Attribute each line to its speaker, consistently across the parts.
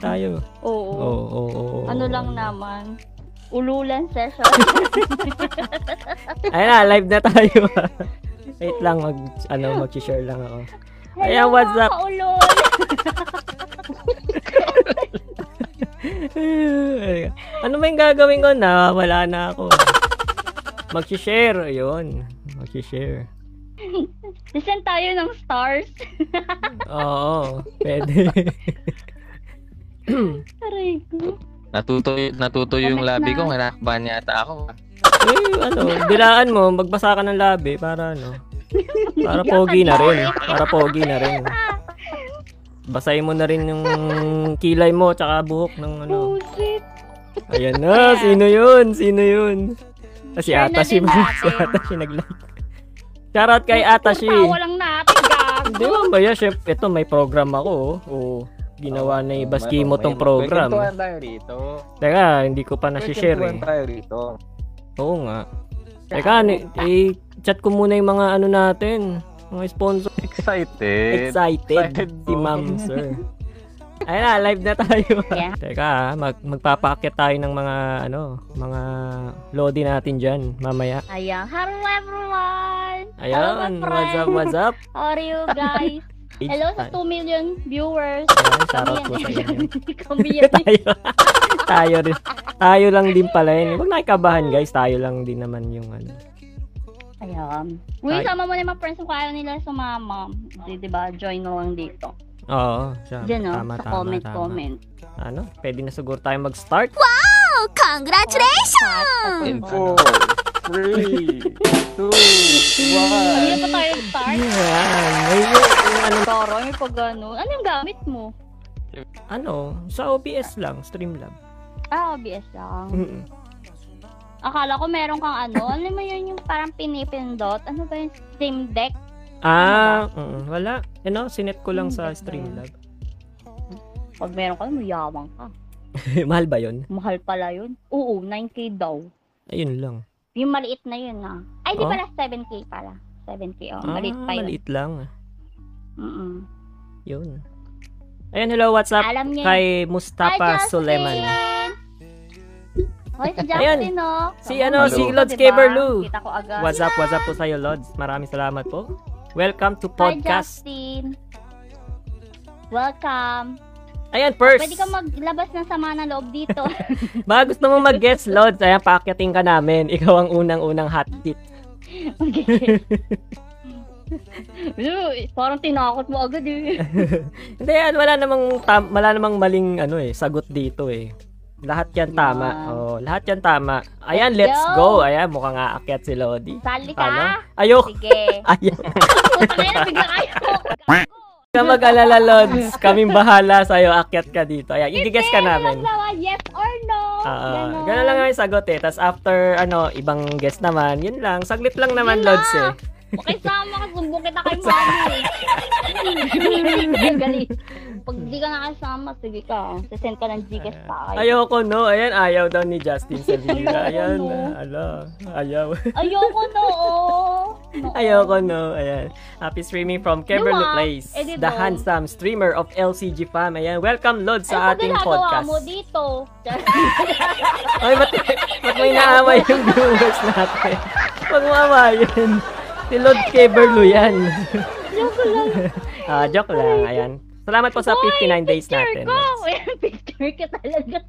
Speaker 1: tayo. Oo,
Speaker 2: Oo.
Speaker 1: oo, oo, oo.
Speaker 2: Ano lang naman. Ululan session.
Speaker 1: Ayun na, live na tayo. Wait lang, mag, ano, mag-share lang ako.
Speaker 2: Hello,
Speaker 1: Ayan, what's
Speaker 2: mga
Speaker 1: up?
Speaker 2: Kaulol.
Speaker 1: ano ba yung gagawin ko na wala na ako? Mag-share, ayun. Mag-share.
Speaker 2: Listen tayo ng stars.
Speaker 1: Oo, pwede.
Speaker 2: Aray ko.
Speaker 3: Natuto, natuto yung labi ko. Kinakabahan yata ako.
Speaker 1: Eh, ano, bilaan mo, magbasa ka ng labi para ano. Para pogi na rin. Para pogi na rin. Basahin mo na rin yung kilay mo tsaka buhok ng ano.
Speaker 2: Oh, shit.
Speaker 1: Ayan na, sino yun? Sino yun? Ah, si
Speaker 2: Share na
Speaker 1: Atashi
Speaker 2: din
Speaker 1: ba?
Speaker 2: natin.
Speaker 1: Si Atashi nag-like. Shoutout kay Atashi.
Speaker 2: Tawa lang natin, gago.
Speaker 1: Di ba ba yan? Chef, ito may program ako. oh. Oo. Ginawa na ni Baskimo tong program.
Speaker 3: Ah, Kwentuhan tayo rito.
Speaker 1: Teka, hindi ko pa nasishare eh.
Speaker 3: Kwentuhan tayo rito.
Speaker 1: Oo nga. Teka, ano- i-chat ko muna yung mga ano natin. Mga sponsor.
Speaker 3: Excited.
Speaker 1: Excited.
Speaker 3: excited
Speaker 1: Si
Speaker 3: po.
Speaker 1: Ma'am Sir. Ayun na, live na tayo.
Speaker 2: Yeah.
Speaker 1: Teka, ah, mag magpapaakyat tayo ng mga ano, mga lodi natin diyan mamaya.
Speaker 2: Ayan. Hello, everyone. Hello,
Speaker 1: Ayan,
Speaker 2: my
Speaker 1: what's up,
Speaker 2: friend.
Speaker 1: what's up?
Speaker 2: How are you guys? Hello sa 2 million viewers.
Speaker 1: Ayan, shoutout po sa inyo.
Speaker 2: Kami yan.
Speaker 1: tayo. tayo rin. Tayo lang din pala yun. Huwag nakikabahan guys, tayo lang din naman yung ano.
Speaker 2: Ayan. Uy,
Speaker 1: Ay.
Speaker 2: sama mo na yung mga friends kung kaya nila sumama. Di, di ba? Join na lang dito.
Speaker 1: Oo, siya.
Speaker 2: Diyan, no?
Speaker 1: tama,
Speaker 2: sa
Speaker 1: tama,
Speaker 2: comment,
Speaker 1: tama.
Speaker 2: comment.
Speaker 1: Ano, pwede na siguro tayo mag-start.
Speaker 2: Congratulations!
Speaker 3: In 4,
Speaker 1: ano?
Speaker 3: 3, 2, 1.
Speaker 2: Kanina Ano pa tayo start.
Speaker 1: Ayan, may, yung ano,
Speaker 2: Toro, yung pag ano. Ano yung gamit mo?
Speaker 1: ano, sa OBS lang, Streamlab.
Speaker 2: Ah, OBS lang.
Speaker 1: Mm-mm.
Speaker 2: Akala ko meron kang ano. Alam mo yun yung parang pinipindot. Ano ba yung Steam Deck?
Speaker 1: Ah, mm, wala. Ano, sinet ko lang sa Streamlab.
Speaker 2: Pag meron ka, mayabang ka.
Speaker 1: Mahal ba yun?
Speaker 2: Mahal pala yun. Oo, 9K daw.
Speaker 1: Ayun lang.
Speaker 2: Yung maliit na yun ah. Ay,
Speaker 1: Oh?
Speaker 2: di pala 7K pala. 7K, oh.
Speaker 1: Ah,
Speaker 2: Maliit pa yun.
Speaker 1: maliit lang.
Speaker 2: Mm-mm.
Speaker 1: Yun. Ayan, hello, what's up?
Speaker 2: Alam niya
Speaker 1: Kay Mustafa
Speaker 2: Justin!
Speaker 1: Suleman.
Speaker 2: Hoy, si
Speaker 1: Ayan.
Speaker 2: Justin, no?
Speaker 1: Si ano,
Speaker 3: si
Speaker 1: Lods
Speaker 2: Diba?
Speaker 1: Keberlu.
Speaker 2: Kita ko agad.
Speaker 1: What's up, what's up po sa'yo, Lods? Maraming salamat po. Welcome to
Speaker 2: Hi,
Speaker 1: podcast.
Speaker 2: Justin. Welcome. Oh,
Speaker 1: Ayan, first.
Speaker 2: Pwede kang maglabas ng sama ng loob dito.
Speaker 1: Ba, gusto mo mag-guest, Lods? Ayan, paakyating ka namin. Ikaw ang unang-unang hot seat.
Speaker 2: okay. Uy, Parang tinakot mo agad eh.
Speaker 1: Hindi, yan, wala namang, tam- wala namang maling ano eh, sagot dito eh. Lahat yan tama.
Speaker 2: Yan.
Speaker 1: Oh, lahat yan tama. Ayan, let's go.
Speaker 2: go.
Speaker 1: Ayan, mukhang aakyat si Lodi.
Speaker 2: Sali
Speaker 1: Paano?
Speaker 2: ka.
Speaker 1: Ayok.
Speaker 2: Sige.
Speaker 1: Ayok.
Speaker 2: Puta na yun, bigla kayo.
Speaker 1: Huwag ka mag-alala, Lods. Kaming bahala sa'yo. Akyat ka dito. Ayan, i-guess ka namin.
Speaker 2: Magsawa, yes or no.
Speaker 1: Ah,
Speaker 2: Ganon.
Speaker 1: ah. ganun lang nga yung sagot eh. Tapos after, ano, ibang guest naman, yun lang. Saglit lang naman, Lods eh.
Speaker 2: Okay, sama ka. Sumbong kita kay mami. Gali. Pag di ka nakasama, sige ka. Sasend ka ng Gcash sa akin.
Speaker 1: Ayoko no. Ayan, ayaw daw ni Justin Sevilla. Ayan,
Speaker 2: Ayoko, no.
Speaker 1: ala, ayaw.
Speaker 2: Ayoko na, oh. No.
Speaker 1: Ayoko no. Ayan. Happy streaming from Keverly
Speaker 2: Diba?
Speaker 1: Place.
Speaker 2: Eh, di
Speaker 1: The
Speaker 2: ba?
Speaker 1: handsome streamer of LCG fam. Ayan, welcome Lord sa
Speaker 2: Ano ba
Speaker 1: ating
Speaker 2: ginagawa
Speaker 1: podcast.
Speaker 2: mo dito?
Speaker 1: Ay, ba't, ba't may naamay yung viewers natin? Huwag mo amayin. Si Lord Keverly yan. Ah, joke lang. Ayan. Salamat po sa 59 days
Speaker 2: picture
Speaker 1: natin.
Speaker 2: Ko. Ayan, picture ka talaga.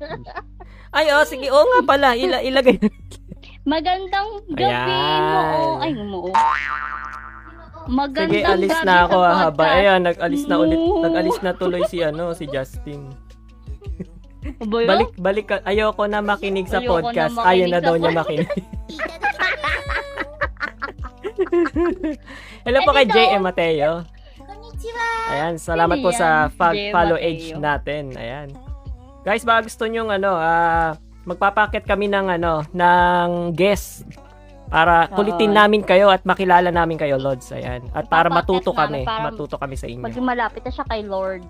Speaker 1: Ay, oh, sige. Oo nga pala. Ila, ilagay.
Speaker 2: Magandang gabi
Speaker 1: Ayan.
Speaker 2: mo. Ay, mo. Magandang
Speaker 1: Sige, alis
Speaker 2: gabi
Speaker 1: na ako
Speaker 2: sa
Speaker 1: ah, haba.
Speaker 2: podcast.
Speaker 1: Ayan, nag-alis na ulit.
Speaker 2: No.
Speaker 1: Nag-alis na tuloy si ano, si Justin.
Speaker 2: Aba yun?
Speaker 1: Balik, balik ka. Ayoko na makinig sa
Speaker 2: Ayoko na
Speaker 1: podcast.
Speaker 2: makinig
Speaker 1: Ayaw na
Speaker 2: sa
Speaker 1: daw niya makinig. Hello po kay
Speaker 2: Eh, dito.
Speaker 1: JM Mateo. Ayan, salamat po sa
Speaker 2: Sino yan?
Speaker 1: fag-
Speaker 2: JM
Speaker 1: follow
Speaker 2: Mateo.
Speaker 1: age natin. Ayan. Guys, baka gusto nyo ano, ah, magpapakit kami ng ano, ng guest para kulitin
Speaker 2: Oo.
Speaker 1: namin kayo at makilala namin kayo, Lods. Ayan. At para
Speaker 2: Ah. Magpapakit
Speaker 1: matuto kami,
Speaker 2: namin para-
Speaker 1: matuto kami sa inyo.
Speaker 2: Pag malapit na siya kay Lord.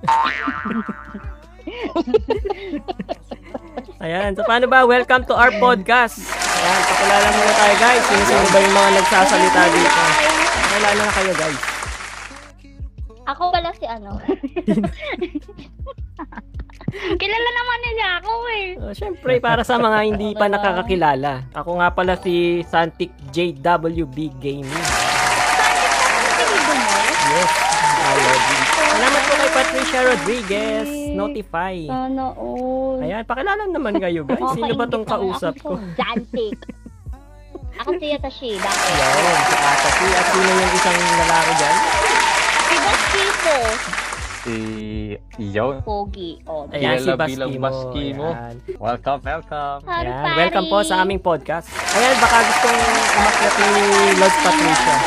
Speaker 1: Ayan. So, paano ba? Welcome to our podcast. Ayan. Pakilala muna tayo, guys. Sino sino ba yung mga nagsasalita dito? Pakilala na kayo, guys.
Speaker 2: Ako pala si ano. Kilala naman niya ako eh.
Speaker 1: Oh, Siyempre, para sa mga hindi pa nakakakilala. Ako nga pala si Santik JWB Gaming.
Speaker 2: Pinigo mo?
Speaker 1: Yes, I love you. Salamat po kay Patricia Rodriguez. Notify.
Speaker 2: Sana all.
Speaker 1: Ayan, pakilala naman kayo guys.
Speaker 2: Ako,
Speaker 1: Sino ba tong
Speaker 2: kainit naman.
Speaker 1: kausap ko?
Speaker 2: Ako si Zantik. Ako si Yatashida.
Speaker 1: Ayan, si Ata si at sino yung isang lalaki dyan?
Speaker 2: Si Boss Kiko.
Speaker 4: Si Yon.
Speaker 2: Pogi. O,
Speaker 1: Ayan, si
Speaker 4: Bilang- bilang
Speaker 1: Baskimo.
Speaker 4: Baskimo.
Speaker 1: Ayan.
Speaker 4: Welcome, welcome.
Speaker 2: Sorry,
Speaker 1: Ayan,
Speaker 2: pare.
Speaker 1: welcome po sa aming podcast. Ayan, baka gustong umakyat ni Lodge Patricia.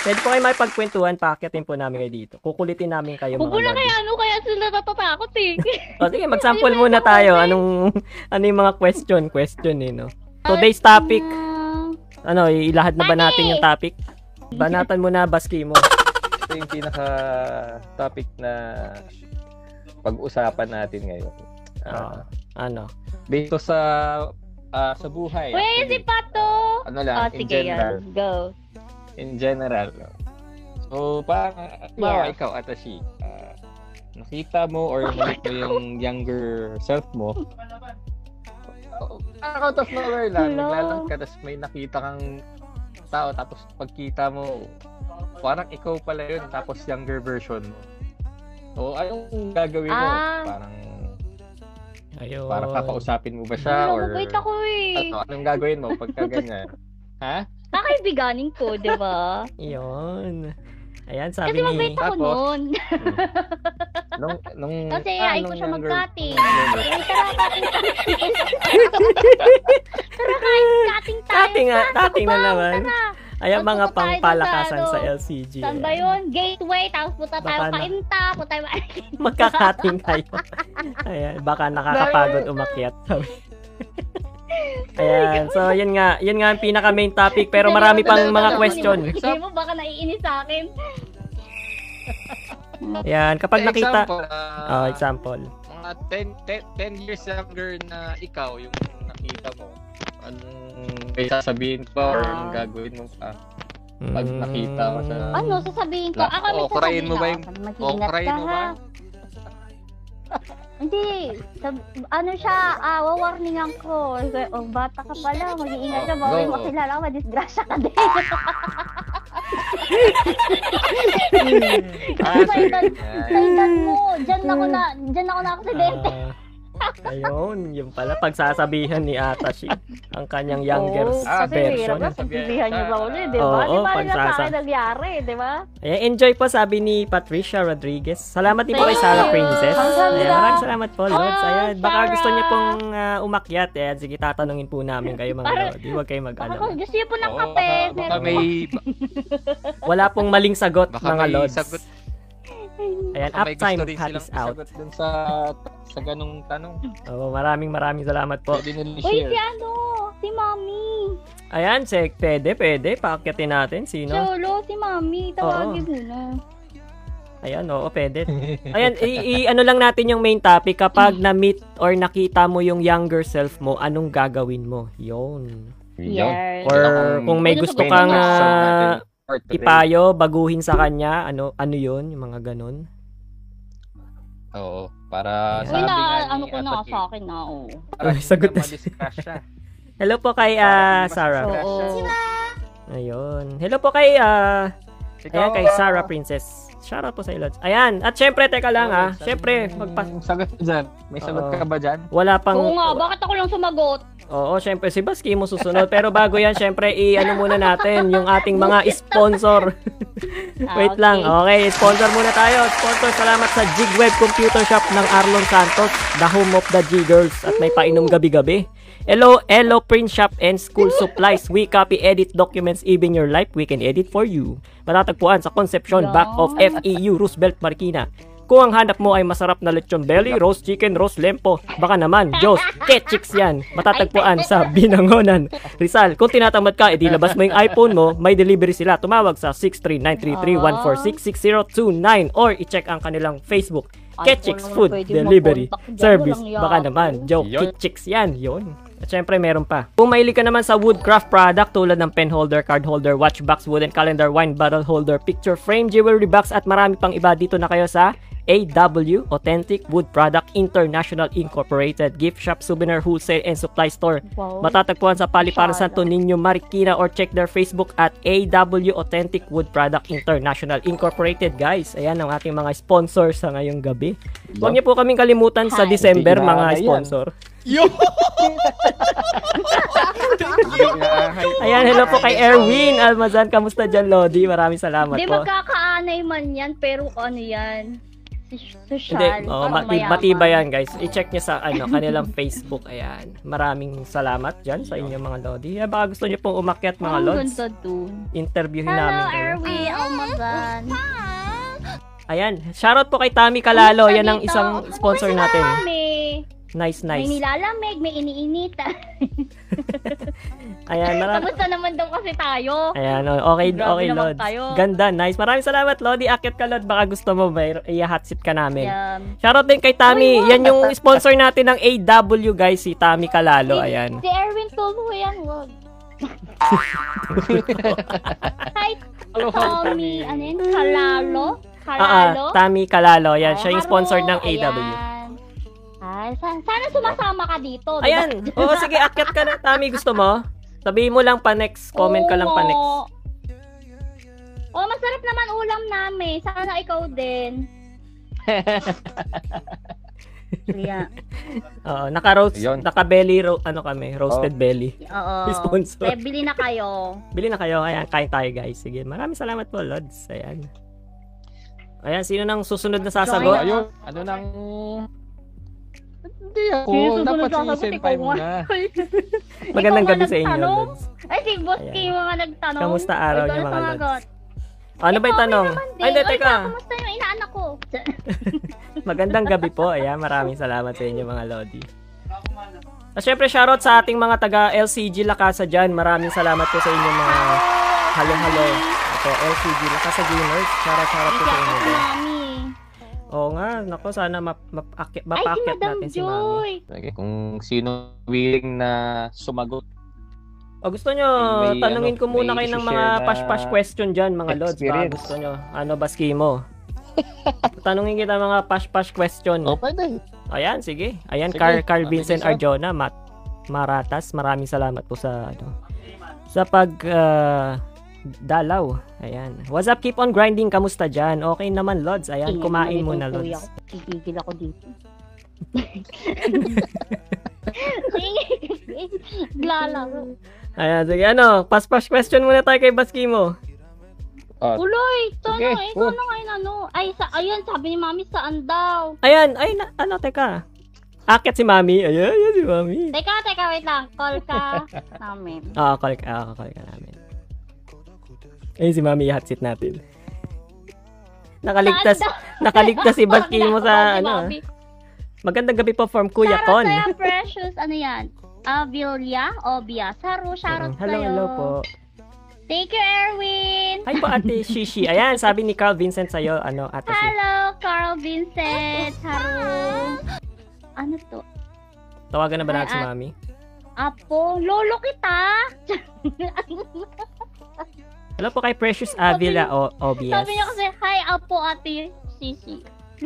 Speaker 1: Pwede po kayo may pagkwentuhan, paakyatin po namin kayo dito. Kukulitin namin kayo mga
Speaker 2: Pupulo
Speaker 1: Lodge.
Speaker 2: kaya ano kaya sila natatakot eh.
Speaker 1: O sige, mag-sample muna tayo. Anong, ano yung mga question? Question eh, no? Today's topic.
Speaker 2: Ah,
Speaker 1: Ano, ilahad na ba
Speaker 2: Mami!
Speaker 1: natin yung topic? Banatan mo na, baski mo.
Speaker 4: Ito yung pinaka-topic na pag-usapan natin ngayon.
Speaker 1: Oo.
Speaker 4: Ah,
Speaker 1: ano?
Speaker 4: based to sa ah, sa buhay.
Speaker 2: Wait, si
Speaker 4: actually.
Speaker 2: Pato.
Speaker 4: Ano
Speaker 2: Oh,
Speaker 4: lang, in
Speaker 2: sige yun.
Speaker 4: general.
Speaker 2: Let's go.
Speaker 4: In general. So, parang, bawa
Speaker 2: Yeah.
Speaker 4: ikaw, Atashi, ah, nakita mo or nalik mo yung younger self mo, Oh, out of nowhere lang,
Speaker 2: Hello?
Speaker 4: naglalakad ka, tapos may nakita kang tao, tapos pagkita mo, parang ikaw pala yun, tapos younger version mo. So, anong gagawin mo?
Speaker 2: Ah.
Speaker 4: Parang,
Speaker 1: Ayun.
Speaker 4: parang kakausapin mo ba siya? Or,
Speaker 2: Nalungkot ako eh.
Speaker 4: ano, anong gagawin mo pagka ganyan? ha?
Speaker 2: Nakaibiganin ko, di ba?
Speaker 1: Yun. Ayan, sabi
Speaker 2: Kasi
Speaker 1: ni...
Speaker 2: mabait ako
Speaker 4: Tapos?
Speaker 2: noon.
Speaker 4: Nung, nung,
Speaker 2: Kasi
Speaker 4: ah,
Speaker 2: ayain ko
Speaker 4: nung
Speaker 2: siya
Speaker 4: younger-
Speaker 2: mag-cutting.
Speaker 4: younger-
Speaker 2: Ay, tara, cutting tayo. tara, kahit cutting tayo.
Speaker 1: Cutting nga, cutting na naman.
Speaker 2: Tara.
Speaker 1: Ayan,
Speaker 2: Magpunta
Speaker 1: mga
Speaker 2: tayo
Speaker 1: pangpalakasan
Speaker 2: dun sa
Speaker 1: sa
Speaker 2: ano.
Speaker 1: LCG.
Speaker 2: Saan ba yun? Gateway, tapos punta tayo
Speaker 1: eh. Baka na-
Speaker 2: kainta, punta tayo
Speaker 1: Magkakating kayo. Ayan, baka nakakapagod umakyat. Sabi. Ayan, so yun nga, yun nga ang pinaka main topic pero marami pang mga question.
Speaker 2: Hindi mo baka naiinis sa akin.
Speaker 1: Ayan, kapag nakita,
Speaker 4: Eh, Example, ah,
Speaker 1: oh, example.
Speaker 4: mga 10, 10, 10 years younger na ikaw, yung nakita mo, anong may sasabihin ko or
Speaker 2: Ah.
Speaker 4: anong gagawin mo pa? Pag
Speaker 1: Mm.
Speaker 4: nakita mo sa...
Speaker 2: Ano, sasabihin ko?
Speaker 4: Lak-
Speaker 2: Ako may
Speaker 4: o, oh, kurayin
Speaker 2: sasabihin
Speaker 4: mo ba
Speaker 2: ako.
Speaker 4: yung-
Speaker 2: Mag-iingat
Speaker 4: o, kurayin
Speaker 2: ka
Speaker 4: mo
Speaker 2: ha.
Speaker 4: ba?
Speaker 2: Hindi. Sab- ano siya, ah, wawarningan ko. O, bata ka pala, mag-iingat ka.
Speaker 4: Oh,
Speaker 2: Bawal
Speaker 4: go.
Speaker 2: makilala ka, madisgrasya ka din.
Speaker 4: Ah, sorry.
Speaker 2: Sa edad mo, dyan ako na, dyan ako na aksidente.
Speaker 1: Ah, ayun, yun pala pagsasabihan ni Atashi ang kanyang younger
Speaker 2: Oo,
Speaker 4: Ah,
Speaker 2: kasi
Speaker 1: version.
Speaker 2: mahirap na pagbibihan niyo Oh, ba ulit, di ba?
Speaker 1: Oo,
Speaker 2: di ba
Speaker 1: pag
Speaker 2: nila sa
Speaker 1: sasa-
Speaker 2: akin nangyari, di ba?
Speaker 1: Ayan, Eh, enjoy po sabi ni Patricia Rodriguez. Salamat din po kay
Speaker 2: Thank
Speaker 1: Sarah
Speaker 2: you.
Speaker 1: Princess.
Speaker 2: Kamsahamnida.
Speaker 1: Ayan, maraming salamat po, Lods.
Speaker 2: Oh,
Speaker 1: Ayan, baka
Speaker 2: Sarah.
Speaker 1: gusto niya pong ah, umakyat. Ayan, sige, tatanungin po namin kayo mga
Speaker 2: Parang-
Speaker 1: Lodi. Huwag kayong
Speaker 2: Baka kung
Speaker 1: mag-alala.
Speaker 2: gusto niyo po ng
Speaker 4: Oo,
Speaker 2: kape,
Speaker 4: baka- baka
Speaker 2: meron-
Speaker 4: may,
Speaker 1: Wala pong maling sagot,
Speaker 3: Baka
Speaker 1: mga
Speaker 3: may
Speaker 1: Lods.
Speaker 3: sagot.
Speaker 1: Ayan,
Speaker 4: baka may
Speaker 1: uptime
Speaker 4: gusto rin
Speaker 1: cut
Speaker 4: silang
Speaker 1: is out.
Speaker 4: isagot dun sa, sa ganong tanong.
Speaker 1: Oh, maraming maraming salamat po.
Speaker 4: Pwede nila
Speaker 2: Uy, si
Speaker 4: share.
Speaker 2: ano, si Mami.
Speaker 1: Ayan, check. Pwede, pwede. Paakyatin natin. Sino?
Speaker 2: Lolo, si Mami, tawagin mo na.
Speaker 1: Ayan, oo, pwede. Ayan, i, i- ano lang natin yung main topic. Kapag na-meet or nakita mo yung younger self mo, anong gagawin mo? Yon.
Speaker 2: Yes.
Speaker 1: Or kung may
Speaker 2: Yun ang
Speaker 1: gusto
Speaker 2: sagot
Speaker 1: kang
Speaker 2: ko.
Speaker 1: ah, ipayo, baguhin sa kanya, ano ano 'yun, yung mga ganun.
Speaker 4: Oo. Para
Speaker 1: Uy,
Speaker 2: Uy,
Speaker 4: sabi
Speaker 2: na,
Speaker 4: nga ni
Speaker 2: ano ko na
Speaker 4: Atati,
Speaker 2: sa akin na, oo.
Speaker 4: para
Speaker 1: Uy,
Speaker 4: hindi
Speaker 1: sagot na
Speaker 4: na ma-discuss siya.
Speaker 1: Hello po kay
Speaker 4: Para
Speaker 1: ah,
Speaker 4: hindi
Speaker 1: Sarah.
Speaker 4: ma-discuss
Speaker 2: Oo.
Speaker 4: siya.
Speaker 1: Ayun. Hello po kay ah,
Speaker 4: Ikaw,
Speaker 1: ayan, kay
Speaker 4: ah,
Speaker 1: Sarah Princess. Shout out po sa Lods. Ayan, at syempre teka lang ah.
Speaker 4: sagot-
Speaker 1: Syempre, magpa
Speaker 4: sagot ka dyan. May sagot
Speaker 1: Oo.
Speaker 4: ka ba dyan?
Speaker 1: wala pang
Speaker 2: Oo nga, bakit ako lang sumagot?
Speaker 1: Oo, syempre si Baski mo susunod. Pero bago 'yan, syempre i-ano muna natin yung ating mga sponsor.
Speaker 2: Ah,
Speaker 1: Wait
Speaker 2: okay.
Speaker 1: lang. Okay, sponsor muna tayo. Sponsor, salamat sa Jigweb Computer Shop ng Arlon Santos, the home of the G-Girls at may painom gabi-gabi. Hello, Hello Print Shop and School Supplies. We copy, edit documents, even your life, we can edit for you. Matatagpuan sa Concepcion, back of FEU, Roosevelt, Marikina. Kung ang hanap mo ay masarap na lechon belly, roast chicken, roast lempo, baka naman, Diyos, ketchiks yan. Matatagpuan sa Binangonan. Rizal, kung tinatamad ka, edi labas mo yung iPhone mo, may delivery sila. Tumawag sa 63933146629 or i-check ang kanilang Facebook.
Speaker 2: Ay,
Speaker 1: Ketchiks
Speaker 2: kung ano,
Speaker 1: Food
Speaker 2: pwede
Speaker 1: Delivery
Speaker 2: mag-contact dyan,
Speaker 1: Service.
Speaker 2: walang
Speaker 1: Baka
Speaker 2: yakap.
Speaker 1: naman, joke,
Speaker 4: Yun.
Speaker 1: ketchiks yan. Yun. At syempre, meron pa. Kung mahilig ka naman sa woodcraft product tulad ng pen holder, card holder, watch box, wooden calendar, wine bottle holder, picture frame, jewelry box, at marami pang iba dito na kayo sa AW Authentic Wood Product International Incorporated Gift Shop, Souvenir Wholesale and Supply Store.
Speaker 2: Wow.
Speaker 1: Matatagpuan sa Paliparan Santo
Speaker 2: Masyado.
Speaker 1: Niño, Marikina or check their Facebook at AW Authentic Wood Product International Incorporated, guys. Ayan ang ating mga sponsor sa ngayong gabi. Huwag niyo po kaming kalimutan sa
Speaker 2: Hi.
Speaker 1: December,
Speaker 4: Hindi
Speaker 1: mga
Speaker 4: na- ayan.
Speaker 1: sponsor.
Speaker 4: Inaahay.
Speaker 1: Ayan, hello po kay Erwin Almazan. Kamusta dyan, Lodi? Maraming salamat
Speaker 2: Di
Speaker 1: po.
Speaker 2: magkakaanay man yan, pero ano yan? Soc-
Speaker 1: Hindi,
Speaker 2: Social.
Speaker 1: oh,
Speaker 2: parang
Speaker 1: mati-
Speaker 2: mayaman.
Speaker 1: matiba yan, guys. I-check niyo sa ano, kanilang Facebook. Ayan. Maraming salamat dyan sa inyong mga Lodi. Eh, baka gusto niyo pong umakyat, mga
Speaker 2: Ang
Speaker 1: Lods.
Speaker 2: ganda dun.
Speaker 1: Interviewin
Speaker 2: Hello,
Speaker 1: namin kayo.
Speaker 2: Erwin. Oh my God.
Speaker 1: Ayan. Shoutout po kay Tami Kalalo.
Speaker 2: Kumusta
Speaker 1: Yan ang
Speaker 2: dito?
Speaker 1: isang
Speaker 2: Kumusta
Speaker 1: sponsor natin.
Speaker 2: May,
Speaker 1: Nice,
Speaker 2: may
Speaker 1: nice.
Speaker 2: nilalamig, may iniinitan.
Speaker 1: Ayan, marami.
Speaker 2: Kamusta naman daw kasi tayo?
Speaker 1: Ayan, oh, okay,
Speaker 2: Grabe
Speaker 1: okay,
Speaker 2: naman
Speaker 1: Lod.
Speaker 2: tayo.
Speaker 1: Ganda, nice. Maraming salamat, Lodi. Akit ka, Lod. Baka gusto mo, may i-hot seat ka namin.
Speaker 2: Yum.
Speaker 1: Shoutout din kay Tami. Yan yung sponsor natin ng AW, guys. Si Tami Kalalo. Ayan.
Speaker 2: Si Erwin Tuluyan, wag. Hi, Tommy. Ano yun? Kalalo?
Speaker 1: Ah,
Speaker 2: Kalalo?
Speaker 1: ah,
Speaker 2: Ah,
Speaker 1: Tami Kalalo. Ayan, siya yung
Speaker 2: Kalaro,
Speaker 1: sponsor ng
Speaker 2: ayan.
Speaker 1: AW.
Speaker 2: Ay, sa- sana sumasama ka dito. di ba?
Speaker 1: Ayan. Oo, sige, akit ka na. Tami, gusto mo? Sabihin mo lang pa next. Comment ka lang pa next.
Speaker 2: Oo. Oh, masarap naman ulam namin. Sana ikaw din. Kaya,
Speaker 1: Oo, naka-roast,
Speaker 4: Ayun.
Speaker 1: naka-belly, ro- ano kami, roasted belly.
Speaker 2: oo.
Speaker 1: Sponsor.
Speaker 2: Kaya bili na kayo.
Speaker 1: Bili na kayo. Ayan, kain tayo guys. Sige, maraming salamat po, Lods. Ayan. Ayan, sino nang susunod na sasagot?
Speaker 2: Join
Speaker 4: Ayun, ano nang... Hindi ako.
Speaker 2: Sino susunod
Speaker 4: Dapat si
Speaker 2: sasagot?
Speaker 4: Senpai
Speaker 2: Ikaw
Speaker 4: muna.
Speaker 1: Magandang
Speaker 2: Ikaw
Speaker 1: gabi
Speaker 2: nga
Speaker 1: sa inyo,
Speaker 2: nagtanong.
Speaker 1: Lods.
Speaker 2: Ay, si Boss
Speaker 1: Ayan.
Speaker 2: K yung mga nagtanong.
Speaker 1: Kamusta araw
Speaker 2: Ikaw
Speaker 1: niyo,
Speaker 2: na
Speaker 1: mga
Speaker 2: sumagot.
Speaker 1: Lods? Ano ba yung
Speaker 2: Eh,
Speaker 1: tanong?
Speaker 2: okay naman din.
Speaker 1: Ay, hindi,
Speaker 2: Oy,
Speaker 1: teka.
Speaker 2: Kamusta yung inaanak ko?
Speaker 1: Magandang gabi po. Ayan, maraming salamat sa inyo, mga Lodi. At syempre, shoutout sa ating mga taga LCG Lakasa dyan. Maraming salamat po sa inyo, mga halo-halo. Ito, LCG Lakasa Gamers. Shoutout, shoutout po sa
Speaker 2: Iyak
Speaker 1: inyo.
Speaker 2: ako, mami.
Speaker 1: Oo nga, nako, sana map, map, aki-
Speaker 2: Ay, si
Speaker 1: mapaakyat
Speaker 2: Madam
Speaker 1: natin si Mami.
Speaker 2: Joy.
Speaker 3: Okay, kung sino willing na sumagot
Speaker 1: O Oh, gusto nyo,
Speaker 4: May,
Speaker 1: tanungin
Speaker 4: ano,
Speaker 1: ko muna
Speaker 4: may
Speaker 1: kayo ng mga
Speaker 4: isi-share na
Speaker 1: pash-pash question dyan, mga lods. Baka
Speaker 4: experience.
Speaker 1: gusto nyo. Ano ba mo? tanungin kita mga pash-pash question.
Speaker 4: O, Oh, pwede.
Speaker 1: Ayan, sige. Ayan,
Speaker 4: Sige, ano
Speaker 1: Carl, Carl
Speaker 4: mabilis
Speaker 1: Vincent
Speaker 4: lang.
Speaker 1: Arjona, Matt Maratas. Maraming salamat po sa, ano, sa pag, ah, dalaw. Ayan. What's up? Keep on grinding. Kamusta dyan? Okay naman, Lods. Ayan,
Speaker 2: Iyak
Speaker 1: kumain
Speaker 2: ulit
Speaker 1: muna,
Speaker 2: ang kuya
Speaker 1: Lods.
Speaker 2: ko. Gigigil ako dito. Lalaro.
Speaker 1: Ayan, sige. Ano? Pash-pash question muna tayo kay Baskimo. Ah,
Speaker 4: Ah,
Speaker 2: Uloy, ito
Speaker 4: Sige,
Speaker 2: na, ito
Speaker 4: oh.
Speaker 2: na ngayon ano. Ay, sa, ayun, sabi ni Mami, saan daw?
Speaker 1: Ayan, ay, na, ano, teka. Akit si Mami. Ayan, ayan si Mami.
Speaker 2: Teka, teka, wait lang. Call ka namin.
Speaker 1: Ah, call ka, ah, call ka namin. Ayun si Mami, i-hot seat natin. Nakaligtas,
Speaker 2: Saan
Speaker 1: nakaligtas si
Speaker 2: Wag
Speaker 1: Baski
Speaker 2: na,
Speaker 1: mo
Speaker 2: call
Speaker 1: sa,
Speaker 2: ni
Speaker 1: ano,
Speaker 2: Mami.
Speaker 1: magandang gabi po from Kuya
Speaker 2: Shoutout
Speaker 1: Con.
Speaker 2: sa'yo, precious, ano yan? Ah, Vilya, Obia, Saru, shoutout
Speaker 1: Hello,
Speaker 2: sa'yo.
Speaker 1: hello po.
Speaker 2: Thank you, Erwin.
Speaker 1: Hi po, Ate Shishi. Ayan, sabi ni Carl Vincent sa'yo, ano, Ate Shishi.
Speaker 2: Hello, Carl Vincent, Haru. Ano to?
Speaker 1: Tawagan na ba natin si
Speaker 2: Hi, Ate.
Speaker 1: Mami?
Speaker 2: Apo, lolo kita.
Speaker 1: Hello po kay Precious Avila o Obias.
Speaker 2: Sabi niya kasi, hi, Apo, ate, Sisi.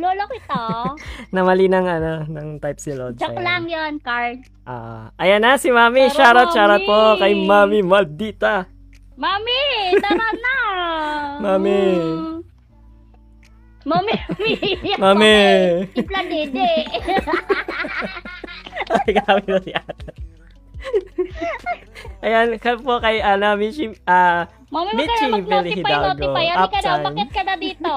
Speaker 2: Lolo kita.
Speaker 1: Namali ng, ano, ng type si Lodge.
Speaker 2: Joke
Speaker 1: Ayan.
Speaker 2: lang yun, Carl.
Speaker 1: Ah, ayan na si Mami.
Speaker 2: Tara,
Speaker 1: Shoutout, shoutout
Speaker 2: Mami.
Speaker 1: po kay Mami Maldita.
Speaker 2: Mami, tara na.
Speaker 1: Mami.
Speaker 2: Mm. Mami, umiiyak
Speaker 1: Mami.
Speaker 2: ako eh. Tipla dede.
Speaker 1: Ay, grabe na si Ate. Ayan, ka po kay ano, Michi, ah,
Speaker 2: Mami,
Speaker 1: Michi
Speaker 2: magkano mag-notify,
Speaker 1: Villahidalgo,
Speaker 2: notify. Ano ka daw,
Speaker 1: uptime.
Speaker 2: bakit ka na dito?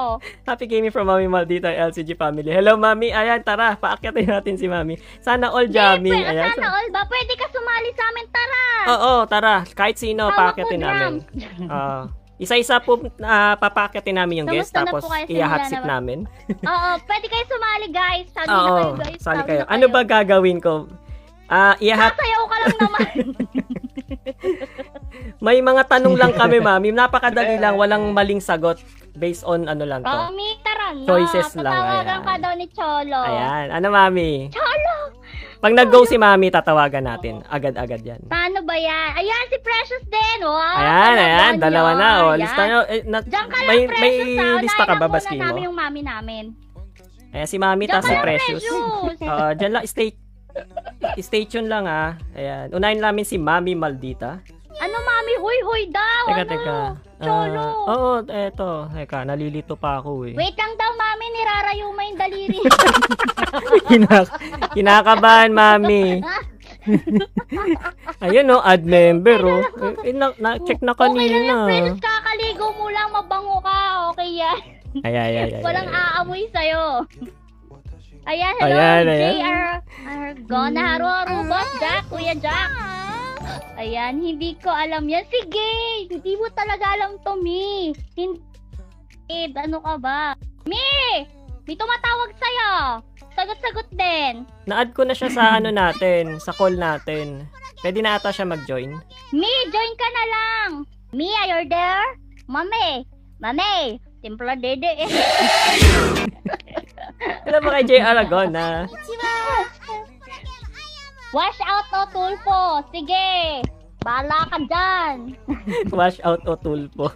Speaker 1: Happy Gaming from Mami Maldita, LCG family. Hello, Mami. Ayan, tara, paakyatin natin si Mami. Sana all jamming.
Speaker 2: Pe,
Speaker 1: Ayan.
Speaker 2: sana all ba? Pwede ka sumali sa amin, tara.
Speaker 1: Oo, tara. Kahit sino,
Speaker 2: Hawak mo
Speaker 1: paakyatin namin.
Speaker 2: drums.
Speaker 1: Oo. isa-isa po uh, papakyatin namin yung guest
Speaker 2: Kamusta na
Speaker 1: tapos
Speaker 2: po kayo sa
Speaker 1: iya-hot
Speaker 2: mga
Speaker 1: seat
Speaker 2: laban?
Speaker 1: namin.
Speaker 2: Oo, pwede kayo sumali, guys. Sali na kayo,
Speaker 1: Oo,
Speaker 2: guys.
Speaker 1: sali
Speaker 2: na
Speaker 1: kayo. Ano ba gagawin ko? Ah, iya-hot
Speaker 2: Sasayaw ka
Speaker 1: Ano
Speaker 2: lang naman.
Speaker 1: May mga tanong lang kami, Mami. Napakadali lang, walang maling sagot based on ano lang to.
Speaker 2: Mami, oh. tara na.
Speaker 1: Choices lang,
Speaker 2: Tatawagan
Speaker 1: ayan.
Speaker 2: ka daw ni Cholo.
Speaker 1: Ayan. Ano, Mami?
Speaker 2: Cholo!
Speaker 1: Pag nag-go si Mami, tatawagan natin. Agad-agad yan.
Speaker 2: Paano ba yan? Ayan, si Precious din. Wow,
Speaker 1: Ayan,
Speaker 2: kalaban
Speaker 1: ayan.
Speaker 2: yun.
Speaker 1: Dalawa na. Oh.
Speaker 2: Ayan.
Speaker 1: Lista nyo. Eh, na,
Speaker 2: Diyan ka lang,
Speaker 1: may,
Speaker 2: Precious.
Speaker 1: may
Speaker 2: ah. Unahin
Speaker 1: lista ka
Speaker 2: lang
Speaker 1: ba,
Speaker 2: muna
Speaker 1: Baski
Speaker 2: namin
Speaker 1: mo?
Speaker 2: yung mami namin.
Speaker 1: Ayan, si Mami,
Speaker 2: Diyan
Speaker 1: tapos
Speaker 2: ka
Speaker 1: si
Speaker 2: lang,
Speaker 1: Precious.
Speaker 2: Precious.
Speaker 1: Ah, diyan lang, stay, stay tuned lang ah. Ayan. Unahin namin si Mami Maldita.
Speaker 2: ano, mami? Huy, huy daw.
Speaker 1: Teka,
Speaker 2: ano?
Speaker 1: teka.
Speaker 2: Cholo.
Speaker 1: Ah, Oo, eto. Teka, nalilito pa ako eh.
Speaker 2: Wait lang daw, mami. Nirarayo mo yung daliri.
Speaker 1: Kinak kinakabahan, mami. Ayun, no, ad member, oh. Eh, na, na- check na
Speaker 2: Okay lang
Speaker 1: kanina.
Speaker 2: yan, Precious. Kakaligo mo lang. Mabango ka. Okay yan.
Speaker 1: Ay, ay, ay, ay.
Speaker 2: Walang
Speaker 1: ay.
Speaker 2: aamoy sa'yo. Ayan, hello,
Speaker 1: Ayan, ayan.
Speaker 2: JR Argona,
Speaker 4: Ah.
Speaker 2: Haroro, Boss Jack, Kuya Jack. Ayan, hindi ko alam yan. Sige, hindi mo talaga alam to, Mi. Hindi, Ed, ano ka ba? Mi, may tumatawag sa'yo. Sagot-sagot din.
Speaker 1: Na-add ko na siya sa ano natin, sa call natin. Pwede na ata siya mag-join.
Speaker 2: Mi, join ka na lang. Mi, are you there? Mami, mami, timpla dede eh.
Speaker 1: Alam mo kay J. Aragon, ah. ha?
Speaker 2: Wash out o tulpo. Sige. Bala ka dyan.
Speaker 1: Wash out o tulpo.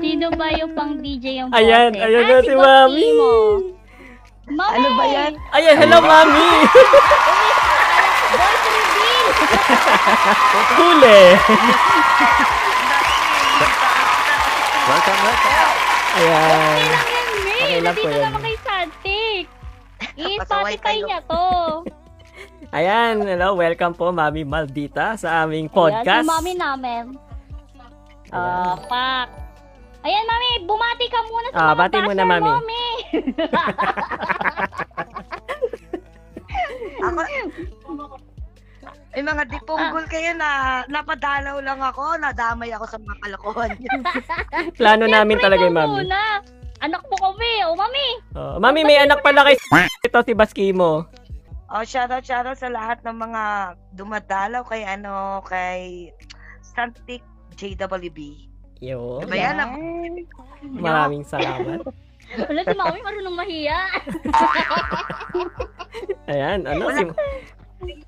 Speaker 2: Sino ba yung pang DJ yung
Speaker 1: Ayan,
Speaker 2: boses?
Speaker 1: ayan na
Speaker 2: Ah,
Speaker 1: si
Speaker 2: Boss
Speaker 1: Mami.
Speaker 2: Timo. Mami!
Speaker 5: Ano ba yan?
Speaker 1: Ayan, hello, Mami!
Speaker 2: Boss Reveal!
Speaker 1: Huli!
Speaker 3: Welcome, welcome.
Speaker 1: Ayan. Okay
Speaker 2: Ayan,
Speaker 1: lang
Speaker 2: May!
Speaker 1: po
Speaker 2: Nandito
Speaker 1: yan.
Speaker 2: naman kay Santik.
Speaker 5: Pasaway
Speaker 2: Ipatify
Speaker 5: kayo.
Speaker 2: niya to.
Speaker 1: Ayan, hello, welcome po, Mami Maldita, sa aming
Speaker 2: Ayan,
Speaker 1: podcast.
Speaker 2: si Mami namin.
Speaker 1: Iya.
Speaker 2: Ah, pak. Ayan, Mami, bumati ka muna sa
Speaker 1: Ah,
Speaker 2: mga
Speaker 1: bati muna,
Speaker 2: basher
Speaker 1: Mami.
Speaker 2: mo, Mi. Ah.
Speaker 5: Ako, eh mga dipunggol kayo na napadalaw lang ako, nadamay ako sa mga kalokohan niyo.
Speaker 1: Plano namin
Speaker 2: Siyempre,
Speaker 1: talaga
Speaker 2: ikaw
Speaker 1: yung Mami.
Speaker 2: muna. Anak mo kami. O, Mami.
Speaker 1: Oh, mami, may anak pala kay ito si Baskimo.
Speaker 5: Oh, shoutout, shoutout sa lahat ng mga dumadalaw kay ano, kay Santik JWB.
Speaker 1: Yo,
Speaker 5: Diba yan? Alam-
Speaker 2: Ayan.
Speaker 1: maraming salamat.
Speaker 2: Wala si Mami, marunong mahiya.
Speaker 1: Ayan, ano si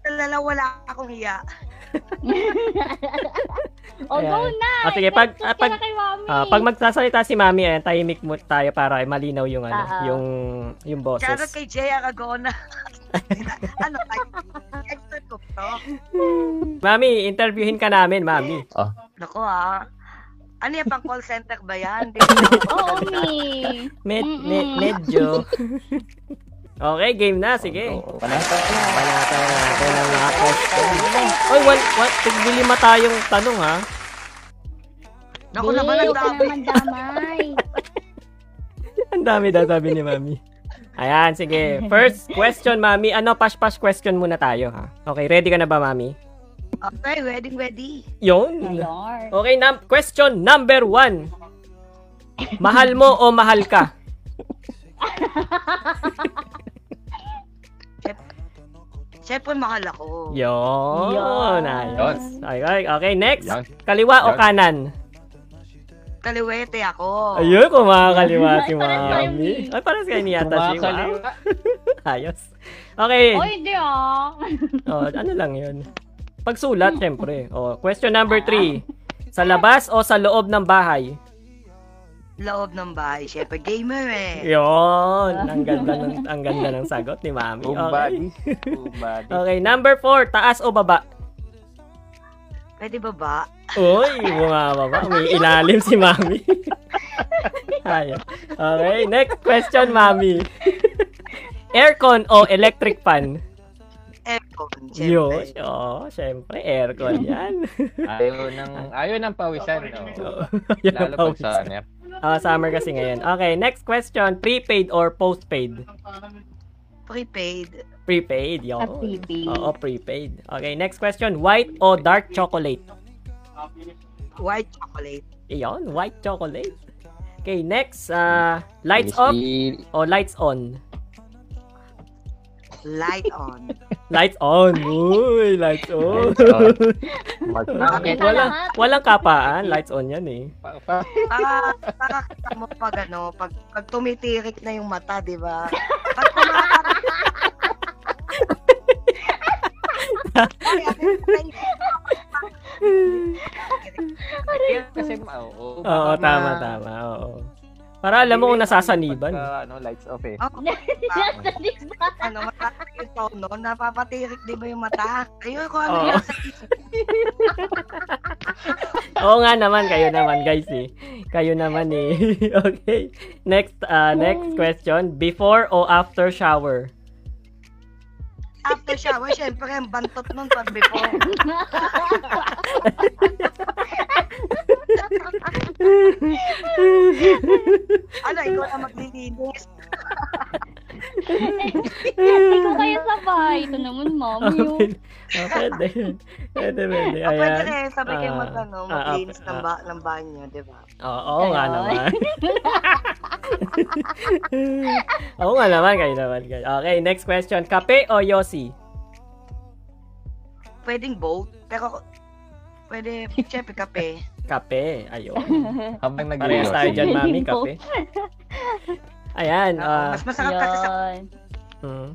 Speaker 5: Talaga wala akong hiya.
Speaker 2: O, Oh, go
Speaker 1: Ayan.
Speaker 2: na.
Speaker 1: Ah, sige, pag-
Speaker 2: Excited
Speaker 1: ah, pag-
Speaker 2: ka na kay Mami.
Speaker 1: Ah, pag magsasalita si Mami, ayan, tahimik mo tayo para ay malinaw yung ano,
Speaker 2: Oo.
Speaker 1: yung yung
Speaker 5: Shoutout
Speaker 1: boses.
Speaker 5: kay Jay Aragona. ano, ay, expert ko to.
Speaker 1: Mami, interviewin ka namin, Mami.
Speaker 4: Ah.
Speaker 5: Naku ha. Ano yan, pang call center ba yan?
Speaker 2: Oo, Mi.
Speaker 1: Med,
Speaker 2: Mm-mm.
Speaker 1: med- medyo. okay, game na, sige.
Speaker 4: Oo, panata na.
Speaker 1: Panata natin ang mga question. Oy, what, what, tiglilima tayong tanong ha.
Speaker 5: Naku naman,
Speaker 2: Di,
Speaker 5: ang
Speaker 2: huwag ka
Speaker 5: dami.
Speaker 2: naman damay.
Speaker 1: Ang dami daw sabi ni Mami. Ayan, sige. First question, Mami. Ano, pash-pash question muna tayo, ha? Okay, ready ka na ba, Mami?
Speaker 5: Okay, wedding ready.
Speaker 1: Yun.
Speaker 2: Ayar.
Speaker 1: Okay, nam- question number one. Mahal mo o mahal ka?
Speaker 5: Siyempre, mahal ako.
Speaker 1: Yun.
Speaker 2: Yun.
Speaker 1: Ayos. Ay, ay, okay, next.
Speaker 4: Yan.
Speaker 1: Kaliwa o
Speaker 4: Yan.
Speaker 1: kanan?
Speaker 5: Kaliwete ako.
Speaker 1: Ayun, kumakaliwa
Speaker 2: Ay,
Speaker 1: si
Speaker 2: parang tayo
Speaker 1: Mami.
Speaker 2: ni-
Speaker 1: Ay, parang kayo niyata si Wow.
Speaker 4: Kumakaliwa.
Speaker 1: Ayos. Okay.
Speaker 2: Oy, di ah.
Speaker 1: Oh, ano lang yun. Pagsulat, syempre. Oh, question number three. Sa labas o sa loob ng bahay?
Speaker 5: Loob ng bahay. Siyempre, gamer eh.
Speaker 1: Yun. Ang ganda ng, ang ganda ng sagot ni Mami. Okay.
Speaker 4: Boom Ah. body. Boom body.
Speaker 1: Okay, number four. Taas o baba?
Speaker 5: Pwede ba ba?
Speaker 1: Uy, bumaba ba? May ilalim si Mami. Ayun. Okay, next question, Mami. Aircon o electric fan?
Speaker 5: Aircon,
Speaker 1: Yo,
Speaker 5: siyempre.
Speaker 1: oh, syempre, aircon yan.
Speaker 4: Ayaw ng, ayaw ng pawisan. No?
Speaker 1: Yan ang
Speaker 4: Lalo pag
Speaker 1: pawis.
Speaker 4: sa ano,
Speaker 1: Ah, summer kasi ngayon. Okay, next question. Prepaid or postpaid?
Speaker 5: Prepaid.
Speaker 1: Prepaid, yo.
Speaker 2: Ah, prepaid.
Speaker 1: Oo, prepaid. Okay, next question. White o dark chocolate?
Speaker 5: White chocolate.
Speaker 1: Iyon, white chocolate. Okay, next. ah, lights
Speaker 4: is
Speaker 1: off
Speaker 4: i-
Speaker 1: o lights on?
Speaker 5: Light on.
Speaker 1: Lights on. Uy, lights on.
Speaker 4: Lights on. Bakit?
Speaker 2: Kita
Speaker 1: walang,
Speaker 2: lahat.
Speaker 1: walang kapaan. Lights on yan eh.
Speaker 4: pa- pa-
Speaker 5: Para, para kita mo pag ano, pag, pag tumitirik na yung mata, di ba? Pag tumatarik, Ay, ako yung-
Speaker 4: Kasi, ma- oo.
Speaker 1: Oo,
Speaker 4: baka
Speaker 1: tama,
Speaker 4: ma-
Speaker 1: tama. Oo. Para alam mo kung nasasaniban.
Speaker 4: Pagka, ano, lights off eh.
Speaker 5: Ako,
Speaker 2: Nasa di ba?
Speaker 5: ano, matatak yung tono, napapatirik di ba yung mata? Kayo ko ano
Speaker 1: Oo.
Speaker 5: yun?
Speaker 1: Oo Oh, nga naman, kayo naman guys eh. Kayo naman eh. okay. Next, ah,
Speaker 5: Hmm.
Speaker 1: next question. Before o after shower?
Speaker 5: After shower, syempre ang bantot nun pag before. Ano, ikaw na maglilinis.
Speaker 2: Ikaw kayo sabay. Ito naman, mom.
Speaker 1: Oh, pwede. Oh, pwede. Pwede, pwede.
Speaker 5: Ah, pwede
Speaker 1: Ayan.
Speaker 5: rin, sabi kayo
Speaker 1: Ah,
Speaker 5: magano,
Speaker 1: ah,
Speaker 5: maglinis
Speaker 1: ah,
Speaker 5: ng, ba- ng banyo, di ba?
Speaker 1: Oo, oo nga
Speaker 2: Ayun.
Speaker 1: naman. oo nga naman, kayo naman. Kayo. Okay, next question. Kape o Yossi?
Speaker 5: Pwedeng both, pero pwede, syempre kape.
Speaker 1: Kape. Ayun.
Speaker 4: Habang nag
Speaker 1: Parehas tayo dyan, mami. Kape. Ayan. ah,
Speaker 5: Mas masarap kasi sa
Speaker 2: Yun.
Speaker 1: mm.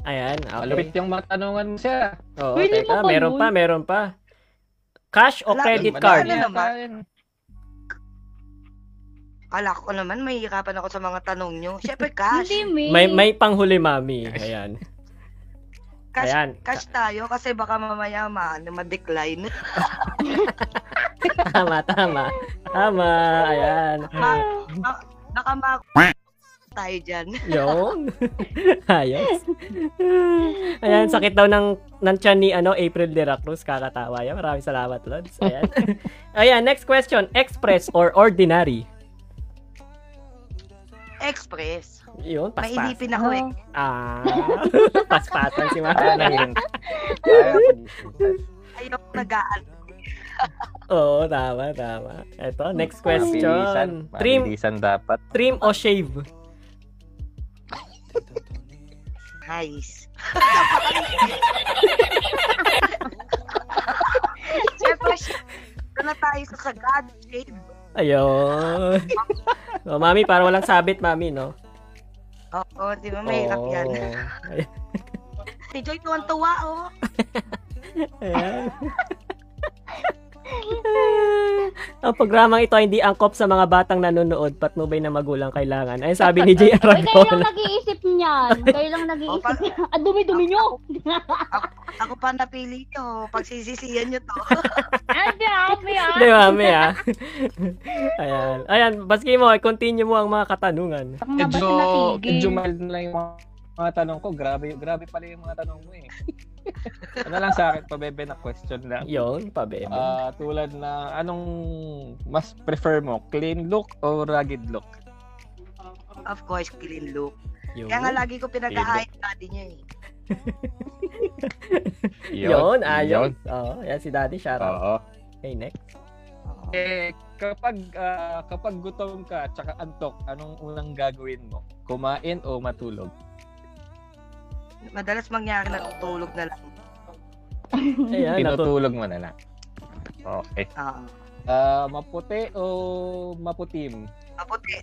Speaker 1: Ayan. Okay.
Speaker 4: Malupit yung matanungan mo siya.
Speaker 1: Oo,
Speaker 2: Pwede
Speaker 1: teka.
Speaker 2: pa ba
Speaker 1: Meron
Speaker 2: yun?
Speaker 1: pa, meron pa. Cash o
Speaker 5: Wala,
Speaker 1: credit
Speaker 4: Madami
Speaker 1: card?
Speaker 5: Ano
Speaker 4: yata
Speaker 5: naman?
Speaker 4: yun.
Speaker 5: Kala ko naman, mahihirapan ako sa mga tanong nyo. Siyempre, cash.
Speaker 2: Hindi, may.
Speaker 1: May may panghuli, mami. Ayan.
Speaker 5: Cash,
Speaker 1: Ayan.
Speaker 5: cash tayo kasi baka mamaya ma, ano, ma-decline.
Speaker 1: Tama, tama. Tama. Ayan.
Speaker 5: Ma, ma- baka ma tayo dyan.
Speaker 1: Yung. Ayos. Ayan, sakit daw ng, ng tiyan ni ano, April de la Cruz. Kakatawa yan. Maraming salamat, Lods. Ayan. Ayan, next question. Express or ordinary?
Speaker 5: Express.
Speaker 1: Yun, paspas.
Speaker 5: Mailipin ako eh.
Speaker 1: Ah, paspasan si
Speaker 4: Ah,
Speaker 1: Mama.
Speaker 4: nangyayon. Ah,
Speaker 5: Ayaw nagaan.
Speaker 1: Oo, tama, tama.
Speaker 5: Hmm.
Speaker 1: Eto, next
Speaker 4: mabilisan.
Speaker 1: question. Trim,
Speaker 4: Mabilisan dapat.
Speaker 1: trim o shave?
Speaker 5: Nice. Siyempre, siya- doon na tayo sa sagad. Jade.
Speaker 1: Ayun. Oh, mami, para walang sabit, mami, no?
Speaker 5: Oo, di ba mahirap yan?
Speaker 1: Oo.
Speaker 5: Si Joy tuwan-tuwa, oh.
Speaker 1: Ayan. Ang programang ito ay hindi angkop sa mga batang nanonood, patnubay na magulang kailangan. Ay sabi ni J.
Speaker 2: Ay, kayo lang
Speaker 1: Aragon.
Speaker 2: nag-iisip niyan. Kayo lang nag-iisip
Speaker 5: Opa.
Speaker 2: niyan. Ang dumi-dumi nyo.
Speaker 5: Ako pa napili nyo. Pagsisisiyan nyo to.
Speaker 2: Ang dami ah.
Speaker 1: Hindi, mami, ah. Ayan. Ayan, baski mo, continue mo ang mga katanungan.
Speaker 2: Ang
Speaker 4: Medyo,
Speaker 2: nabasa na
Speaker 4: medyo
Speaker 2: tigil.
Speaker 4: mild na lang yung mga, mga tanong ko. Grabe, grabe pala yung mga tanong mo eh. ano lang sa akin, pabebe na question lang.
Speaker 1: Yun, pabebe.
Speaker 4: Ah, tulad na, anong mas prefer mo? Clean look o rugged look?
Speaker 5: Of course, clean look.
Speaker 1: Yun.
Speaker 5: Kaya nga lagi ko pinag-aayos dati niya eh.
Speaker 1: Yun, ayos. Oo, ayan si Daddy, shout out.
Speaker 4: Oo.
Speaker 1: Okay, next.
Speaker 4: Eh, kapag, ah, kapag gutom ka at saka antok, anong unang gagawin mo? Kumain o matulog?
Speaker 5: Madalas mangyari na tutulog na lang.
Speaker 1: Ayan, natu-
Speaker 4: Tinutulog mo na lang. Okay.
Speaker 5: Oo.
Speaker 4: Ah, maputi o maputim?
Speaker 5: Maputi.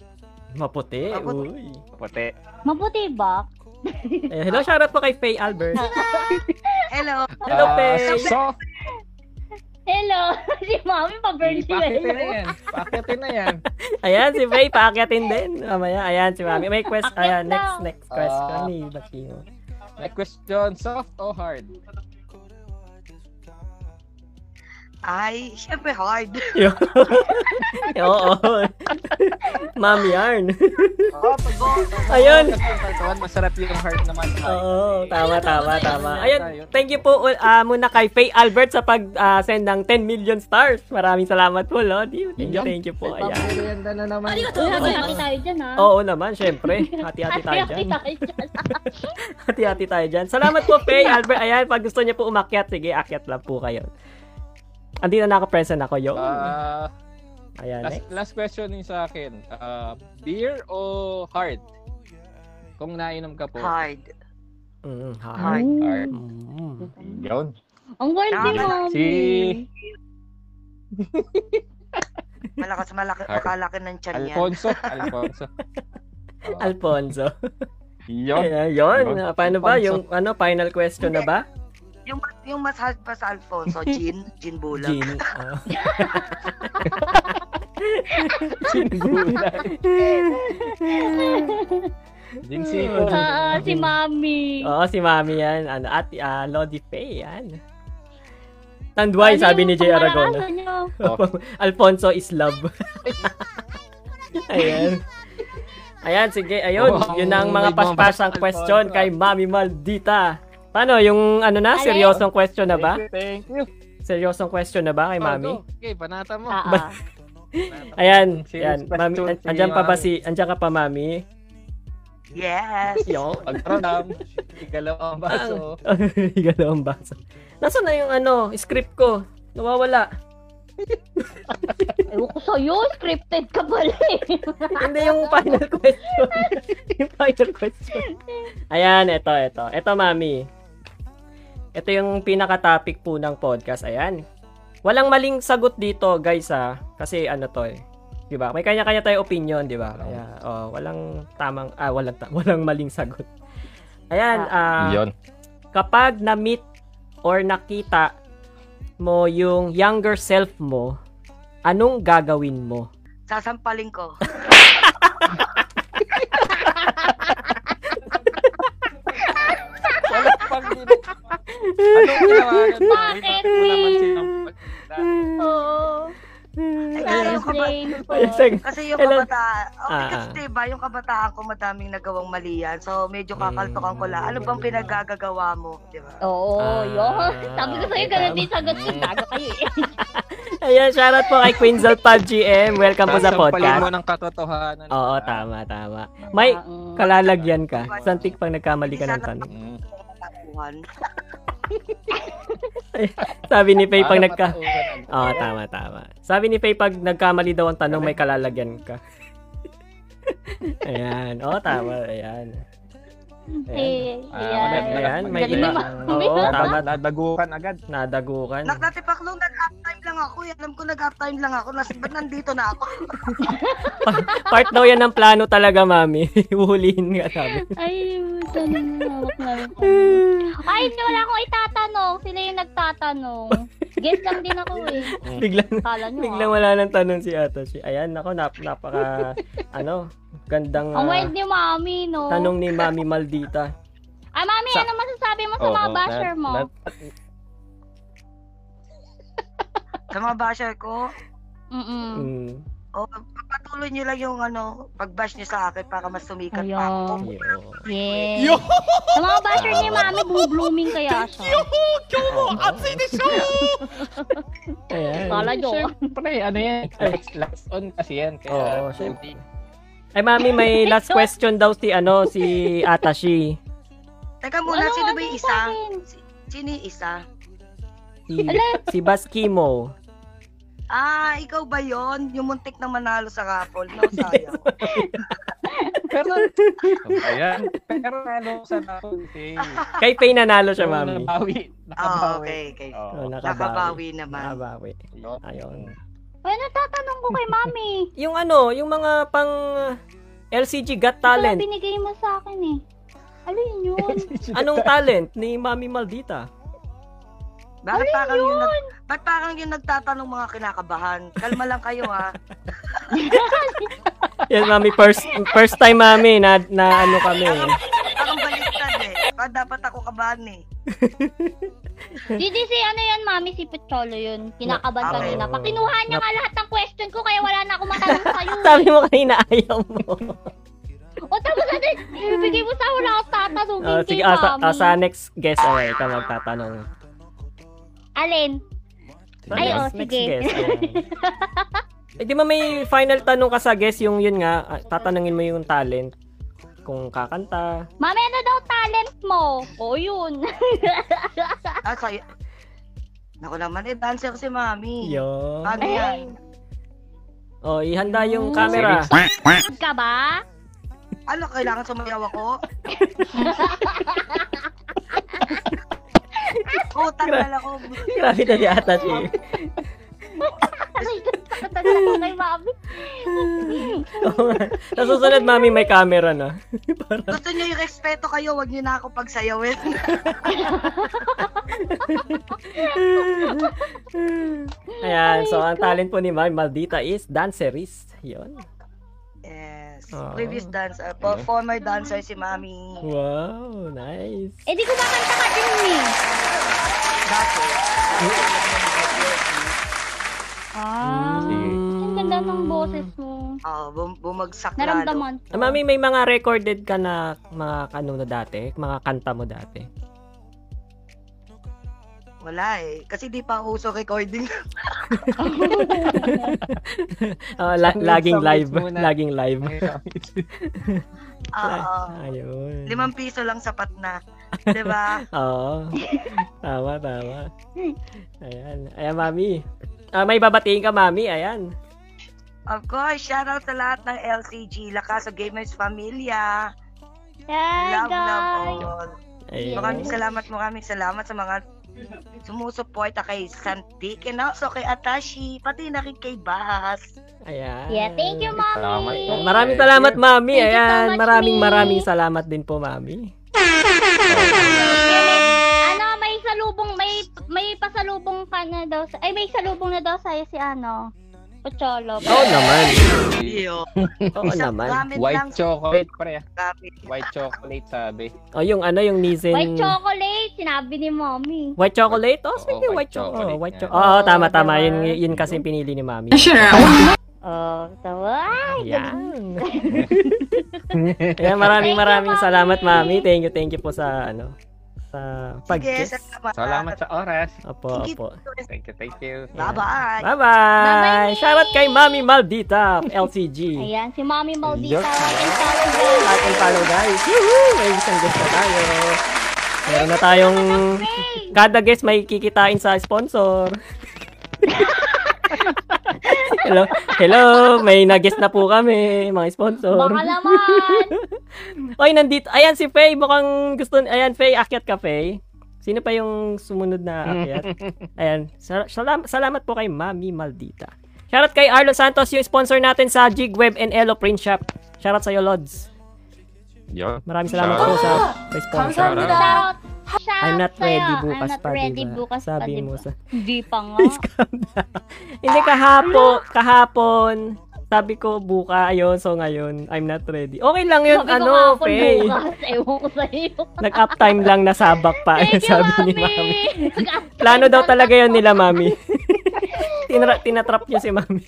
Speaker 1: maputi.
Speaker 5: Maputi.
Speaker 1: Uy.
Speaker 4: Maputi.
Speaker 2: Maputi ba?
Speaker 1: Ayan, hello, shout out po kay Faye Albert.
Speaker 5: Ah. Hello.
Speaker 1: Hello,
Speaker 4: Ah,
Speaker 1: Faye.
Speaker 4: soft.
Speaker 2: Hello, si Mami pa-burn siya.
Speaker 4: Pakitin na yan. Pakitin na yan.
Speaker 1: Ayan, si Faye, paakyatin din. Mamaya, ayan, si Mami. May quest, ayan, next, next question
Speaker 4: Ah.
Speaker 1: ni Bakino.
Speaker 4: Next question, soft o hard?
Speaker 5: Ay, syempre hard.
Speaker 1: Yun. Oo. Ma'am Yarn.
Speaker 5: Oo, pag
Speaker 1: Ayun.
Speaker 4: Katawan, masarap yung hard naman.
Speaker 1: Oo, tama, tama, tama. Ayun, thank you po ah, muna kay Faye Albert sa pag-send ng 10 million stars. Maraming salamat po, Lodi. Thank you, thank you po. Ayan.
Speaker 4: Pampuyanda na naman.
Speaker 2: Uy, hati-hati tayo dyan ha.
Speaker 1: Oo naman, syempre. Hati-hati tayo dyan.
Speaker 2: Hati-hati tayo dyan.
Speaker 1: Hati-hati tayo dyan. Salamat po, Faye Albert. Ayan, pag gusto niya po umakyat, sige, akyat lang po kayo. Andito na naka-present ako, yo.
Speaker 4: Ah,
Speaker 1: Ayan,
Speaker 4: last,
Speaker 1: next.
Speaker 4: last question yung sa akin. Ah, beer o hard? Kung nainom ka po.
Speaker 5: hard.
Speaker 1: Mm, ha.
Speaker 5: Hard.
Speaker 4: Hard.
Speaker 1: Mm.
Speaker 4: Yun.
Speaker 2: Ang worthy
Speaker 5: Tama.
Speaker 2: mo.
Speaker 4: Si...
Speaker 5: Malakas malaki
Speaker 4: Hard.
Speaker 5: kalaki ng tiyan niya.
Speaker 4: Alfonso. Alfonso. Oo.
Speaker 1: Alfonso.
Speaker 4: Ah. Yun.
Speaker 1: Ay, Ayun, ah, paano ba? Yung ano, final question na ba?
Speaker 5: Yung, yung mas hard pa sa Alfonso, Jin, Jin Bulag.
Speaker 1: Gin. ah.
Speaker 4: Jin Siko.
Speaker 2: Oo, Ah, si Mami.
Speaker 1: Oo, Ah, si Mami yan. Ano, at ah, Lodi Faye yan.
Speaker 2: Ano
Speaker 1: Tanduay, sabi ni J. Aragon. Alfonso is love. Ayan. Ayan, sige, ayun.
Speaker 3: Oh,
Speaker 1: yun ang
Speaker 3: may
Speaker 1: mga
Speaker 3: mga
Speaker 1: paspasang
Speaker 4: basal,
Speaker 1: question
Speaker 4: Alfonso.
Speaker 1: kay Mami Maldita. Paano, yung ano na,
Speaker 2: Alin?
Speaker 1: seryosong question na ba?
Speaker 4: Thank you, Thank you. Ah,
Speaker 1: Seryosong question na ba kay Mami?
Speaker 3: Oh, go. Okay, panata mo.
Speaker 2: Ah, ah.
Speaker 1: Ayan,
Speaker 4: Serious
Speaker 1: ayan.
Speaker 4: question
Speaker 1: Mami,
Speaker 4: si
Speaker 1: andyan pa ba
Speaker 4: Mami.
Speaker 1: si, andyan ka pa, Mami?
Speaker 5: Yes.
Speaker 1: Yo.
Speaker 4: Pagkaram, igalaw ang baso.
Speaker 1: Galaw ang baso. Nasaan na yung ano, script ko? Nawawala.
Speaker 2: Ewan ko sa'yo, scripted ka pala eh.
Speaker 1: Hindi yung final question. yung final question. Ayan, eto, eto. Eto, mami. Ito yung pinaka-topic po ng podcast. Ayan. Walang maling sagot dito, guys, ha. Kasi ano to eh. 'Di ba? May kanya-kanya tayong opinion, 'di ba? Kaya, oh, walang tamang ah, walang ta- walang maling sagot. Ayan, ah,
Speaker 3: Yun.
Speaker 1: kapag na-meet or nakita mo yung younger self mo, anong gagawin mo?
Speaker 5: Sasampaling ko.
Speaker 4: Wala pang ginip. Anong kinawagan mo?
Speaker 2: Bakit,
Speaker 4: Ito naman
Speaker 2: Will?
Speaker 4: sinampal.
Speaker 2: Oo.
Speaker 5: Ay,
Speaker 2: Sarah
Speaker 5: yung kaba-
Speaker 2: Jane po.
Speaker 1: Ayun, sige.
Speaker 5: Kasi yung
Speaker 1: Hello.
Speaker 5: kabataan, oh,
Speaker 1: Ah,
Speaker 5: because
Speaker 1: ah.
Speaker 5: diba, yung kabataan ko madaming nagawang mali yan. So, medyo
Speaker 1: Hmm.
Speaker 5: kakaltukan ko lang. Ano bang pinagagagawa mo? Diba? Hmm.
Speaker 2: Oo,
Speaker 1: Ah,
Speaker 2: yun. Sabi ko sa'yo,
Speaker 1: okay,
Speaker 2: ganun
Speaker 1: tama.
Speaker 2: din sagot ko. Gago kayo eh.
Speaker 1: Ayan, shoutout po kay Quinzel Pad GM. Welcome po sa
Speaker 3: Sasampalin mo
Speaker 1: podcast.
Speaker 3: ng katotohanan.
Speaker 1: Oo, tama, tama. May
Speaker 2: Oo.
Speaker 1: kalalagyan ka. Santik pang nagkamali ka ng tanong.
Speaker 3: Mm.
Speaker 5: Takuhan.
Speaker 1: Sabi ni Faye pag
Speaker 4: Paano
Speaker 1: nagka...
Speaker 4: matauhan ang-
Speaker 1: Oo, tama, tama. Sabi ni Faye pag nagkamali daw ang tanong, may kalalagyan ka. Ayan. Oo, tama. Ayan. Ayan.
Speaker 2: Eh,
Speaker 4: Ah,
Speaker 2: ayan.
Speaker 4: wala-
Speaker 1: Ayan, may
Speaker 2: Galing
Speaker 1: iba.
Speaker 2: ni Mami.
Speaker 1: Oo, tama.
Speaker 4: Dapat nadagukan agad.
Speaker 1: Nadagukan.
Speaker 5: Nak, dati pa nung nag-uptime lang ako. eh. Alam ko nag-uptime lang ako. Nas, ba't nandito na ako?
Speaker 1: Part daw yan ng plano talaga, mami. Huhulihin ka, sabi.
Speaker 2: Ay, tanong na hawak namin. Ay, hindi, wala akong itatanong. Sila yung nagtatanong. Guess lang din ako eh.
Speaker 1: Biglang
Speaker 2: Kala nyo
Speaker 1: Biglang
Speaker 2: ah.
Speaker 1: wala nang tanong si Atoshi. Ayan, ako, nap napaka, ano, gandang ah,
Speaker 2: Ang weird ni Mami, no?
Speaker 1: tanong ni Mami Maldita.
Speaker 2: Ay, Mami,
Speaker 1: Sa-
Speaker 2: ano masasabi mo sa
Speaker 4: Oo,
Speaker 2: mga
Speaker 4: oo,
Speaker 2: basher
Speaker 4: na-
Speaker 2: mo?
Speaker 4: na-
Speaker 5: Sa mga basher ko,
Speaker 2: Mm-mm.
Speaker 1: Mm.
Speaker 5: oh, patuloy nyo lang yung ano, pag-bash nyo sa akin para mas sumikat pa ako.
Speaker 2: Ayun.
Speaker 1: Yeah, oo.
Speaker 2: Yeah. Sa mga basher ni Mami, blooming kaya siya.
Speaker 1: Ano? Ayan.
Speaker 2: Kala nyo.
Speaker 4: Siyempre, ano yan? Last, last on kasi yan. Kaya,
Speaker 1: Oo, siyempre. Ay, Mami, may last question daw si, ano, si Atashi.
Speaker 5: Teka muna,
Speaker 2: Ano,
Speaker 5: sino
Speaker 2: ano
Speaker 5: ba yung
Speaker 2: yung
Speaker 5: isa?
Speaker 2: sakin?
Speaker 5: Si- Sino yung isa?
Speaker 1: Si, si Baskimo.
Speaker 5: Ah, ikaw ba yon? Yung muntik na manalo sa raffle. No, sayang.
Speaker 4: Pero, ayan. Pero nalo sa nakunti.
Speaker 1: Kay Faye nanalo
Speaker 4: Oh,
Speaker 1: siya, Mami.
Speaker 4: Nakabawi.
Speaker 5: Ah,
Speaker 4: Nakabawi.
Speaker 5: okay, okay.
Speaker 1: Oh,
Speaker 4: Oo.
Speaker 5: Nakabawi naman.
Speaker 1: Nakabawi.
Speaker 4: Yun.
Speaker 1: Ayun.
Speaker 2: Ay, natatanong ko kay Mami.
Speaker 1: Yung ano, yung mga pang uh, LCG Got
Speaker 2: Ito lang
Speaker 1: Talent.
Speaker 2: binigay mo sa akin eh. Ano yun yun?
Speaker 1: Anong talent ni Mami Maldita?
Speaker 5: Bakit parang yung, nag, ba't parang yung nagtatanong mga kinakabahan? Kalma lang kayo ha.
Speaker 1: Yan, Mami, first, first time, Mami, na, na ano kami.
Speaker 5: Parang baliktad eh. Parang dapat ako kabahan eh.
Speaker 2: Hindi si ano yan, mami, si Picholo yun. Kinakaban
Speaker 5: Okay.
Speaker 2: kanina. Pa kinuha niya nga lahat ng question ko kaya wala na akong matanong sa'yo.
Speaker 1: Sabi mo kanina, ayaw mo.
Speaker 2: o tapos ano, ibigay mo sa wala akong tatanungin
Speaker 1: Ah,
Speaker 2: kay
Speaker 1: sige, ah, sa,
Speaker 2: mami.
Speaker 1: ah, sa next guest, ay, ikaw magtatanong.
Speaker 2: Alin?
Speaker 1: Sa
Speaker 2: Ay,
Speaker 1: next-
Speaker 2: oh,
Speaker 1: next
Speaker 2: sige.
Speaker 1: guest, ayan. Eh, di ba may final tanong ka sa guest, yung yun nga, ah, tatanungin mo yung talent, kung kakanta.
Speaker 2: Mami, ano daw talent mo? O yun.
Speaker 5: Ah, sayo. Naku naman eh, dancer si mami.
Speaker 1: Yo.
Speaker 5: Paano yan?
Speaker 1: Oh, ihanda yung
Speaker 2: Mm.
Speaker 1: camera.
Speaker 2: ka ba?
Speaker 5: Ano, kailangan sumayaw ako? Oo, tanggal ako.
Speaker 1: Grabe na si Atas eh.
Speaker 2: Ay, tatanungin ko kay mami.
Speaker 1: Oo nga. Sa susunod, mami, may camera na.
Speaker 5: Gusto niyo yung respeto kayo, wag niyo na ako pagsayawin.
Speaker 1: Ayan, so ang talent po ni Ma'am Maldita is dancerist. Yun. Oh,
Speaker 5: yes.
Speaker 1: Oo.
Speaker 5: Previous dancer, po, former dancer si Mami.
Speaker 1: Wow, nice.
Speaker 2: Eh di kumakanta ka din ni.
Speaker 5: Dati.
Speaker 2: Ah.
Speaker 1: Sige.
Speaker 2: Ang ganda ng boses mo.
Speaker 5: Oh, bum- bumagsak lalo.
Speaker 2: Naramdaman ko.
Speaker 1: Ah, Mami, may mga recorded ka na mga ano na dati, mga kanta mo dati.
Speaker 5: Wala eh. Kasi di pa uso recording.
Speaker 1: Ah, la-
Speaker 4: Isang
Speaker 1: laging
Speaker 4: minutes
Speaker 1: live,
Speaker 4: muna.
Speaker 1: laging live.
Speaker 5: Oo.
Speaker 1: Ayun.
Speaker 5: Ah, Limang piso lang sapat na. 'Di ba?
Speaker 1: Oo. tama, tama. Ayan. Ayan, Mami. Ah, may babatiin ka, Mami. Ayan.
Speaker 5: Of course, shoutout sa lahat ng LCG, Lakaso Gamers Familia.
Speaker 2: Hi,
Speaker 5: Love, love
Speaker 2: guys.
Speaker 5: all.
Speaker 1: Ayan.
Speaker 5: Maraming salamat, maraming salamat sa mga sumusuporta kay Santik and also kay Atashi, pati na rin kay Bas.
Speaker 1: Ayan.
Speaker 2: Yeah, thank you,
Speaker 4: Tama
Speaker 2: mommy.
Speaker 4: yun.
Speaker 1: Maraming salamat, Mami.
Speaker 2: Thank you so
Speaker 1: Ayan.
Speaker 2: much,
Speaker 1: maraming
Speaker 2: Mi.
Speaker 1: maraming salamat din po, Mami.
Speaker 2: Ano, may salubong, may may pasalubong ka na daw. Sa, ay, may salubong na daw sa'yo si ano. Pocholo.
Speaker 1: Oo naman.
Speaker 5: Yo.
Speaker 1: Oo naman.
Speaker 5: ramen lang,
Speaker 4: White chocolate, pre.
Speaker 5: ramen.
Speaker 4: White chocolate, sabi.
Speaker 1: O, yung ano, yung Nizen.
Speaker 2: White chocolate, sinabi ni mommy.
Speaker 1: White chocolate? Oh, sige,
Speaker 4: Oo,
Speaker 1: white
Speaker 4: white
Speaker 1: chocolate.
Speaker 4: chocolate
Speaker 1: Oh, white
Speaker 4: yan.
Speaker 1: cho- Oo, tama,
Speaker 2: Oo,
Speaker 1: tama.
Speaker 2: diba?
Speaker 1: Yun, yun kasi yung pinili ni Mami.
Speaker 2: Oh, tawa.
Speaker 1: ah, Ayan. Ayan, maraming
Speaker 2: Thank you,
Speaker 1: maraming
Speaker 2: Mami.
Speaker 1: salamat, Mami. Thank you, thank you po sa, ano, sa
Speaker 5: Sige,
Speaker 1: pag-guess.
Speaker 5: salamat.
Speaker 4: Salamat sa oras.
Speaker 1: Opo,
Speaker 5: Sige.
Speaker 1: opo.
Speaker 4: Thank you, thank you.
Speaker 5: Bye-bye.
Speaker 1: Bye-bye!
Speaker 2: Bye-bye,
Speaker 1: Shoutout
Speaker 2: Mami.
Speaker 1: kay Mami Maldita of LCG.
Speaker 2: Ayan, si Mami
Speaker 4: Yup.
Speaker 2: Maldita. Like and follow
Speaker 1: Like and follow,
Speaker 2: guys.
Speaker 1: guys. Woohoo! May isang guest na tayo. Meron na tayong... Kada guest may kikitain sa sponsor. hello, hello, may nag-guest na po kami, mga sponsor.
Speaker 2: Baka naman.
Speaker 1: Oy, nandito. Ayan si Faye, mukhang gusto. Ayan, Faye, akyat ka, Faye. Sino pa yung sumunod na akyat? Ayan. Sal- salam- salamat po kay Mami Maldita. Shoutout kay Arlo Santos, yung sponsor natin sa Jigweb and Elo Print Shop. Shoutout sa'yo, Lods.
Speaker 3: Yo.
Speaker 1: Maraming salamat po
Speaker 2: Ah!
Speaker 1: sa, sa sponsor.
Speaker 3: Kamsahamnida.
Speaker 2: Shout, shout
Speaker 1: I'm not
Speaker 2: sa'yo.
Speaker 1: ready bukas
Speaker 2: I'm not
Speaker 1: pa,
Speaker 2: ready
Speaker 1: diba?
Speaker 2: bukas pa,
Speaker 1: Sabi
Speaker 2: diba?
Speaker 1: mo sa...
Speaker 2: Hindi pa nga.
Speaker 1: Please calm down. Hindi, kahapon, kahapon, sabi ko buka, ayun, so ngayon, I'm not ready. Okay lang yun,
Speaker 2: Sabi
Speaker 1: ano,
Speaker 2: ko kahapon
Speaker 1: Faye.
Speaker 2: bukas. Ewan ko sa'yo.
Speaker 1: Nag-uptime lang na sabak pa, ayun,
Speaker 2: Thank you,
Speaker 1: sabi ni Mami.
Speaker 2: Mami.
Speaker 1: Plano daw talaga yun nila, Mami. Tinra- tinatrap niya si Mami.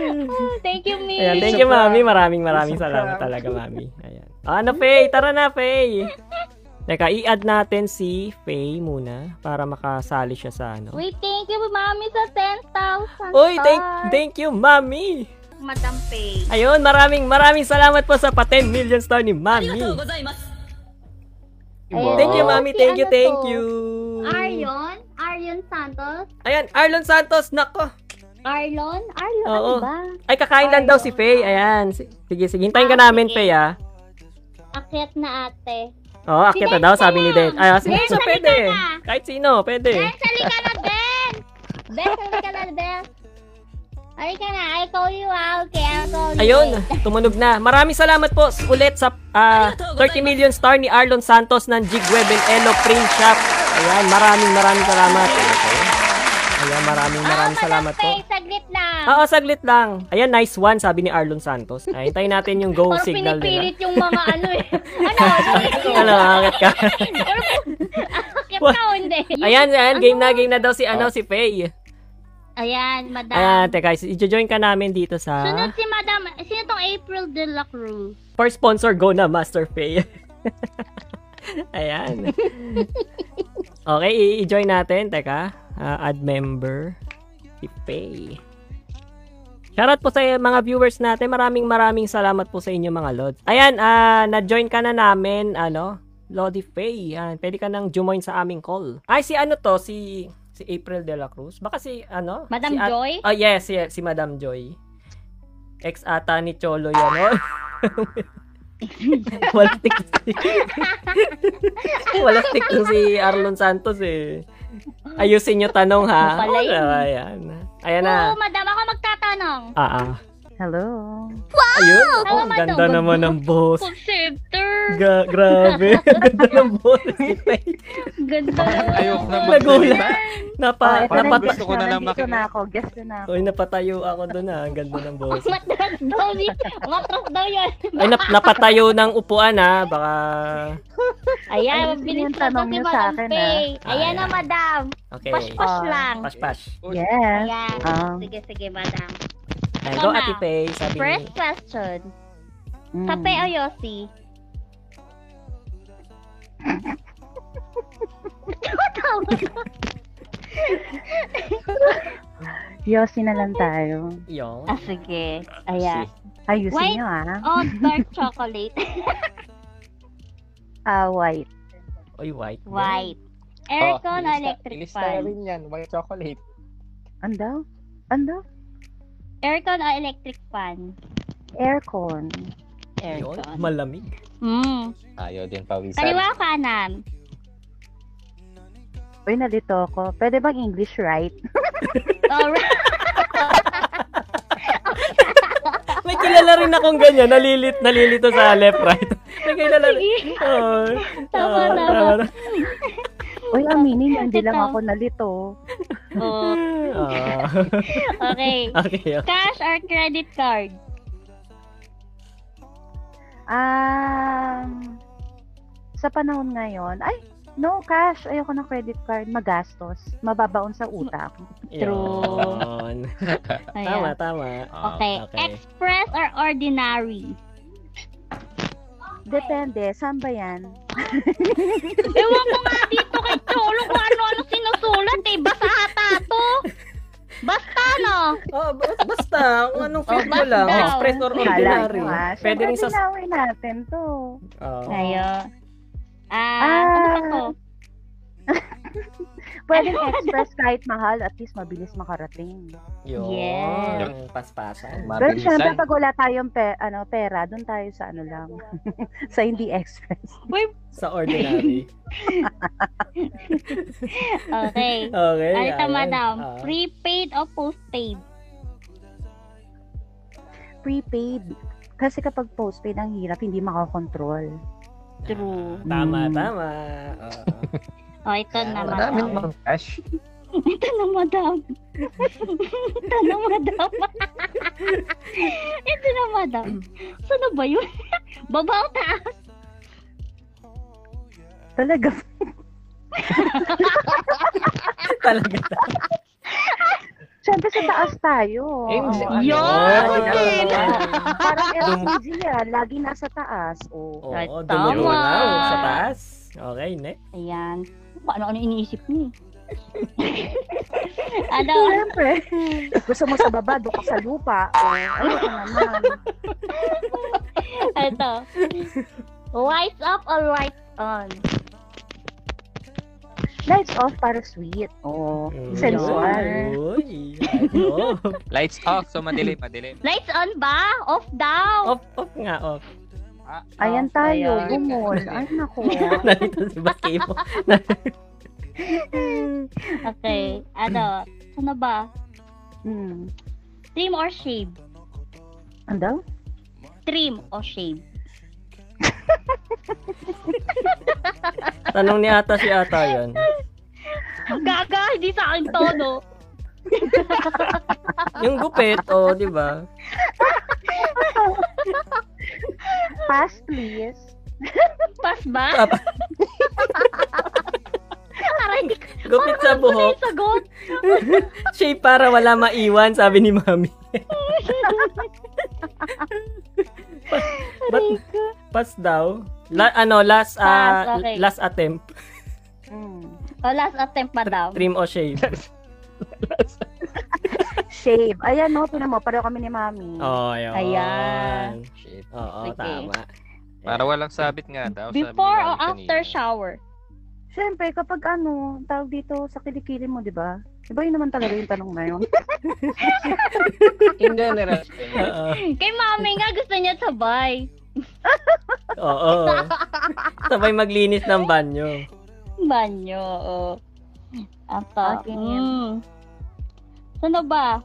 Speaker 2: Oh, Thank you, Mi.
Speaker 1: Ayan, thank you, Mami. Maraming maraming salamat talaga, Mami. Ayan. Ano, Faye? Tara na, Faye. Teka, i-add natin si Faye muna para makasali siya sa ano.
Speaker 2: Uy, thank you, Mami, sa 10,000
Speaker 1: Uy, thank,
Speaker 2: stars.
Speaker 1: thank you, Mami.
Speaker 2: Madam Pay.
Speaker 1: Ayun, maraming maraming salamat po sa pa 10 million star ni Mami.
Speaker 2: Ayun.
Speaker 1: Thank you, Mami.
Speaker 2: Si
Speaker 1: Thank you,
Speaker 2: ano
Speaker 1: thank
Speaker 2: to?
Speaker 1: you.
Speaker 2: Arion? Arion Santos?
Speaker 1: Ayan, Arlon Santos. Nako.
Speaker 2: Arlon? Arlon,
Speaker 1: Oo.
Speaker 2: ano ba?
Speaker 1: Ay, kakain lang daw si Faye. Ayan. Si- Sige, sige. Hintayin ka namin, Faye, ah.
Speaker 2: Akyat na ate.
Speaker 1: Oo, oh, akyat na daw, sabi ni Den. Ay, ah, sige,
Speaker 2: Ben,
Speaker 1: so
Speaker 2: halika
Speaker 1: pwede.
Speaker 2: na.
Speaker 1: Kahit sino, pwede.
Speaker 2: Ben, halika na, Ben! Ben, halika na, Ben! Halika na, I call you out, okay? I'll call you
Speaker 1: Ayun,
Speaker 2: back.
Speaker 1: tumunog na. Maraming salamat po s- ulit sa ah, 30 million star ni Arlon Santos ng Jigweb and Elo Print Shop. Ayan, maraming maraming salamat. Ayan, maraming maraming
Speaker 2: Ah,
Speaker 1: salamat po.
Speaker 2: Madam Pay, saglit lang.
Speaker 1: Oo, saglit lang. Ayan, nice one, sabi ni Arlon Santos. Ay, hintayin natin yung go
Speaker 2: Parang
Speaker 1: signal nila.
Speaker 2: pinipilit yung mga ano eh. Ano?
Speaker 1: Ano, angat ka.
Speaker 2: Pero, akyat
Speaker 1: What?
Speaker 2: ka o hindi?
Speaker 1: Ayan, ayan, game na, game na daw si, ano, si Faye.
Speaker 2: Ayan, madam.
Speaker 1: Ayan, teka, i-join ka namin dito sa...
Speaker 2: Sunod si madam. Sino tong April de la Cruz?
Speaker 1: For sponsor, go na, Master Pay. Ayan. Okay, i- i-join natin. Teka, ah, add member. Si Pay. Shoutout po sa eh, mga viewers natin. Maraming maraming salamat po sa inyo mga Lods. Ayan, ah, na-join ka na namin, ano, Lodi Pay. Ayan, pwede ka nang jumoin sa aming call. Ay, si ano to, si si April De La Cruz. Baka si, ano? si
Speaker 2: Madam
Speaker 1: At-
Speaker 2: Joy?
Speaker 1: Oh, yes, yes, si Madam Joy. Ex ata ni Cholo yan, oh. Walang tiktok. Walang tiktok si Arlon Santos eh. Ayusin nyo tanong ha.
Speaker 2: Mapalay.
Speaker 1: Oh, ayan. Ayan na.
Speaker 2: Oo, madam, ako magtatanong.
Speaker 1: Ah, ah.
Speaker 6: Hello.
Speaker 1: Ayun. Oh,
Speaker 2: Tama ba
Speaker 1: ganda
Speaker 2: daw?
Speaker 1: naman ng boss.
Speaker 2: Conceptor.
Speaker 1: Ga grabe. ganda ng boss.
Speaker 2: Ganda naman.
Speaker 3: Ayoko na
Speaker 1: Nagulat. Napa,
Speaker 6: ito na,
Speaker 1: napata-
Speaker 3: Ah, gusto ko na lang
Speaker 6: nandito
Speaker 3: makita.
Speaker 6: na ako. Guest na ako.
Speaker 1: Uy, napatayo ako doon ah. Ang ganda ng boss.
Speaker 2: Matras daw niya. Matras daw yan.
Speaker 1: Ay, nap- napatayo ng upuan ah. Baka...
Speaker 6: Ayun
Speaker 2: Ayan,
Speaker 6: yung
Speaker 2: mabilis na
Speaker 6: tanong
Speaker 2: to si
Speaker 6: niyo sa
Speaker 2: Madam
Speaker 6: akin,
Speaker 2: Pay.
Speaker 1: ah.
Speaker 2: Ayan na,
Speaker 1: Ayan.
Speaker 2: Madam.
Speaker 1: Okay.
Speaker 2: Pash-pash
Speaker 6: Ah.
Speaker 2: lang.
Speaker 1: Pash-pash.
Speaker 6: Yes.
Speaker 2: Ayan.
Speaker 6: Ah.
Speaker 2: Sige, sige, Madam.
Speaker 1: Ay,
Speaker 2: Ikaw
Speaker 1: go,
Speaker 2: na.
Speaker 1: Ate Faye. Sabi ni...
Speaker 2: First question.
Speaker 6: Mm.
Speaker 2: Kape o Yossi? Tama to.
Speaker 6: Yossi na lang tayo.
Speaker 1: Yung.
Speaker 2: ah, sige. Ayan. White?
Speaker 6: Ayusin nyo ah.
Speaker 2: Oh, dark chocolate.
Speaker 6: Ah, white.
Speaker 1: Uy, white.
Speaker 2: White. Aircon
Speaker 4: ilista-
Speaker 2: o electric
Speaker 4: ilista
Speaker 2: fan?
Speaker 4: Oh, rin yan, white chocolate.
Speaker 6: Ando? Ando?
Speaker 2: Aircon o electric fan?
Speaker 6: Aircon.
Speaker 1: Yun.
Speaker 2: Aircon.
Speaker 1: Malamig.
Speaker 2: Mm.
Speaker 4: Ayaw din pawisan.
Speaker 2: Kaliwa o kanan?
Speaker 6: Uy, nalito ako. Pwede bang English right?
Speaker 2: Alright.
Speaker 1: May kilala rin akong ganyan. Nalilit, nalilito sa left, right. May kilala rin.
Speaker 2: Sige.
Speaker 1: Oh,
Speaker 4: Ah,
Speaker 2: Tama,
Speaker 1: oh,
Speaker 2: tama.
Speaker 1: tama.
Speaker 6: Uy, aminin nyo, hindi lang
Speaker 2: Ito.
Speaker 6: ako nalito.
Speaker 2: Oh,
Speaker 1: Ah,
Speaker 2: okay.
Speaker 1: okay, okay.
Speaker 2: Cash or credit card?
Speaker 6: Um, sa panahon ngayon, ay, no cash. Ayoko ng credit card. Magastos. Mababaon sa utak.
Speaker 2: True.
Speaker 1: Yun. Tama,
Speaker 2: Ayan.
Speaker 1: tama.
Speaker 2: Okay.
Speaker 1: Ah, Okay.
Speaker 2: Express or ordinary?
Speaker 6: Depende. Saan ba yan?
Speaker 2: Ewan ko nga dito kay Cholo kung ano-ano sinusulat eh. Basta ata to. Basta no.
Speaker 1: Oh, bas- basta. Kung anong feel mo
Speaker 2: basta
Speaker 1: Oh, lang.
Speaker 2: daw.
Speaker 1: Express or
Speaker 6: Kala
Speaker 1: ordinary.
Speaker 6: ko ah.
Speaker 1: Pwede rin sa...
Speaker 6: Siyempre, dinawin natin to.
Speaker 1: Oh.
Speaker 2: Ayo. Ah,
Speaker 6: Ah.
Speaker 2: ano ba to?
Speaker 6: Pwedeng express kahit mahal, at least mabilis makarating.
Speaker 1: Yun.
Speaker 2: Yes.
Speaker 1: Paspasan.
Speaker 6: Pero
Speaker 4: Mabilisan.
Speaker 6: syempre, pag wala tayong pe, ano, pera, doon tayo sa ano lang. sa hindi express.
Speaker 1: Sa ordinary.
Speaker 2: Okay.
Speaker 1: Okay.
Speaker 2: Ano ito,
Speaker 1: ayan.
Speaker 2: madam?
Speaker 1: Ah.
Speaker 2: Prepaid o postpaid?
Speaker 6: Prepaid. Kasi kapag postpaid, ang hirap, hindi makakontrol.
Speaker 2: True.
Speaker 1: Tama,
Speaker 6: Mm.
Speaker 1: tama. Ah. Oo.
Speaker 2: O, Oh, ito na,
Speaker 4: Marami
Speaker 2: madam.
Speaker 4: namang cash.
Speaker 2: Ito na, madam. ito na, madam. ito na, madam. Saan na ba yun? Baba o taas?
Speaker 6: Talaga.
Speaker 1: Talaga.
Speaker 6: Syempre, sa taas tayo.
Speaker 4: Eh,
Speaker 6: Oo, ano,
Speaker 2: Yun!
Speaker 1: Yun!
Speaker 6: ah. Parang LPG yan. ah. Lagi nasa taas. Oo.
Speaker 1: Oo,
Speaker 2: Ay,
Speaker 1: oh,
Speaker 2: tama.
Speaker 1: Sa taas. Okay, next.
Speaker 2: Ayan. Ano-ano iniisip niya? eh? ano?
Speaker 6: Siyempre. Gusto mo sa baba, doon ka sa lupa. Oo, Ano ka naman.
Speaker 2: Ito. Lights up or lights on?
Speaker 6: Lights off para sweet. Oo.
Speaker 1: Mm.
Speaker 6: Sensual.
Speaker 1: Uy, ayun.
Speaker 3: Lights off. So, madilim, madilim.
Speaker 2: Lights on ba? Off daw.
Speaker 1: off, off nga, off. Ah,
Speaker 6: Ayan tayo,
Speaker 2: Ayan.
Speaker 6: gumol. Ay, naku.
Speaker 1: Narito si Bakibo.
Speaker 2: Okay. Ano? Ano ba?
Speaker 6: Hmm.
Speaker 2: Trim or shave?
Speaker 6: Ano daw?
Speaker 2: Trim or shave?
Speaker 1: Tanong ni ata si ata yun.
Speaker 2: Gaga, hindi sa akin to, no?
Speaker 1: Yung gupit, o, oh, di ba?
Speaker 6: Pass, please.
Speaker 2: Pass ba?
Speaker 1: Tap-
Speaker 2: Aray, hindi ko
Speaker 1: Gupit sa
Speaker 2: na
Speaker 1: buhok.
Speaker 2: yung sagot.
Speaker 1: Shape para wala maiwan, sabi ni Mami. But, pass daw. La, ano, last, ah,
Speaker 2: Pass, okay.
Speaker 1: last attempt.
Speaker 6: Mm.
Speaker 2: O, Oh, last attempt pa daw.
Speaker 1: Trim o shave.
Speaker 6: Shave. Ayan, no, tinan mo, pareho kami ni Mami.
Speaker 1: Oh, ayun.
Speaker 2: Ayan.
Speaker 3: Shit.
Speaker 1: Oo,
Speaker 2: Sige.
Speaker 1: tama.
Speaker 3: Para walang sabit nga daw. sabi ni
Speaker 2: Before
Speaker 3: Mami
Speaker 2: or after
Speaker 3: kanina.
Speaker 2: shower?
Speaker 6: Siyempre, kapag ano, tawag dito sa kilikili mo, di ba? Di ba yun naman talaga yung tanong na yun?
Speaker 4: In general, eh,
Speaker 1: Oo.
Speaker 2: Kay mami nga, gusto niya sabay.
Speaker 1: Oo. Sabay maglinis ng banyo.
Speaker 2: Banyo, oo. Ato.
Speaker 6: Okay.
Speaker 2: Mm. Sino ba?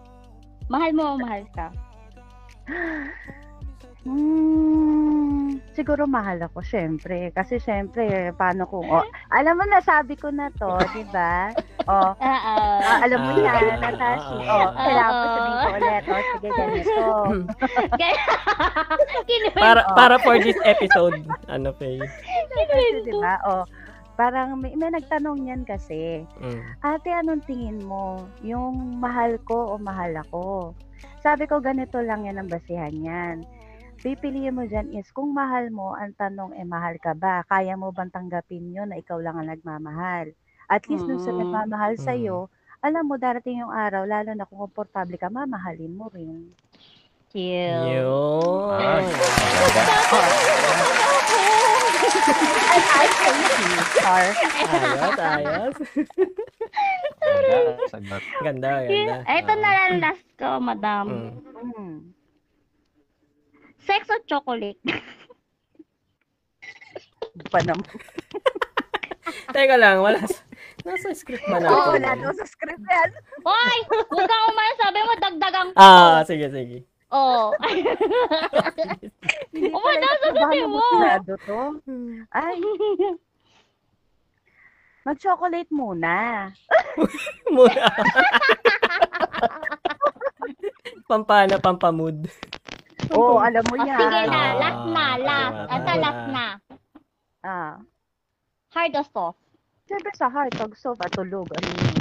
Speaker 2: Mahal mo o mahal ka?
Speaker 6: Hmm, siguro mahal ako, syempre. Kasi syempre, paano kung... Oh, alam mo, nasabi ko na to, di ba? Oh,
Speaker 2: Oo.
Speaker 6: ah, alam mo
Speaker 1: Ah,
Speaker 6: yan, Natashi.
Speaker 1: ah,
Speaker 6: Oh, kailangan ko
Speaker 2: ah.
Speaker 6: sabihin ko ulit. Oh, sige, ganito.
Speaker 2: Kaya, kinuwento.
Speaker 1: Para
Speaker 6: Oh.
Speaker 1: para for this episode, ano Faye?
Speaker 6: Kasi, di ba? Oh, parang may, may nagtanong yan kasi.
Speaker 1: Mm.
Speaker 6: ate, anong tingin mo? Yung mahal ko o mahal ako? Sabi ko, ganito lang yan ang basihan yan. Pipiliin mo dyan is, kung mahal mo, ang tanong, eh, mahal ka ba? Kaya mo bang tanggapin yun na ikaw lang ang nagmamahal? At least dun sa
Speaker 2: Mm.
Speaker 6: nagmamahal sa'yo, alam mo, darating yung araw, lalo na kung komportable ka, mamahalin mo rin.
Speaker 2: Cute.
Speaker 1: Yun.
Speaker 4: Ay.
Speaker 6: Ay, ay, crazy, Char.
Speaker 1: Ayos, ayos.
Speaker 4: Sagot, sagot.
Speaker 1: Ganda, ganda.
Speaker 2: Cute. Ito na lang last ko, madam.
Speaker 1: Ah. Mm.
Speaker 6: Mm.
Speaker 2: Sex o chocolate?
Speaker 6: Pa naman.
Speaker 1: Teka lang, wala. sa- Nasa script ba natin?
Speaker 6: Oo, wala daw sa script yan.
Speaker 2: Hoy! Huwag kang umaya, sabi mo, dagdagan ko.
Speaker 1: Ah, sige, sige.
Speaker 2: Oo.
Speaker 6: Hindi
Speaker 2: Oo,
Speaker 6: pala
Speaker 2: Oh
Speaker 6: ito,
Speaker 2: nasa
Speaker 6: baka
Speaker 2: sabi mo.
Speaker 6: nabutulado to. Ay, mag-chocolate muna. Oh,
Speaker 1: Mura. Pampana, pampamood.
Speaker 6: Oo, alam mo
Speaker 2: Oh,
Speaker 6: yan.
Speaker 2: sige
Speaker 1: Ah,
Speaker 2: na, last na, last.
Speaker 1: tama,
Speaker 2: Ito,
Speaker 1: tama.
Speaker 2: last na.
Speaker 6: Ah.
Speaker 2: Hard o soft?
Speaker 6: Siyempre sa heart, pag soft at tulog, ano yun?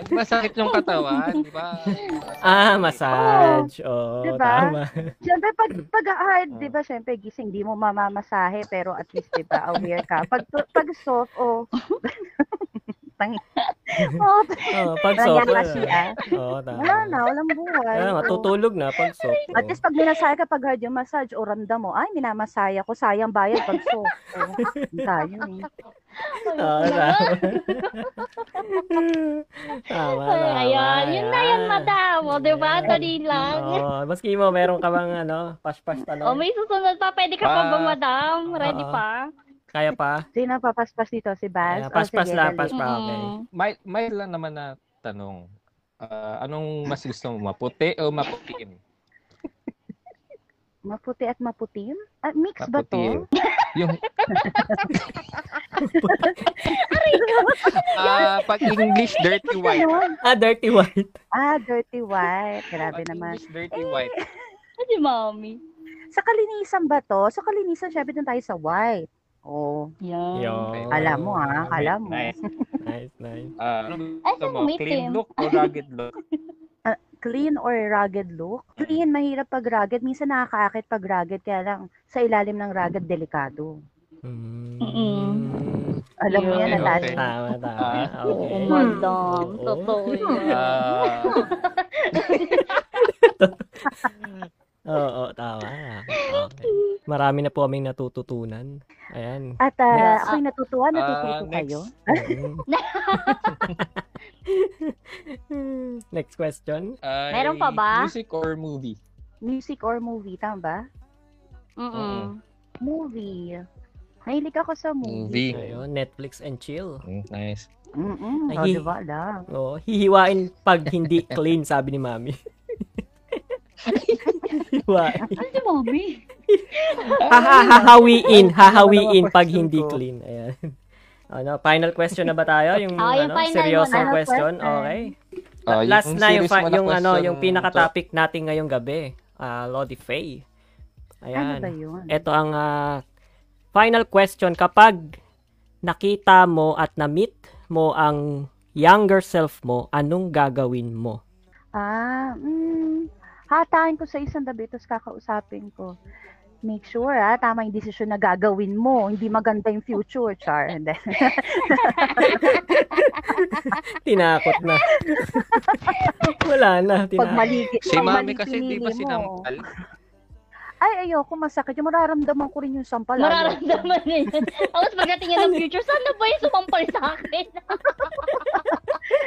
Speaker 3: Pag masakit yung katawan, di ba?
Speaker 1: Ah, massage. Oo, Oh,
Speaker 6: diba?
Speaker 1: tama. Oh.
Speaker 6: Siyempre, pag, pag hard, di ba, siyempre, gising, di mo mamamasahe, pero at least, di ba, aware ka. Pag, tu- pag soft, oh, tangi. Oh,
Speaker 1: Oh, pag soft.
Speaker 6: nangyaka siya.
Speaker 1: Oo, tama.
Speaker 6: Wala na, walang buhay.
Speaker 1: Kaya nga, tutulog na pag soft.
Speaker 6: At least, pag minasahe ka, pag hard yung massage, o ramdam mo, ay, minamasaya ko, sayang bayad pag soft. Oh, yun tayo eh.
Speaker 1: Oo, Ah, tama. tama, tama.
Speaker 2: Ayan, yun na yun, madam. O, di ba?
Speaker 1: Ayan.
Speaker 2: Dali lang.
Speaker 1: Oo, maski mo, meron ka bang ano, pash-pash tanong?
Speaker 2: O, Oh, may susunod pa. Pwede ka pa
Speaker 3: Ah.
Speaker 2: bang, madam? Ready
Speaker 1: Oo.
Speaker 2: pa?
Speaker 1: Kaya pa?
Speaker 6: Sino ang papaspas dito? Si
Speaker 1: Ayan,
Speaker 6: Baz? O,
Speaker 1: pass-pass
Speaker 6: sige,
Speaker 1: lang,
Speaker 6: dali.
Speaker 1: pass pa, okay.
Speaker 2: Mm.
Speaker 4: May, may lang naman na tanong. Ah, anong mas gusto mo, maputi o maputim?
Speaker 6: Maputi at maputim? Ah, mix ba
Speaker 4: Maputim.
Speaker 6: to?
Speaker 3: eh.
Speaker 4: Yung...
Speaker 3: Ah, pag English, dirty white.
Speaker 6: Ganun.
Speaker 1: Ah, dirty white.
Speaker 6: Ah, dirty white.
Speaker 3: Pag
Speaker 6: Grabe naman. Eh,
Speaker 3: English, dirty white.
Speaker 2: Hindi, mami.
Speaker 6: Sa kalinisan ba to? Sa kalinisan, syempre dun tayo sa white. Oh,
Speaker 2: Yan.
Speaker 1: Yo.
Speaker 6: alam mo ah, alam mo.
Speaker 4: Nice.
Speaker 1: Nice, nice.
Speaker 4: Ah, ano gusto mo,
Speaker 2: maputim.
Speaker 4: clean look o rugged look?
Speaker 6: Ah, Clean or rugged look? Clean, mahirap pag rugged. Minsan nakakaakit pag rugged, kaya lang sa ilalim ng rugged, delikado.
Speaker 1: Mm.
Speaker 6: Alam mo yan,
Speaker 3: Okay,
Speaker 6: Natasha.
Speaker 3: okay.
Speaker 1: Tama, tama.
Speaker 4: Ah.
Speaker 2: Oo,
Speaker 1: Okay. Oh.
Speaker 2: madam.
Speaker 1: Oo.
Speaker 2: Totoo yun.
Speaker 4: Ah,
Speaker 1: Oo, tama. Okay. Marami na po kaming natututunan. Ayan.
Speaker 6: At uh,
Speaker 2: ah,
Speaker 1: Next.
Speaker 6: ako'y natutuwa, natututo
Speaker 4: Ah, next.
Speaker 6: kayo.
Speaker 1: Mm. Next question.
Speaker 4: ay,
Speaker 2: Meron pa ba?
Speaker 4: Ah, eh, Music or movie?
Speaker 6: Music or movie, tama ba?
Speaker 2: Mm-mm.
Speaker 6: Movie. Mahilig ako sa
Speaker 3: Movie.
Speaker 6: movie.
Speaker 1: Ayun, Netflix and chill.
Speaker 3: Mm, Nice.
Speaker 6: Mm-mm.
Speaker 1: Ay,
Speaker 6: Oh,
Speaker 1: hi-
Speaker 6: diba? Alam.
Speaker 1: Oo, hihiwain pag hindi clean, sabi ni Mami. Hihiwain.
Speaker 2: Hindi, mami.
Speaker 1: Haha- hahawiin, hahawiin pag
Speaker 4: question
Speaker 1: hindi
Speaker 4: ko.
Speaker 1: clean. Ayan. Ano, final question na ba tayo? Yung,
Speaker 2: Ah, yung
Speaker 1: ano,
Speaker 2: final
Speaker 1: seryosong
Speaker 6: Oh, muna.
Speaker 1: question.
Speaker 6: Final question.
Speaker 1: Okay.
Speaker 3: Ah,
Speaker 1: Last na yung,
Speaker 4: series
Speaker 1: fi-
Speaker 4: mo na
Speaker 1: yung ano,
Speaker 4: question
Speaker 1: yung pinaka-topic natin ngayong gabi. Ah, Lodi Faye.
Speaker 6: Ano ba
Speaker 1: Ayan.
Speaker 6: yun?
Speaker 1: Ito ang ah, final question. Kapag nakita mo at na-meet mo ang younger self mo, anong gagawin mo?
Speaker 6: Ah, mm, hataan ko sa isang gabi, tapos kakausapin ko. Make sure, ah, tama yung desisyon na gagawin mo. Hindi maganda yung future, Char. And then,
Speaker 1: Tinakot na. Wala na,
Speaker 6: pag
Speaker 1: tinakot.
Speaker 6: mali,
Speaker 3: Si
Speaker 6: pag
Speaker 3: mami
Speaker 6: mali
Speaker 3: kasi di ba
Speaker 6: pinili mo.
Speaker 3: sinampal?
Speaker 6: Ay, ayoko, masakit. Yung mararamdaman ko rin yung sampal. ayoko.
Speaker 2: Mararamdaman niya yun. Tapos pagdating niya
Speaker 1: Ano?
Speaker 2: ng future, saan na ba yung sumampal sa akin?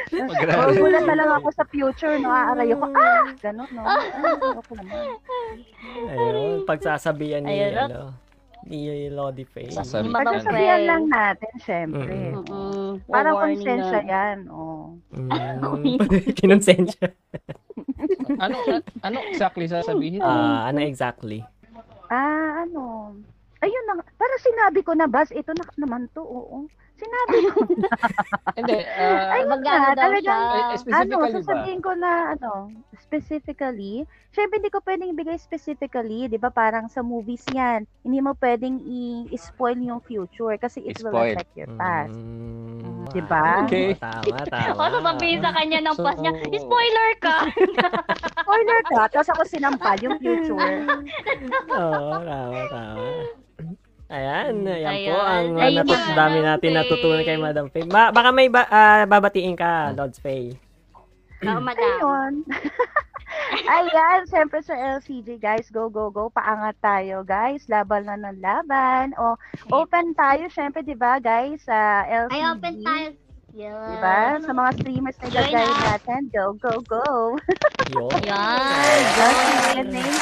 Speaker 6: Magugulat na lang ako sa future, no? Aaray ako, ah! Ganon, no? Ay, ayoko naman.
Speaker 1: Ayun, pagsasabihan ni,
Speaker 2: Ayun,
Speaker 1: ano, Ni Lodi Faye.
Speaker 3: Sasabi ka na.
Speaker 2: Mga friend.
Speaker 6: Pagsasabihan lang natin, syempre.
Speaker 1: Mm.
Speaker 2: Mm-mm.
Speaker 6: Parang
Speaker 2: Warning
Speaker 6: konsensya
Speaker 2: na.
Speaker 6: yan. Oh.
Speaker 1: Mm. Kinonsensya.
Speaker 4: Ano, ano exactly sasabihin?
Speaker 1: Ah, ano exactly?
Speaker 6: Ah, ano? Ayun na. nga. Parang sinabi ko na, Bas, ito na naman to. Oo. Sinabi ko.
Speaker 4: Hindi, ah,
Speaker 6: Ayun na,
Speaker 2: Magano daw siya?
Speaker 6: talagang
Speaker 4: eh,
Speaker 6: ano,
Speaker 4: specifically ba?
Speaker 6: sasabihin ko na, ano, specifically, syempre hindi ko pwedeng ibigay specifically, di ba, parang sa movies yan, hindi mo pwedeng i- spoil yung future kasi it will
Speaker 3: I-spoil.
Speaker 6: affect your past.
Speaker 1: Mm,
Speaker 6: Diba?
Speaker 4: Okay.
Speaker 1: Tama, tama.
Speaker 2: O, sasabihin sa kanya ng
Speaker 4: So-
Speaker 2: pass niya, spoiler ka!
Speaker 6: Spoiler ka, tapos ako sinampal yung future.
Speaker 1: Oo, tama, tama. Ayan, ayan,
Speaker 2: Ayan.
Speaker 1: po ang
Speaker 2: Ayun
Speaker 1: natat-
Speaker 2: na,
Speaker 1: dami
Speaker 2: Madam
Speaker 1: natin
Speaker 2: Faye.
Speaker 1: natutunan kay Madam Faye. Ba- baka may ba- ah, babatiin ka, Lods Faye.
Speaker 2: Oo, madam.
Speaker 6: Ayun. Ayan, syempre sa LCG, guys, go, go, go, paangat tayo, guys, laban na ng laban, o open tayo, syempre, di ba, guys, sa LCG.
Speaker 2: Ay, open tayo. Yan.
Speaker 6: Diba? Sa mga streamers na
Speaker 2: Join
Speaker 6: gagawin
Speaker 2: us.
Speaker 6: natin, go, go, go.
Speaker 1: Yo.
Speaker 2: Yan.
Speaker 6: Justin, thank you.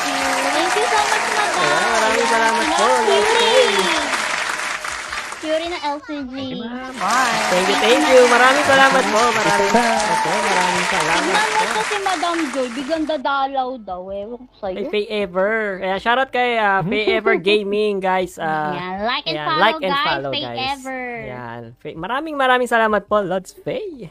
Speaker 2: Thank you so much, madam.
Speaker 1: Ayan, maraming salamat po, Lods
Speaker 2: Fury.
Speaker 1: Faye.
Speaker 2: Fury ng LCG.
Speaker 1: Thank you, thank you. Maraming salamat po. Maraming salamat po. Maraming salamat
Speaker 2: Ano
Speaker 1: po.
Speaker 2: ko si Madam Joy, biganda dalaw daw eh. Ewan ko sa'yo.
Speaker 1: Kay Faye Ever. Ayan, shoutout kay ah, Faye Ever Gaming, guys. Ah,
Speaker 2: Yan, like and
Speaker 1: ayan,
Speaker 2: follow,
Speaker 1: like and
Speaker 2: guys.
Speaker 1: follow,
Speaker 2: Stay
Speaker 1: guys.
Speaker 2: ever.
Speaker 1: Ayan. Faye- Maraming maraming salamat po, Lods Faye.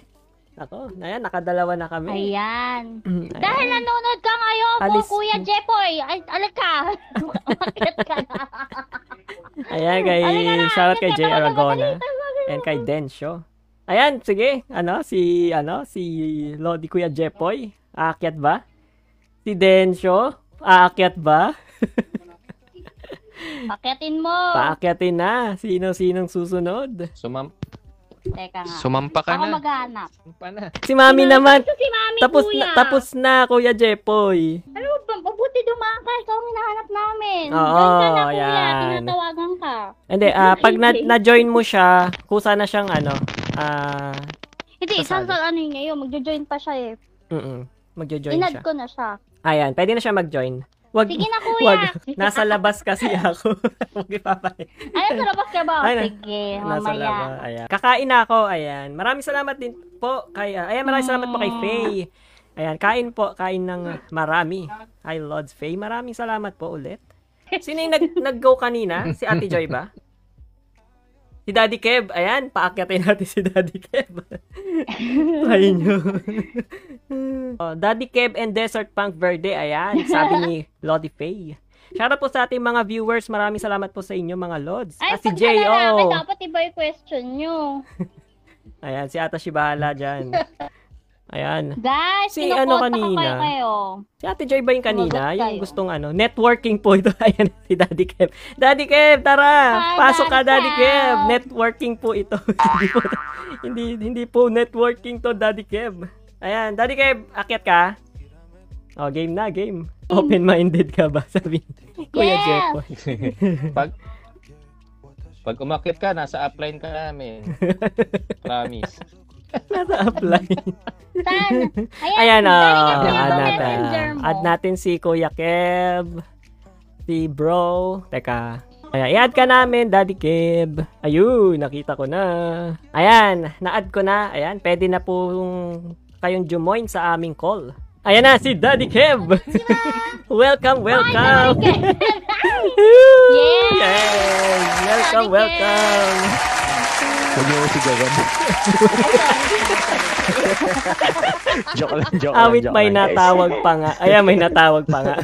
Speaker 1: Ako, ayan, nakadalawa na kami.
Speaker 2: Ayan.
Speaker 1: Mm, ayan.
Speaker 2: Dahil nanonood ka ngayon po,
Speaker 1: Alis-
Speaker 2: Kuya Jepoy. Ay, alag ka. Umakyat ka na.
Speaker 1: Ayan, kay,
Speaker 2: Halika na,
Speaker 1: shoutout kay
Speaker 2: halika
Speaker 1: Jay
Speaker 2: na,
Speaker 1: Aragona.
Speaker 2: halika na.
Speaker 1: And kay Densho. Ayan, sige. Ano, si, ano, si Lodi Kuya Jepoy. Aakyat ba? Si Densho. Aakyat ba?
Speaker 2: Pakyatin mo.
Speaker 1: Paakyatin na. Sino-sinong susunod?
Speaker 3: Sumam
Speaker 2: Teka nga.
Speaker 3: sumampa ka
Speaker 2: Ako
Speaker 3: na.
Speaker 2: maghanap.
Speaker 4: pa na.
Speaker 1: Si Mami naman.
Speaker 2: Ito si Mami,
Speaker 1: Tapos
Speaker 2: Kuya.
Speaker 1: na, tapos na, Kuya Jepoy.
Speaker 2: Ano ba? Mabuti dumaan ka. Ikaw ang hinahanap namin.
Speaker 1: Oo,
Speaker 2: Diyan ka na, Kuya.
Speaker 1: ayan.
Speaker 2: Tinatawagan ka.
Speaker 1: Hindi, ah, pag na, na-join mo siya, kusa na siyang ano, ah,
Speaker 2: Hindi,
Speaker 1: Kasali.
Speaker 2: saan ano yun ngayon? Magjo-join pa siya eh.
Speaker 1: mm magjo-join
Speaker 2: Inad
Speaker 1: siya.
Speaker 2: ko na siya.
Speaker 1: Ayan, pwede na siya mag-join. Wag,
Speaker 2: Sige na, Kuya.
Speaker 1: wag, nasa labas kasi ako. Huwag ipapalit.
Speaker 2: Ay, sa labas ka ba?
Speaker 1: Ay, na-
Speaker 2: Sige,
Speaker 1: Nasa laba,
Speaker 2: mamaya.
Speaker 1: ayan. Kakain na ako, ayan. Maraming salamat din po kay, ah, ayan, maraming salamat po
Speaker 2: Mm.
Speaker 1: kay Faye. Ayan, kain po, kain ng ah, marami. Hi, Lords Faye. Maraming salamat po ulit. Sino yung nag- nag-go kanina? Si Ate Joy ba? Si Daddy Kev. Ayan, paakyatin natin si Daddy Kev. Try nyo. oh, Daddy Kev and Desert Punk Verde. Ayan, sabi ni Lodi Faye. Shoutout po sa ating mga viewers. Maraming salamat po sa inyo, mga Lods. At
Speaker 2: Ay,
Speaker 1: si
Speaker 2: pag
Speaker 1: Jay,
Speaker 2: malalaki,
Speaker 1: oo.
Speaker 2: dapat iba yung question nyo.
Speaker 1: Ayan, si Ata Shibahala dyan. Ayan.
Speaker 2: Guys,
Speaker 1: Si
Speaker 2: si ano
Speaker 1: ano
Speaker 2: kanina?
Speaker 1: kanina?
Speaker 2: Kayo kayo.
Speaker 1: Si Ate Joy ba yung kanina?
Speaker 2: Sumagot
Speaker 1: Yung
Speaker 2: kayo.
Speaker 1: gustong ano, networking po ito. Ayan, si Daddy Kev. Daddy Kev, tara!
Speaker 2: Hi,
Speaker 1: Pasok ka, Daddy
Speaker 2: Daddy
Speaker 1: Kev!
Speaker 2: Kev!
Speaker 1: Networking po ito. hindi, po, hindi, hindi po networking to, Daddy Kev. Ayan, Daddy Kev, akit ka? Oh, game na, game. Open-minded ka ba? Sabi ni Kuya
Speaker 2: Yes!
Speaker 1: Jeff. oh.
Speaker 4: pag pag umakit ka, nasa upline ka namin. Promise.
Speaker 1: Nasa apply.
Speaker 2: Saan?
Speaker 1: Ayan,
Speaker 2: Ayan, galing
Speaker 1: oh,
Speaker 2: kasi
Speaker 1: add
Speaker 2: ako
Speaker 1: natin.
Speaker 2: messenger mo.
Speaker 1: Add natin si Kuya Kev, si Bro. Teka. Ayan, i-add ka namin, Daddy Kev. Ayun, nakita ko na. Ayan, na-add ko na. Ayan, pwede na pong kayong jumoin sa aming call. Ayan na, si Daddy Kev. welcome, welcome.
Speaker 2: Yes!
Speaker 1: Yes! Welcome,
Speaker 2: Daddy
Speaker 1: welcome.
Speaker 2: Kev.
Speaker 3: Huwag niyo si Gagan. joke lang, joke
Speaker 1: Awit Ah, may natawag pa nga. Ayan, may natawag pa nga.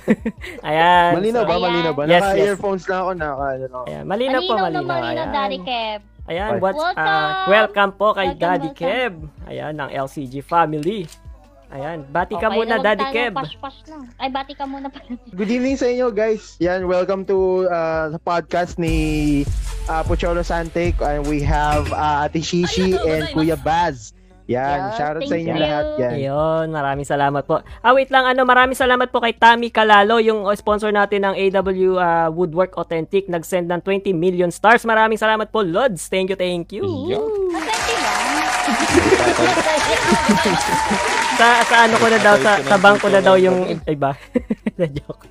Speaker 1: Ayan.
Speaker 7: Malinaw ba?
Speaker 2: Ayan.
Speaker 7: Malinaw ba?
Speaker 1: Yes, yes.
Speaker 7: Naka-earphones na ako, naka ano na ako.
Speaker 1: Ayan, malinaw,
Speaker 2: Malinaw
Speaker 1: po,
Speaker 2: na
Speaker 1: malinaw.
Speaker 2: malinaw,
Speaker 1: ayan.
Speaker 2: Daddy Kev.
Speaker 1: Ayan,
Speaker 7: Ay.
Speaker 1: what's, ah,
Speaker 2: Welcome!
Speaker 1: welcome po kay
Speaker 2: Welcome,
Speaker 1: Daddy
Speaker 2: welcome.
Speaker 1: Kev. Ayan, ng LCG family. Ayan, bati ka
Speaker 2: Okay,
Speaker 1: muna,
Speaker 2: huwag
Speaker 1: Daddy
Speaker 2: tayo
Speaker 1: Kev.
Speaker 2: pash-pash lang. Ay, bati ka muna pala.
Speaker 7: Good evening sa inyo, guys. Yan, welcome to uh, the podcast ni uh, Pocholo Sante. And we have uh, Ate Shishi and Kuya Baz. Yan,
Speaker 2: Yes,
Speaker 7: shoutout sa
Speaker 2: thank
Speaker 7: inyo
Speaker 2: you.
Speaker 7: lahat. Yan.
Speaker 1: Ayun, maraming salamat po. Ah, wait lang, ano, maraming salamat po kay Tami Kalalo, yung sponsor natin ng AW ah, Woodwork Authentic. Nag-send ng 20 million stars. Maraming salamat po, Lods. Thank you, thank you.
Speaker 2: Asente lang.
Speaker 1: ano Sa, sa ano ko na daw, sa, sa bangko na daw yung, ay ba? Na joke.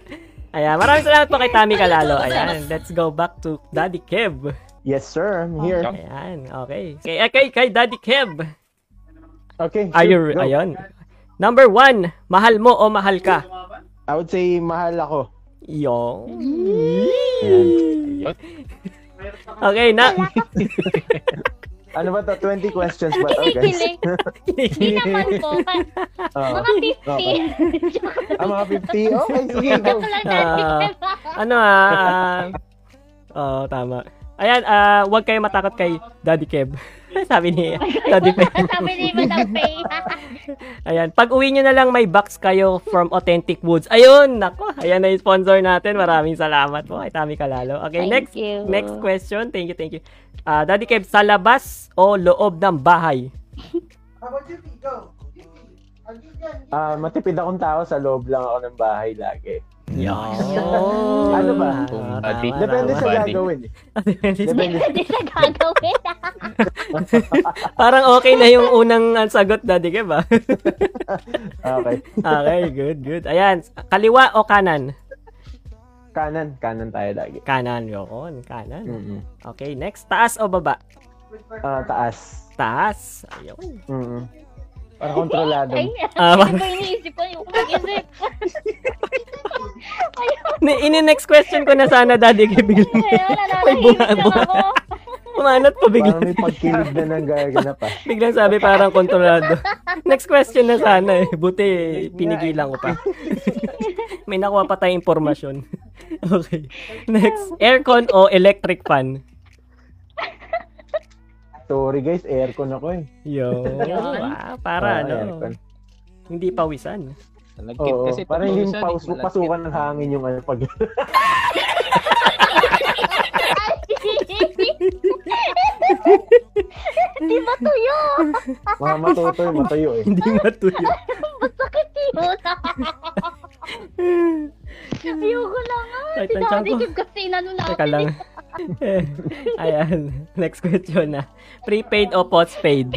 Speaker 1: Ayan, maraming salamat po kay Tami Kalalo. Ayan, let's go back to Daddy Kev.
Speaker 7: Yes, sir. I'm here.
Speaker 1: Ayan, okay. Kay, eh, kay, kay Daddy Kev.
Speaker 7: Okay.
Speaker 1: Are you,
Speaker 7: sure, go.
Speaker 1: ayan. Number one, mahal mo o mahal ka?
Speaker 7: I would say mahal ako.
Speaker 1: Yo.
Speaker 7: Ayan.
Speaker 1: Okay, na.
Speaker 7: Ano ba to? 20 questions ba to, guys?
Speaker 2: Kinikilig. Hindi naman po.
Speaker 7: Ah,
Speaker 2: Mga 50.
Speaker 7: Okay. ah, mga 50? Okay, sige, go.
Speaker 2: Joke lang natin.
Speaker 1: Ah, ano ah, ah. Oo, tama. Ayan, ah, huwag kayo matakot kay Daddy Kev. Sabi ni Daddy Kev.
Speaker 2: Sabi ni Madam Faye.
Speaker 1: Ayan, pag uwi nyo na lang may box kayo from Authentic Woods. Ayun, nako. Ayan na yung sponsor natin. Maraming salamat po kay Tami Kalalo. Okay,
Speaker 2: Thank
Speaker 1: next
Speaker 2: you.
Speaker 1: next question. Thank you, thank you. Ah, Daddy Kev, sa labas o loob ng bahay?
Speaker 7: Ah, matipid akong tao sa loob lang ako ng bahay lagi.
Speaker 1: Yo.
Speaker 7: Ano ba?
Speaker 3: Kumbati.
Speaker 1: Tama,
Speaker 7: Depende sa
Speaker 1: Ah, tama.
Speaker 3: Buddy.
Speaker 7: gagawin. eh.
Speaker 1: Depende sa-
Speaker 7: Depende.
Speaker 2: Hindi sa gagawin.
Speaker 1: Parang okay na yung unang ah, sagot, Daddy Kev, ah.
Speaker 7: Okay.
Speaker 1: okay, good, good. Ayan, kaliwa o kanan?
Speaker 7: Kanan. Kanan tayo lagi.
Speaker 1: Kanan, yun. Kanan.
Speaker 7: Mm-mm.
Speaker 1: Okay, next. Taas o baba?
Speaker 7: Ah, taas.
Speaker 1: Taas. Ayun.
Speaker 7: Mm-mm. Para kontrolado.
Speaker 2: Ay, niya.
Speaker 1: Ah,
Speaker 2: Ano ba iniisip ko? Yung mag-isip.
Speaker 1: Ni- Ini-next question ko na sana, Daddy Kev. Biglang
Speaker 2: Ay, Wala na.
Speaker 1: Ay, buha-
Speaker 2: Nahihirap lang
Speaker 1: buha.
Speaker 2: ako.
Speaker 1: pumanat pa
Speaker 7: Parang
Speaker 1: bigla.
Speaker 7: may pagkilig na nang gaganap ah.
Speaker 1: Biglang sabi parang kontrolado. Next question na sana eh. Buti pinigilan ko
Speaker 7: eh.
Speaker 1: pa. May nakuha pa tayong impormasyon. Okay. Next. Aircon o electric fan?
Speaker 7: Sorry guys, aircon ako eh.
Speaker 1: Yo. Ah, para
Speaker 7: Ah,
Speaker 1: ano.
Speaker 7: aircon.
Speaker 1: Hindi pawisan.
Speaker 3: Nagkit
Speaker 7: Oo,
Speaker 3: kasi.
Speaker 7: parang hindi
Speaker 3: pawisan, eh,
Speaker 7: paus,
Speaker 3: nagkit.
Speaker 7: pasukan ng hangin yung ano pag...
Speaker 2: Di ba tuyo?
Speaker 7: Mga matutoy, matuyo eh.
Speaker 1: Hindi matuyo.
Speaker 2: Masakit yun. Ayoko na nga.
Speaker 1: Ay,
Speaker 2: Si
Speaker 1: tansyahan
Speaker 2: Daddy
Speaker 1: ko.
Speaker 2: Kim kasi inano natin.
Speaker 1: Teka lang. Eh, Ayan. Next question na. Prepaid o postpaid?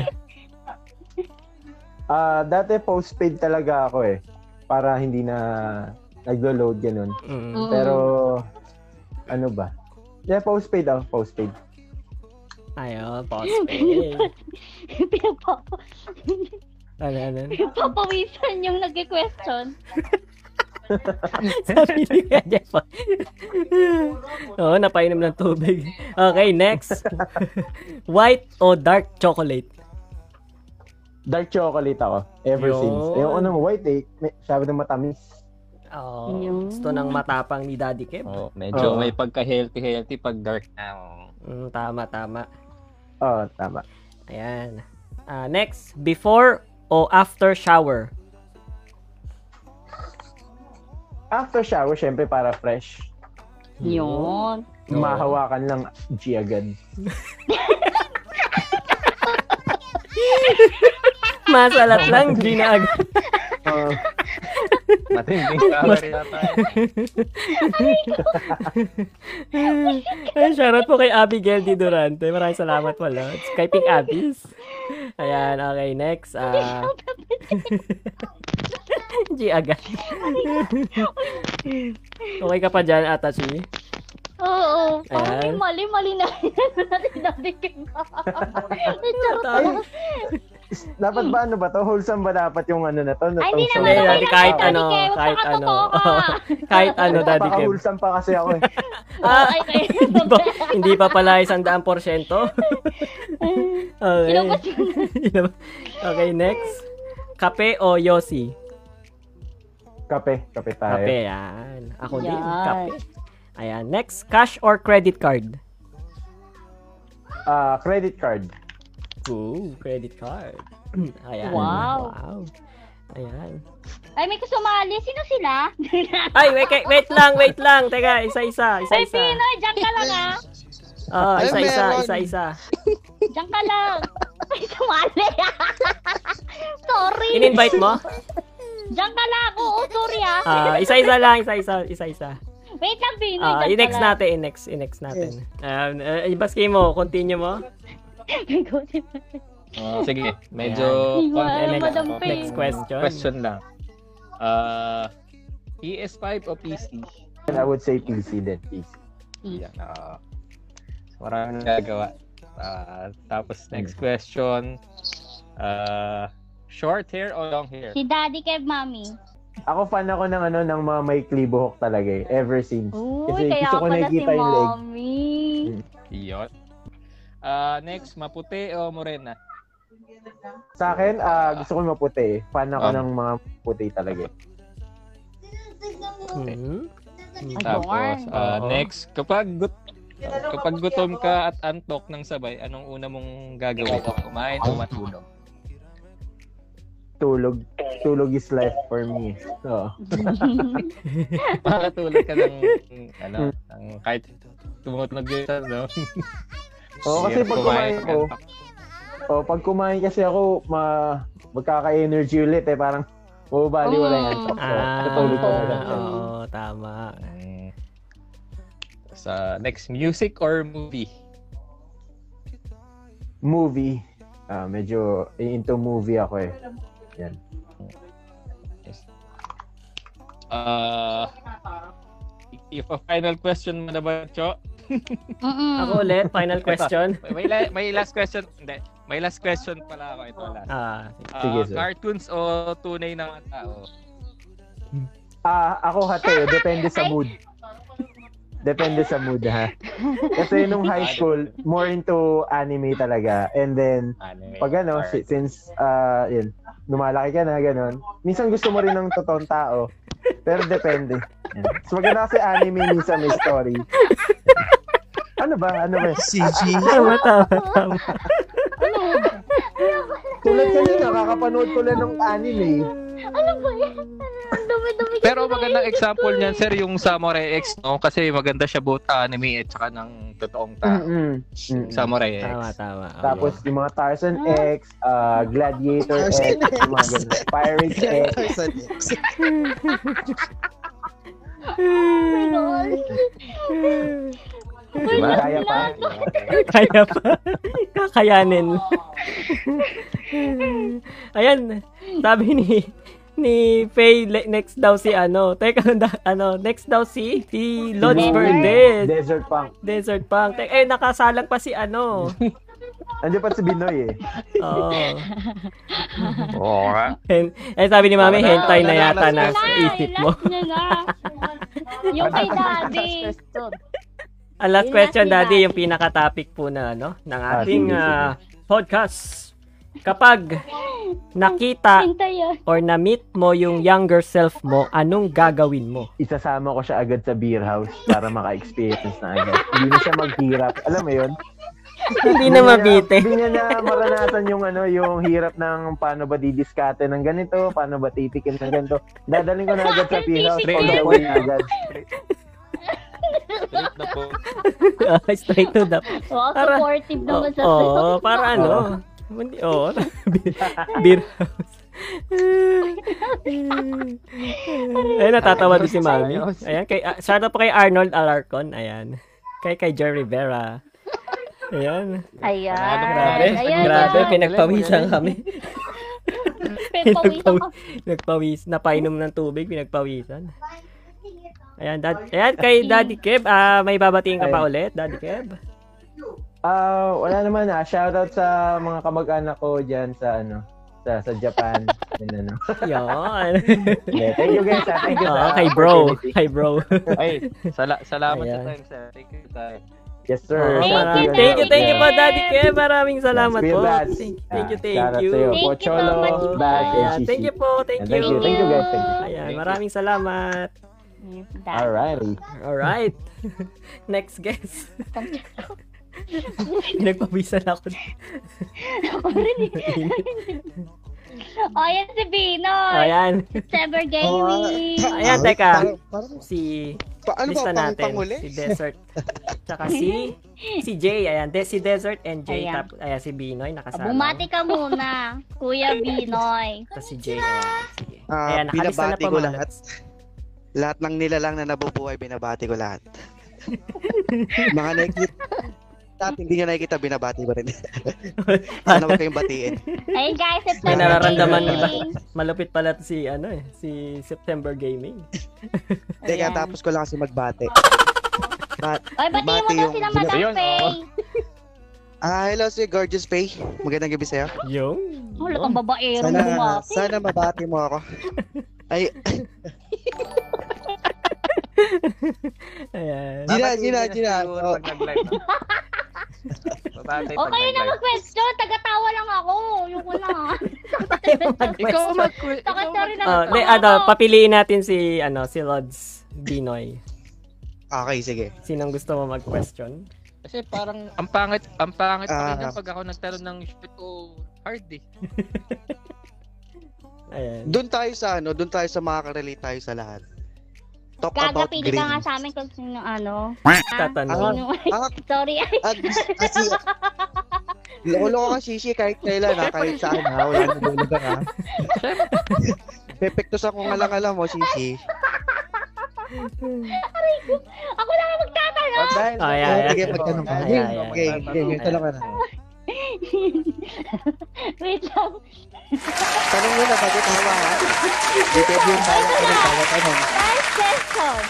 Speaker 7: Ah, dati postpaid talaga ako eh. Para hindi na naglo-load ganun.
Speaker 1: Mm.
Speaker 7: Pero ano ba? Yeah, postpaid ako, postpaid.
Speaker 1: Ayun, postpaid.
Speaker 2: Pinagpapa-
Speaker 1: Ano, ano?
Speaker 2: Pinagpapawisan yung nag-question.
Speaker 1: Sarili ka dyan po. Oo, napainom ng tubig. Okay, next. White o dark chocolate?
Speaker 7: Dark chocolate ako ever
Speaker 1: Yun.
Speaker 7: since. Yung anong white eh, may- sabi ng matamis.
Speaker 1: Oh,
Speaker 2: Yun.
Speaker 1: gusto ng matapang ni Daddy Kev.
Speaker 3: Oo, medyo
Speaker 7: Oo.
Speaker 3: may pagka-healthy-healthy pag dark na. oo.
Speaker 1: Mm, tama, tama.
Speaker 7: Oo, tama.
Speaker 1: Ayan. Ah, next, before o after shower?
Speaker 7: After shower, syempre para fresh.
Speaker 2: Yun.
Speaker 1: Oo.
Speaker 7: Mahawakan lang G agad.
Speaker 1: Masalat lang, ginag.
Speaker 7: Ah,
Speaker 4: Matinding shower yata. eh.
Speaker 1: Ay, shoutout po kay Abigail Di Durante. Maraming salamat po, Lods. Kay Pink Abis. Ayan, okay, next. ah G agad. okay ka pa dyan, Atachi?
Speaker 2: Oo. Parang may
Speaker 1: Ayan.
Speaker 2: mali-mali na natin Daddy Kim.
Speaker 1: Tayo.
Speaker 7: dapat ba ano ba to? Wholesome ba dapat yung ano na to?
Speaker 2: Ay, hindi
Speaker 7: Itong
Speaker 1: Hindi,
Speaker 2: naman.
Speaker 7: shower?
Speaker 1: dati
Speaker 2: Okay lang
Speaker 1: kahit
Speaker 2: po, Daddy
Speaker 1: ano,
Speaker 2: Kev. Huwag
Speaker 1: kahit
Speaker 2: ka
Speaker 1: ano.
Speaker 2: totoo ka.
Speaker 1: Kahit ano, Daddy Kev.
Speaker 7: Napaka-wholesome pa kasi ako eh.
Speaker 1: Ah,
Speaker 2: Ay, ay.
Speaker 1: hindi, pa, hindi pa pala isang daang porsyento. okay.
Speaker 2: Ilabas yun.
Speaker 1: Ilabas. okay, next. Kape o Yossi?
Speaker 7: Kape, kape tayo.
Speaker 1: Kape, yan. Ako din,
Speaker 2: Yan.
Speaker 1: kape. Ayan, next. Cash or credit card?
Speaker 7: Ah, credit card.
Speaker 1: Ooh, credit card. Ayan.
Speaker 2: Wow.
Speaker 1: wow. Ayan.
Speaker 2: Ay, may kasumali. Sino sila?
Speaker 1: Ay, wait, wait, wait lang, wait lang. Teka, isa-isa,
Speaker 2: Ay,
Speaker 1: isa-isa.
Speaker 2: Pinoy, dyan ka lang ah.
Speaker 1: Oo,
Speaker 3: Ay,
Speaker 1: isa-isa,
Speaker 3: meron.
Speaker 1: isa-isa.
Speaker 2: Diyan ka lang. Ay, sumali. sorry.
Speaker 1: In-invite mo?
Speaker 2: Diyan ka lang. Oo, sorry ah.
Speaker 1: Ah, isa-isa lang, isa-isa, isa-isa.
Speaker 2: Wait lang, Pinoy.
Speaker 1: Ah,
Speaker 2: Diyan ka
Speaker 1: i-next
Speaker 2: lang.
Speaker 1: natin, i-next, i-next natin. Um, uh, ibaski mo, continue mo.
Speaker 4: Oo,
Speaker 3: Sige, medyo...
Speaker 2: Ayan.
Speaker 1: Ayan,
Speaker 4: konti
Speaker 2: Ay,
Speaker 4: lang
Speaker 1: next,
Speaker 2: Madam
Speaker 4: ako.
Speaker 2: Faye.
Speaker 1: next question.
Speaker 4: Question lang. Ah, PS5 o PC?
Speaker 7: And I would say PC din. PC.
Speaker 2: Peace.
Speaker 4: Yan, oo. So, maraming nagagawa. Ah, tapos
Speaker 1: Hmm.
Speaker 4: next question. Ah, short hair o long hair?
Speaker 2: Si Daddy Kev, Mami.
Speaker 7: Ako fan ako ng ano ng mga may buhok talaga eh. Ever since.
Speaker 2: Uy,
Speaker 7: Kasi
Speaker 2: kaya
Speaker 7: gusto ko
Speaker 2: pala si
Speaker 7: nakikita yung leg.
Speaker 2: Mami.
Speaker 4: Yun. Ah, next, maputi o morena?
Speaker 7: Sa akin, ah, gusto ko yung maputi. eh. Fan ako
Speaker 3: Um,
Speaker 7: ng mga puti talaga. eh.
Speaker 1: Hmm?
Speaker 4: Tapos, ah,
Speaker 1: Oo.
Speaker 4: next, kapag gut kapag gutom ka at antok ng sabay, anong una mong gagawin? Kumain o matulog?
Speaker 7: Tulog. Tulog is life for me. So,
Speaker 4: Makakatulog ka ng, ano, ng kahit tumutunog yun sa, no?
Speaker 7: Oo, kasi
Speaker 4: Hirap
Speaker 7: pag kumain
Speaker 4: pag
Speaker 7: ko,
Speaker 4: antok.
Speaker 7: oh, pag kumain kasi ako, ma magkaka-energy ulit eh. Parang, mababali wala yan.
Speaker 2: Oh.
Speaker 7: So,
Speaker 1: Ah,
Speaker 7: tutulog ko na lang.
Speaker 1: oo, tama.
Speaker 4: Mm. Sa next, music or movie?
Speaker 7: Movie. Ah, medyo into movie ako eh.
Speaker 4: Uh, if a final question mo na ba, Cho?
Speaker 2: Mm-mm.
Speaker 1: Ako ulit, final question.
Speaker 4: May, la- may last question. Hindi. May last question pala ako. Ito last.
Speaker 1: Ah,
Speaker 4: Ah,
Speaker 7: Sige, sir.
Speaker 4: cartoons o tunay na mga tao?
Speaker 7: Ah, ako hati. Depende sa mood. Depende sa mood, ha? Kasi nung high school, more into anime talaga. And then,
Speaker 4: Anime.
Speaker 7: pag ano, si- since, ah, yun, lumalaki ka na, ganun. Minsan gusto mo rin ng totoong tao. Pero depende. Mas maganda kasi anime, minsan may story. Ano ba? Ano ba?
Speaker 8: CG.
Speaker 1: tama, tama, tama.
Speaker 7: Tulad kanina, kakapanood ko lang ng anime.
Speaker 2: Ano ba yan? Ang dumi-dumi.
Speaker 3: Pero magandang example niyan, sir, yung Samurai X, no? Kasi maganda siya both anime at saka ng totoong tao.
Speaker 7: Mm-mm. Mm-mm.
Speaker 3: Samurai X.
Speaker 1: Tama, tama. Oo.
Speaker 7: Tapos yung mga Tarzan X, ah, Gladiator X,
Speaker 8: Tarzan X.
Speaker 7: yung mga ganun. Pirates X.
Speaker 8: Tarzan X.
Speaker 2: Lol.
Speaker 7: Diba? Kaya pa.
Speaker 1: Kaya pa. Kakayanin. Ayan, sabi ni ni Faye, le- next daw si ano. Teka, da- ano, next daw si si Lodge
Speaker 7: Yung
Speaker 1: Burnett.
Speaker 7: Desert Punk.
Speaker 1: Desert Punk. Te- eh, nakasalang pa si ano.
Speaker 7: Andiyan pa si Binoy eh.
Speaker 1: Oo.
Speaker 3: Oo nga.
Speaker 1: Oh. Hen- eh, sabi ni Mami,
Speaker 3: Wala,
Speaker 1: hentai na
Speaker 3: wala,
Speaker 1: yata
Speaker 3: wala,
Speaker 1: na
Speaker 2: Wala,
Speaker 1: sa isip mo.
Speaker 2: last niya na. Yung kay Daddy.
Speaker 1: Ang last
Speaker 2: Yun
Speaker 1: question,
Speaker 2: na si
Speaker 1: Daddy,
Speaker 2: Daddy.
Speaker 1: yung pinaka-topic po na, ano, ng
Speaker 7: Ah,
Speaker 1: ating
Speaker 7: sige, sige.
Speaker 1: ah, podcast. Kapag nakita
Speaker 2: Hintay yun.
Speaker 1: or na-meet mo yung younger self mo, anong gagawin mo?
Speaker 7: Isasama ko siya agad sa beer house para maka-experience na agad. Hindi na siya maghirap. Alam mo yun?
Speaker 1: Hindi na mabite.
Speaker 7: Hindi niya na maranasan yung ano, yung hirap ng paano ba didiskate ng ganito, paano ba titikin ng ganito. Dadaling ko Ano na agad sa beer house.
Speaker 2: Titikin.
Speaker 7: On the way agad.
Speaker 4: Straight na po.
Speaker 1: Ah, Straight to the...
Speaker 2: Wow,
Speaker 1: Para-
Speaker 2: supportive naman sa
Speaker 1: Oo, para ano? Hindi, oo. Beer- Beer house. Ay, natatawa din si Mami.
Speaker 7: oh,
Speaker 1: Ayan, kay, ah, shout out po kay Arnold Alarcon. Ayan. Kay, kay Joe Rivera. Ayan.
Speaker 2: Ayan.
Speaker 1: Grabe.
Speaker 2: Ayan,
Speaker 1: Grabe,
Speaker 2: ayan.
Speaker 1: pinagpawisan kami.
Speaker 2: Pinagpawisan ka.
Speaker 1: Nagpawis, napainom ng tubig, pinagpawisan. Ayan, dad, ayan kay Daddy Kev, ah, may babatiin ka pa ulit, Daddy Kev.
Speaker 7: Ah, wala naman ah. Shoutout sa mga kamag-anak ko diyan sa ano, sa sa Japan. Yun, ano.
Speaker 1: Yan.
Speaker 7: Hindi, Thank you guys. ah. Thank you.
Speaker 1: Oo,
Speaker 7: sa
Speaker 1: kay bro,
Speaker 7: opportunity.
Speaker 1: kay bro.
Speaker 4: Ay, sala- salamat
Speaker 1: Ayan.
Speaker 4: sa time, sir. Thank you, sir.
Speaker 7: Yes sir.
Speaker 1: Oo,
Speaker 2: Thank you,
Speaker 1: maraming- thank
Speaker 2: Daddy
Speaker 1: you, thank you po,
Speaker 2: Kev.
Speaker 1: Daddy Kev. Maraming salamat
Speaker 7: Yes,
Speaker 1: po.
Speaker 7: Kuya Bats.
Speaker 1: Thank, thank you, thank
Speaker 7: Ah, shoutout
Speaker 1: you.
Speaker 7: sa'yo,
Speaker 2: Thank you so
Speaker 7: Pocholo, Bats,
Speaker 2: much.
Speaker 7: and
Speaker 1: Ayan,
Speaker 7: Shishi.
Speaker 1: thank you po, thank you.
Speaker 7: And thank you, thank you guys. Thank you.
Speaker 1: Ayan, maraming salamat.
Speaker 7: Alrighty.
Speaker 1: Alright. Next guest. Pinagpawisan ako.
Speaker 2: Ako rin eh. O, yan Oh, si
Speaker 1: Oh,
Speaker 2: Binoy.
Speaker 1: Ayan.
Speaker 8: Oh,
Speaker 2: September Gaming.
Speaker 1: Ayan, teka.
Speaker 8: Parang, parang,
Speaker 1: Si
Speaker 8: pa- ano ba,
Speaker 1: Lista
Speaker 8: pang,
Speaker 1: natin.
Speaker 8: panguli?
Speaker 1: Si Desert. Tsaka si si Jay. Ayan. De, si Desert and Jay.
Speaker 2: Ayan.
Speaker 1: Tap, ayan si Binoy. Nakasama.
Speaker 2: Bumati ka muna, Kuya Binoy.
Speaker 1: Tapos si Jay. Ayan. Sige.
Speaker 8: Ah,
Speaker 1: Ayan, nakalis na na
Speaker 8: binabati
Speaker 1: pa
Speaker 8: ko
Speaker 1: mga-
Speaker 8: lahat. Lahat ng nilalang na nabubuhay, binabati ko lahat. mga nakikita, lahat hindi niya nakikita, binabati ba rin? Sana wag kayong batiin.
Speaker 2: Ayun guys, September
Speaker 1: May nararamdaman
Speaker 2: gaming.
Speaker 1: iba. Malupit pala to si ano eh, si September Gaming.
Speaker 8: Teka,
Speaker 2: Ayan.
Speaker 8: tapos ko lang kasi magbati.
Speaker 2: Oy, batiin
Speaker 8: Bati
Speaker 2: mo daw
Speaker 8: yung- oh.
Speaker 2: sila Madam
Speaker 4: Ayun,
Speaker 2: Faye.
Speaker 8: Ah, hello si Gorgeous Faye. Magandang gabi sa'yo.
Speaker 1: Yung.
Speaker 2: Wala kang babaero
Speaker 8: Sana,
Speaker 2: na bumati.
Speaker 8: sana mabati mo ako. Ay,
Speaker 1: Ayan.
Speaker 8: Gina,
Speaker 4: Babatiin
Speaker 8: Gina,
Speaker 4: nila
Speaker 8: Gina.
Speaker 4: siguro
Speaker 8: Oh,
Speaker 4: Pag nag-live. no? Babatay
Speaker 2: O
Speaker 4: pag
Speaker 2: kayo na
Speaker 4: nag-live.
Speaker 2: mag-question, tagatawa lang ako. Yung ko na.
Speaker 9: Ikaw ang mag-
Speaker 2: Takot
Speaker 9: ikaw
Speaker 2: na
Speaker 9: ang
Speaker 2: rin
Speaker 9: mag-
Speaker 2: ang
Speaker 1: Oh, de,
Speaker 2: tawa
Speaker 1: ano,
Speaker 2: ko.
Speaker 1: papiliin natin si ano, si Lods Binoy.
Speaker 8: okay, sige.
Speaker 1: Sinong gusto mo mag-question?
Speaker 3: Kasi parang ang pangit, ang pangit
Speaker 8: Ah.
Speaker 3: pakinggan pag ako nagkaroon ng shit o hard eh.
Speaker 1: Ayan.
Speaker 8: Doon tayo sa ano, doon tayo sa makaka-relate tayo sa lahat. Talk
Speaker 2: Gaga,
Speaker 8: about
Speaker 2: pili ka nga
Speaker 8: grades.
Speaker 2: sa amin kung sino ano.
Speaker 1: Tatanong.
Speaker 2: Sino-
Speaker 8: Ah,
Speaker 2: Sorry.
Speaker 8: At kasi loko-loko ka shishi kahit kailan ha, kahit saan ha, wala nang dulog ha. Pepektos ako nga lang alam mo, shishi.
Speaker 2: Ako na nga magtatanong.
Speaker 4: Oh, dahil,
Speaker 1: Oh, yeah, yeah.
Speaker 8: Sige, magtanong ka.
Speaker 1: Ay, ay,
Speaker 8: Game,
Speaker 1: ay.
Speaker 8: game, game, game, tanong ka na.
Speaker 2: Wait lang.
Speaker 8: Tanong mo na, bago tawa ha. Di pwede yung tawa ka ng tawa tanong.
Speaker 2: Last question.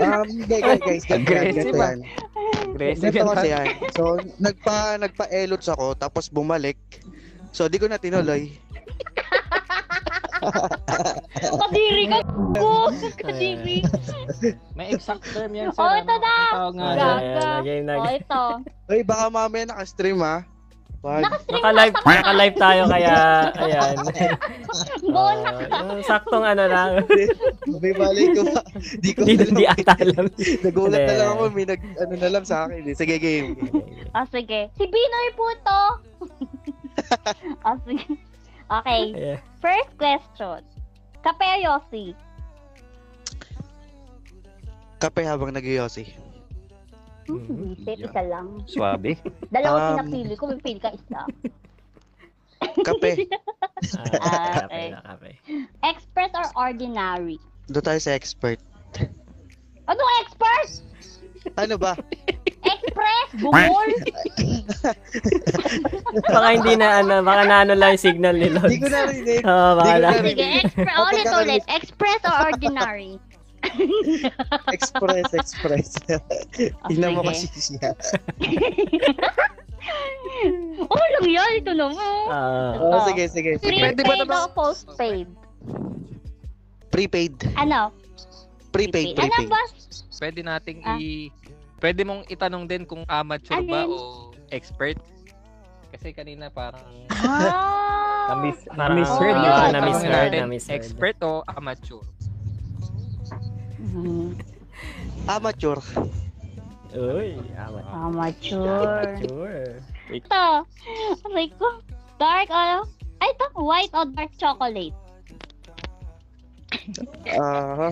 Speaker 8: Um, guys, guys, guys,
Speaker 1: ah.
Speaker 8: ganito yan, ganito yan.
Speaker 4: aggressive
Speaker 8: Ganito
Speaker 4: yan.
Speaker 8: kasi yan. So, nagpa, nagpa-elots ako, tapos bumalik. So, di ko na tinuloy.
Speaker 2: Kadiri ka. Ko. Kadiri.
Speaker 3: May exact term yan ano?
Speaker 2: Oh, ito na.
Speaker 3: Tawag nga.
Speaker 1: Ayan, ayan, game na.
Speaker 2: O, ito.
Speaker 8: Uy, baka mamaya naka-stream ha. Wag.
Speaker 2: Nakastream na
Speaker 1: Naka-live, naka-live tayo kaya, ayan.
Speaker 2: Bonus.
Speaker 1: Ah, yung saktong ano lang.
Speaker 8: May balay ko ba? Di ko
Speaker 1: Di,
Speaker 8: alam.
Speaker 1: di ata alam.
Speaker 8: Nagulat na lang
Speaker 1: Hindi.
Speaker 8: ako, may nag, ano na lang sa akin. eh. Sige, game.
Speaker 2: Ah, sige. Si Binoy po to. ah, sige. Okay.
Speaker 1: Ayan.
Speaker 2: First question. Kape Yossi.
Speaker 8: Kape habang nag-yosi.
Speaker 1: Mm.
Speaker 2: Hmm, yeah. isa lang.
Speaker 3: Swabe.
Speaker 2: Dalawa
Speaker 8: Um,
Speaker 2: pinapili ko, may pili ka isa.
Speaker 8: Kape.
Speaker 1: Ah, kape
Speaker 2: okay.
Speaker 1: na, kape.
Speaker 2: Expert or ordinary?
Speaker 8: Doon tayo sa expert.
Speaker 2: Ano expert?
Speaker 8: Ano ba?
Speaker 2: Express? Bungol?
Speaker 1: Baka hindi na ano, baka naano lang yung signal ni Lods.
Speaker 8: Hindi ko narinig.
Speaker 1: Oo, baka
Speaker 8: Di ko
Speaker 1: na.
Speaker 8: narinig.
Speaker 2: Sige, expert. Ulit, ulit. Express or ordinary?
Speaker 8: Express, express. Tingnan mo kasi siya.
Speaker 2: oh, lang yan. Ito na mo.
Speaker 1: Ah,
Speaker 8: Oh,
Speaker 2: Oh.
Speaker 8: sige, sige.
Speaker 2: Prepaid
Speaker 8: Pwede ba naman?
Speaker 2: o postpaid?
Speaker 8: Prepaid.
Speaker 2: Ano?
Speaker 8: Prepaid,
Speaker 2: Ano
Speaker 8: prepaid.
Speaker 2: ba?
Speaker 3: Pwede nating
Speaker 2: Ah.
Speaker 3: i Pwede mong itanong din kung amateur ba
Speaker 2: Alin?
Speaker 3: o expert. Kasi kanina parang
Speaker 2: Ah.
Speaker 4: Na-miss-
Speaker 1: parang-
Speaker 4: na-misheard.
Speaker 1: Ah,
Speaker 4: yun.
Speaker 2: Yun.
Speaker 1: na-misheard,
Speaker 3: Tanongin natin,
Speaker 1: na-misheard.
Speaker 3: Expert o amateur?
Speaker 2: Hmm,
Speaker 8: Amateur.
Speaker 1: uy, ama-
Speaker 2: Amateur.
Speaker 1: sure.
Speaker 2: Ito. Aray ko. Dark o... Ay, ito. White o dark chocolate?
Speaker 8: Ah,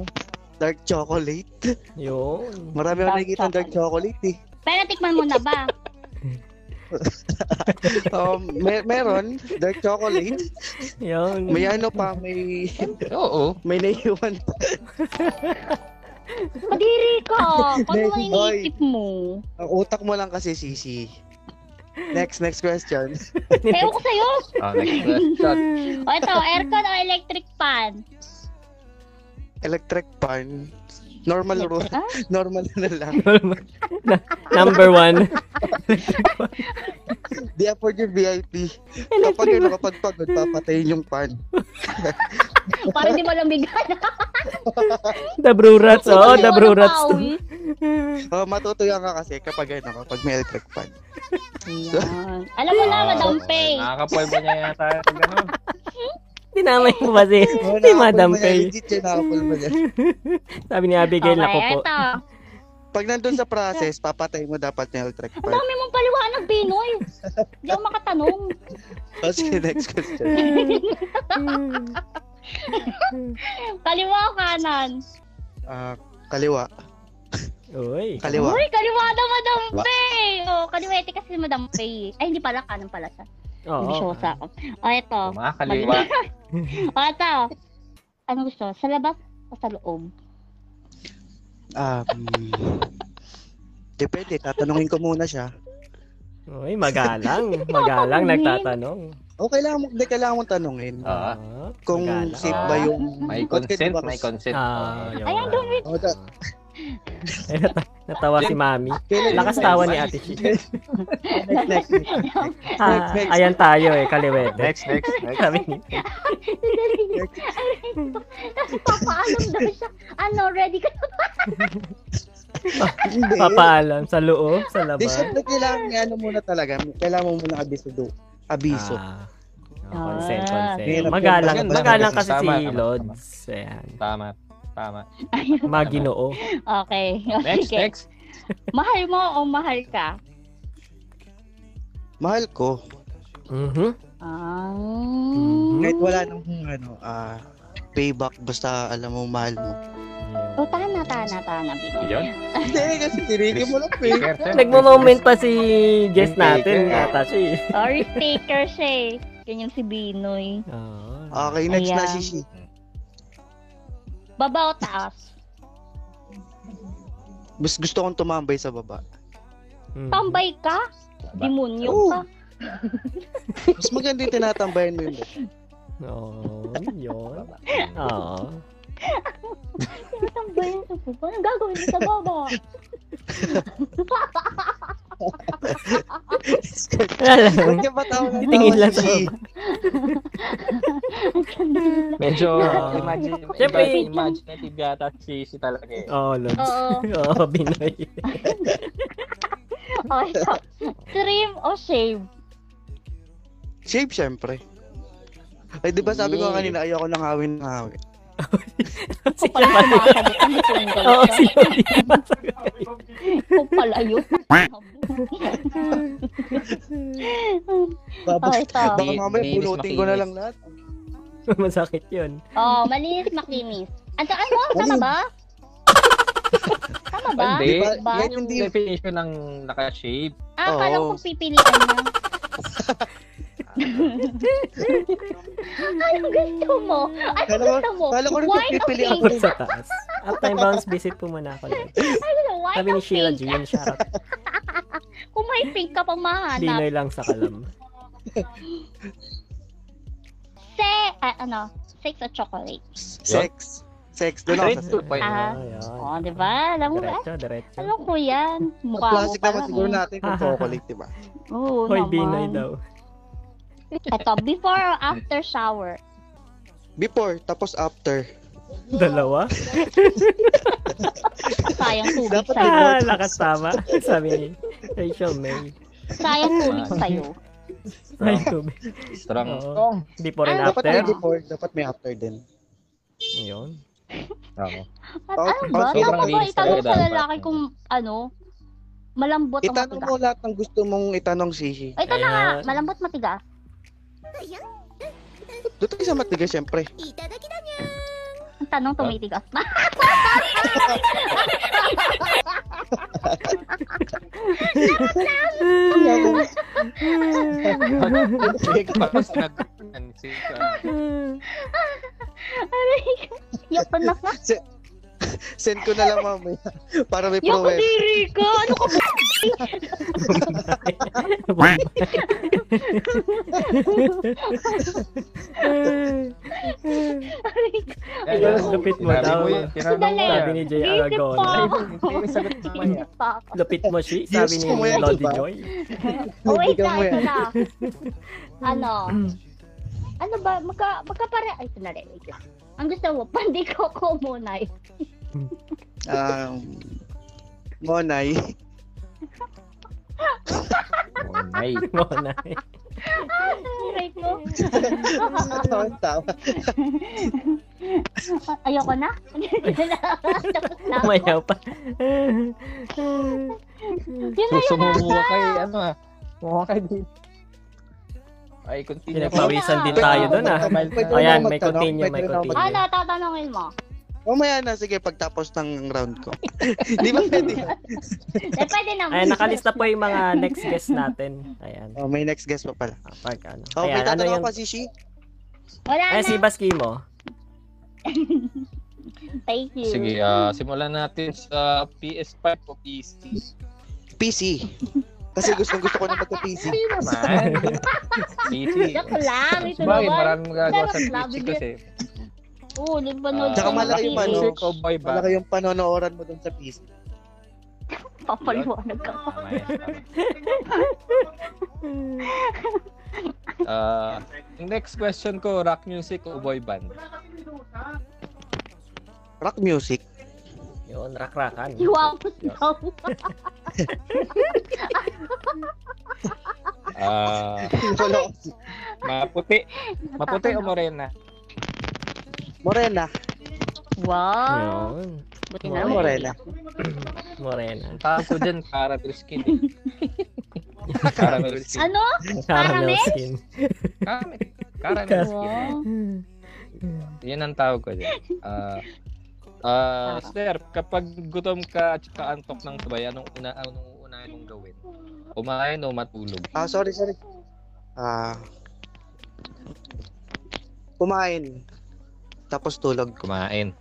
Speaker 8: dark chocolate.
Speaker 1: Yun.
Speaker 8: Marami
Speaker 2: Dark
Speaker 8: akong nakikita ng dark chocolate eh.
Speaker 2: Pero tikman mo na ba?
Speaker 8: Um, may, meron, dark chocolate.
Speaker 1: Yun.
Speaker 8: May ano pa, may,
Speaker 3: Oo.
Speaker 8: may naiwan pa.
Speaker 2: Kadiri ka. oh. Paano mo
Speaker 8: Boy.
Speaker 2: iniisip mo?
Speaker 8: Ang utak mo lang kasi, sisi. Next, next question.
Speaker 2: Sayo ko sa'yo.
Speaker 3: Oh,
Speaker 1: Ah.
Speaker 3: next question.
Speaker 2: O ito, aircon o electric fan?
Speaker 8: Electric pan. Normal rule.
Speaker 2: Ah?
Speaker 8: Normal na lang.
Speaker 1: Number one.
Speaker 8: Di afford yung VIP. Kapag ano, kapag pagod, papatayin yung pan.
Speaker 2: Para di mo lambigan.
Speaker 1: The Brew Rats. Oo, The Brew Rats. to.
Speaker 2: Pawis.
Speaker 8: Oh, matutuwa ka kasi kapag ano, kapag may electric pan.
Speaker 2: Ayan. Alam mo
Speaker 3: Ah,
Speaker 2: na, Madam Pay.
Speaker 3: Nakakapolvo niya yata yung gano'n.
Speaker 1: Dinamay mo ba si,
Speaker 8: Oh,
Speaker 1: si Madam
Speaker 8: nakapulma niya,
Speaker 1: Faye?
Speaker 8: Legit yun, nakapulma niya.
Speaker 1: Sabi ni Abigail, ako po.
Speaker 2: ito.
Speaker 8: Pag nandun sa process, papatay mo dapat may electric
Speaker 2: Ang
Speaker 8: pan.
Speaker 2: dami mong paliwanag, Binoy. Hindi ako makatanong.
Speaker 8: Kasi next question.
Speaker 2: Kaliwa o kanan?
Speaker 8: Ah, kaliwa.
Speaker 1: Uy.
Speaker 8: Kaliwa.
Speaker 2: Uy, kaliwa na, Madam
Speaker 8: Wa-
Speaker 2: Pay. O, kaliwete kasi si Madam Pay. Ay, hindi pala, kanan pala siya. Hindi siya
Speaker 1: Oo.
Speaker 2: wasa ako. O, ito.
Speaker 3: Makakaliwa.
Speaker 2: o, ito. Ano gusto? Sa labas o sa loob?
Speaker 8: Um, depende, tatanungin ko muna siya.
Speaker 1: Uy, magalang. Magalang nagtatanong.
Speaker 8: O Oh, kailangan mo, hindi kailangan mong tanungin.
Speaker 1: Ah,
Speaker 8: kung
Speaker 1: magalang.
Speaker 8: safe ba yung...
Speaker 4: May
Speaker 8: Ba't ganun
Speaker 4: consent,
Speaker 8: ba Oh,
Speaker 4: may
Speaker 8: kas-
Speaker 4: consent.
Speaker 1: Ah, yun.
Speaker 2: Ayan, gumit.
Speaker 8: O, da-
Speaker 1: Natawa si Mami.
Speaker 8: kailan yung
Speaker 1: Lakas
Speaker 8: next-
Speaker 1: tawa ni Ate Chi.
Speaker 8: Next, next, next.
Speaker 1: Ah,
Speaker 8: next.
Speaker 1: ayan tayo eh, kaliwete.
Speaker 4: Next, next, next.
Speaker 1: Sabi ni,
Speaker 2: Papaalam daw siya. Ano, ready ka?
Speaker 8: Hindi.
Speaker 1: papaalam sa loob, sa
Speaker 8: Di,
Speaker 1: labas.
Speaker 8: syempre, kailangan, ano muna talaga, kailangan mo muna abisudo. Abiso.
Speaker 1: Ah, consent,
Speaker 2: Ah,
Speaker 1: consent.
Speaker 8: hirap
Speaker 1: Magalang,
Speaker 8: yun.
Speaker 1: magalang kasi
Speaker 4: Tama,
Speaker 1: si
Speaker 4: tama, tama.
Speaker 1: Lods. Ayan.
Speaker 4: Tama, tama.
Speaker 1: Maginoo.
Speaker 2: Okay.
Speaker 4: Next,
Speaker 2: Sige.
Speaker 4: next.
Speaker 2: Mahal mo o mahal ka?
Speaker 8: Mahal ko.
Speaker 1: Mhm.
Speaker 2: Ah. Mm-hmm.
Speaker 8: Kahit wala nang ano, ah, payback, basta alam mo, mahal mo.
Speaker 2: O, tana, tana, tana. Bibi.
Speaker 4: Yun.
Speaker 8: Hindi, kasi tinigil mo lang eh. pay.
Speaker 1: Nagmo-moment pa si guest natin,
Speaker 4: Hindi, kaya-
Speaker 1: ata siya eh.
Speaker 2: Sorry, taker siya eh. Ganyan si Binoy.
Speaker 1: Ah.
Speaker 8: Okay, next na
Speaker 2: Ayan.
Speaker 8: si Shi.
Speaker 2: Baba o taas?
Speaker 8: Mas gusto kong tumambay sa baba.
Speaker 1: Mhm.
Speaker 2: Tambay ka? Demonyo
Speaker 8: Oo.
Speaker 2: ka?
Speaker 8: Mas maganda yung tinatambayan mo yun. eh.
Speaker 1: Oo, yun. Oo.
Speaker 2: Tambay ka po. Anong gagawin mo sa baba?
Speaker 8: Huwag niya patawa ng
Speaker 1: Titingin
Speaker 8: tawa
Speaker 1: lang
Speaker 8: si
Speaker 1: sa
Speaker 8: Shi.
Speaker 4: Medyo
Speaker 1: Ah.
Speaker 4: imagine,
Speaker 1: Siyempre,
Speaker 4: imagine, imaginative yata si si talaga eh.
Speaker 1: Oo, Lods.
Speaker 2: Oo.
Speaker 1: Oo, Binoy.
Speaker 2: O, ito. Trim o shave?
Speaker 8: Shave, syempre. Ay, di ba sabi ko kanina, ayoko nang hawin ng hawin.
Speaker 2: Ako pala yung masagot. Ang gusto ko.
Speaker 1: Oo, si Lods.
Speaker 2: Ako pala yun.
Speaker 8: Tapos,
Speaker 2: Oh, ito.
Speaker 8: baka mamaya
Speaker 4: Linis,
Speaker 8: pulutin ko na
Speaker 4: makinis.
Speaker 8: lang lahat.
Speaker 1: Masakit yun.
Speaker 2: Oh, malinis makinis. Ang saan mo? Tama ba? Tama ba?
Speaker 4: Hindi.
Speaker 8: Di ba?
Speaker 2: Ba?
Speaker 8: Yan
Speaker 4: Yung
Speaker 8: hindi.
Speaker 4: definition ng naka-shape.
Speaker 2: Ah, akala
Speaker 8: Oo.
Speaker 2: ko pipilian na. Anong gusto mo? Anong
Speaker 8: Kala ko-
Speaker 2: gusto mo?
Speaker 8: kala ko rin
Speaker 2: White o
Speaker 8: pipilian
Speaker 2: pink?
Speaker 8: ko.
Speaker 1: Sa taas. At time bounce visit po muna ako. Lods.
Speaker 2: White
Speaker 1: Sabi
Speaker 2: o
Speaker 1: ni Sheila
Speaker 2: pink?
Speaker 1: G, yun siya.
Speaker 2: Kung may pink ka pang mahanap.
Speaker 1: Binoy lang sa kalam.
Speaker 2: Se, ah, ano, sex o chocolate.
Speaker 8: Sex. Sex. Doon ako sa sex.
Speaker 2: Ah,
Speaker 1: Ayun.
Speaker 2: oh, di ba? Alam mo ba?
Speaker 1: Diretso, diretso.
Speaker 2: Alam ko yan. Mukha mo
Speaker 8: Classic
Speaker 2: pa
Speaker 8: naman
Speaker 2: lang.
Speaker 8: siguro natin kung
Speaker 1: Ah.
Speaker 8: chocolate, di ba?
Speaker 2: eh. Oo
Speaker 1: Hoy,
Speaker 2: naman.
Speaker 1: Binoy daw.
Speaker 2: Ito, before or after shower?
Speaker 8: Before, tapos after.
Speaker 1: Dalawa?
Speaker 2: Sayang tubig
Speaker 8: Dapat
Speaker 2: sa'yo.
Speaker 1: Ah, lakas tama. Sabi ni Rachel May.
Speaker 2: Sayang tubig sa'yo.
Speaker 1: Ay,
Speaker 4: Strong.
Speaker 1: tubig.
Speaker 4: Strong.
Speaker 1: Oo. Before and
Speaker 2: Ano
Speaker 8: Dapat may
Speaker 1: after.
Speaker 2: pala?
Speaker 8: before, dapat may after din.
Speaker 1: Yun.
Speaker 4: Oo.
Speaker 2: At
Speaker 8: Oh,
Speaker 2: ano ba?
Speaker 8: oh, sobrang
Speaker 2: Dapat ba
Speaker 4: linis
Speaker 2: itanong
Speaker 4: talaga
Speaker 2: sa
Speaker 4: dapat.
Speaker 2: lalaki kung ano, malambot o
Speaker 8: Itanong
Speaker 2: matigas?
Speaker 8: mo lahat ng gusto mong itanong si
Speaker 2: Ay, Ito na nga,
Speaker 1: Ayan.
Speaker 2: malambot matigas.
Speaker 8: Doon tayo sa matigas, syempre.
Speaker 2: Ang tanong
Speaker 8: Ah.
Speaker 2: tumitigas ba?
Speaker 4: Tapos nag-an si
Speaker 2: Yung panak na.
Speaker 8: Send ko na lang mamaya para may
Speaker 2: Yung
Speaker 8: prowess.
Speaker 2: kadiri ka! Ano ka ba?
Speaker 1: Lupit mo daw. Sabi ni Jay
Speaker 2: Isip
Speaker 1: Aragona.
Speaker 2: Isip pa ako.
Speaker 1: Lupit mo, Shi. Sabi
Speaker 8: Yes,
Speaker 1: ni
Speaker 8: kumain ka
Speaker 1: Lodi
Speaker 8: ba?
Speaker 1: Joy.
Speaker 2: Oh, wait
Speaker 8: Bigyan
Speaker 2: na,
Speaker 8: mo
Speaker 2: ito
Speaker 8: yan.
Speaker 2: na. Ano? Ano ba? Magka, magkapare... Ay, ito na rin. Wait lang. Ang gusto mo, pandiko ko muna.
Speaker 8: Um, Monay.
Speaker 4: Ay,
Speaker 1: Monay.
Speaker 2: Aray ko.
Speaker 8: Ano ang tama?
Speaker 2: Ayoko na. Tapos na ako.
Speaker 1: Kumayaw pa.
Speaker 2: Yun na yun.
Speaker 4: susumuha kay ano ah. Mukha kay dito. Ay, continue.
Speaker 1: Pinapawisan din tayo doon ah.
Speaker 8: Pwede
Speaker 1: Ayan,
Speaker 8: na ako
Speaker 1: may
Speaker 8: magtanong,
Speaker 1: continue,
Speaker 8: pwede
Speaker 1: may
Speaker 8: na ako
Speaker 1: continue.
Speaker 2: Ano, tatanungin mo?
Speaker 8: Mamaya na, sige, pagtapos ng round ko. Di ba pwede?
Speaker 2: Eh, pwede naman.
Speaker 1: Ayan, nakalista po yung mga next guest natin. Ayan.
Speaker 8: Oh, may next guest pa pala.
Speaker 1: Pag ano. Eh,
Speaker 8: Oh, may
Speaker 1: Ayan, ano
Speaker 8: tatanong
Speaker 1: yung...
Speaker 8: pa si Shi?
Speaker 2: Wala
Speaker 1: Ayan,
Speaker 2: na.
Speaker 1: si Baskimo.
Speaker 2: Thank you.
Speaker 4: Sige, ah, simulan natin sa PS5 o PC.
Speaker 8: PC. Kasi gustong gusto ko na magka-PC.
Speaker 4: Hindi naman. PC.
Speaker 2: Joke lang, ito
Speaker 4: Bagay,
Speaker 2: naman.
Speaker 4: maraming magagawa sa
Speaker 2: Sarap
Speaker 4: PC
Speaker 2: labi
Speaker 4: kasi.
Speaker 2: Oo, di ba nung-
Speaker 8: Ah. Tsaka malaki
Speaker 2: Sige.
Speaker 8: pa, no?
Speaker 4: Sir Cowboy ba?
Speaker 8: Malaki yung panonoran mo dun sa PC.
Speaker 2: Papaliwanag ka pa.
Speaker 4: Ah, next question ko, rock music o boy band?
Speaker 8: Rock music.
Speaker 1: Yun, rakrakan.
Speaker 2: Iwapos daw.
Speaker 4: Ah,
Speaker 8: Wala ko-
Speaker 4: maputi. Maputi o morena?
Speaker 8: Morena.
Speaker 2: Wow.
Speaker 1: Yun.
Speaker 2: Buti na
Speaker 1: Ano,
Speaker 2: lang.
Speaker 8: Morena?
Speaker 1: Morena.
Speaker 4: Tawag ko dyan, caramel skin. eh. caramel skin.
Speaker 2: Ano?
Speaker 1: Ang Caramel
Speaker 2: Caramel?
Speaker 1: skin.
Speaker 4: Caramel, caramel skin.
Speaker 2: Wow.
Speaker 4: Yun ang tawag ko dyan. Ah, ah, sir, kapag gutom ka at saka antok ng sabay, anong una anong una mong gawin? Kumain o matulog?
Speaker 8: Ah, sorry, sorry. Ah. kumain. Tapos tulog.
Speaker 4: Kumain.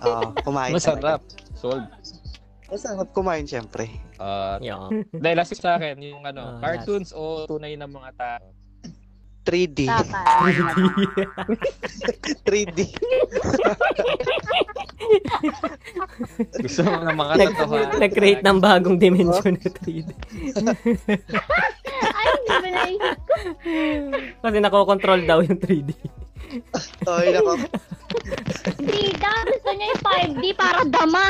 Speaker 8: Ah, kumain.
Speaker 4: Masarap. Solve.
Speaker 8: talaga. Masarap kumain, syempre.
Speaker 4: Ah,
Speaker 1: Yun.
Speaker 4: dahil last sa akin, yung
Speaker 1: Ah,
Speaker 4: ano, cartoons o tunay na mga tao.
Speaker 8: 3D.
Speaker 2: Dapat.
Speaker 8: 3D.
Speaker 4: Gusto mo na
Speaker 1: Nag-
Speaker 4: makatotohanan.
Speaker 1: Nag-create ng bagong dimension na 3D.
Speaker 2: Ay, hindi ba naisip?
Speaker 1: Kasi nakokontrol daw yung 3D.
Speaker 8: Oy, nako.
Speaker 2: Hindi daw. Gusto niya yung 5D para dama.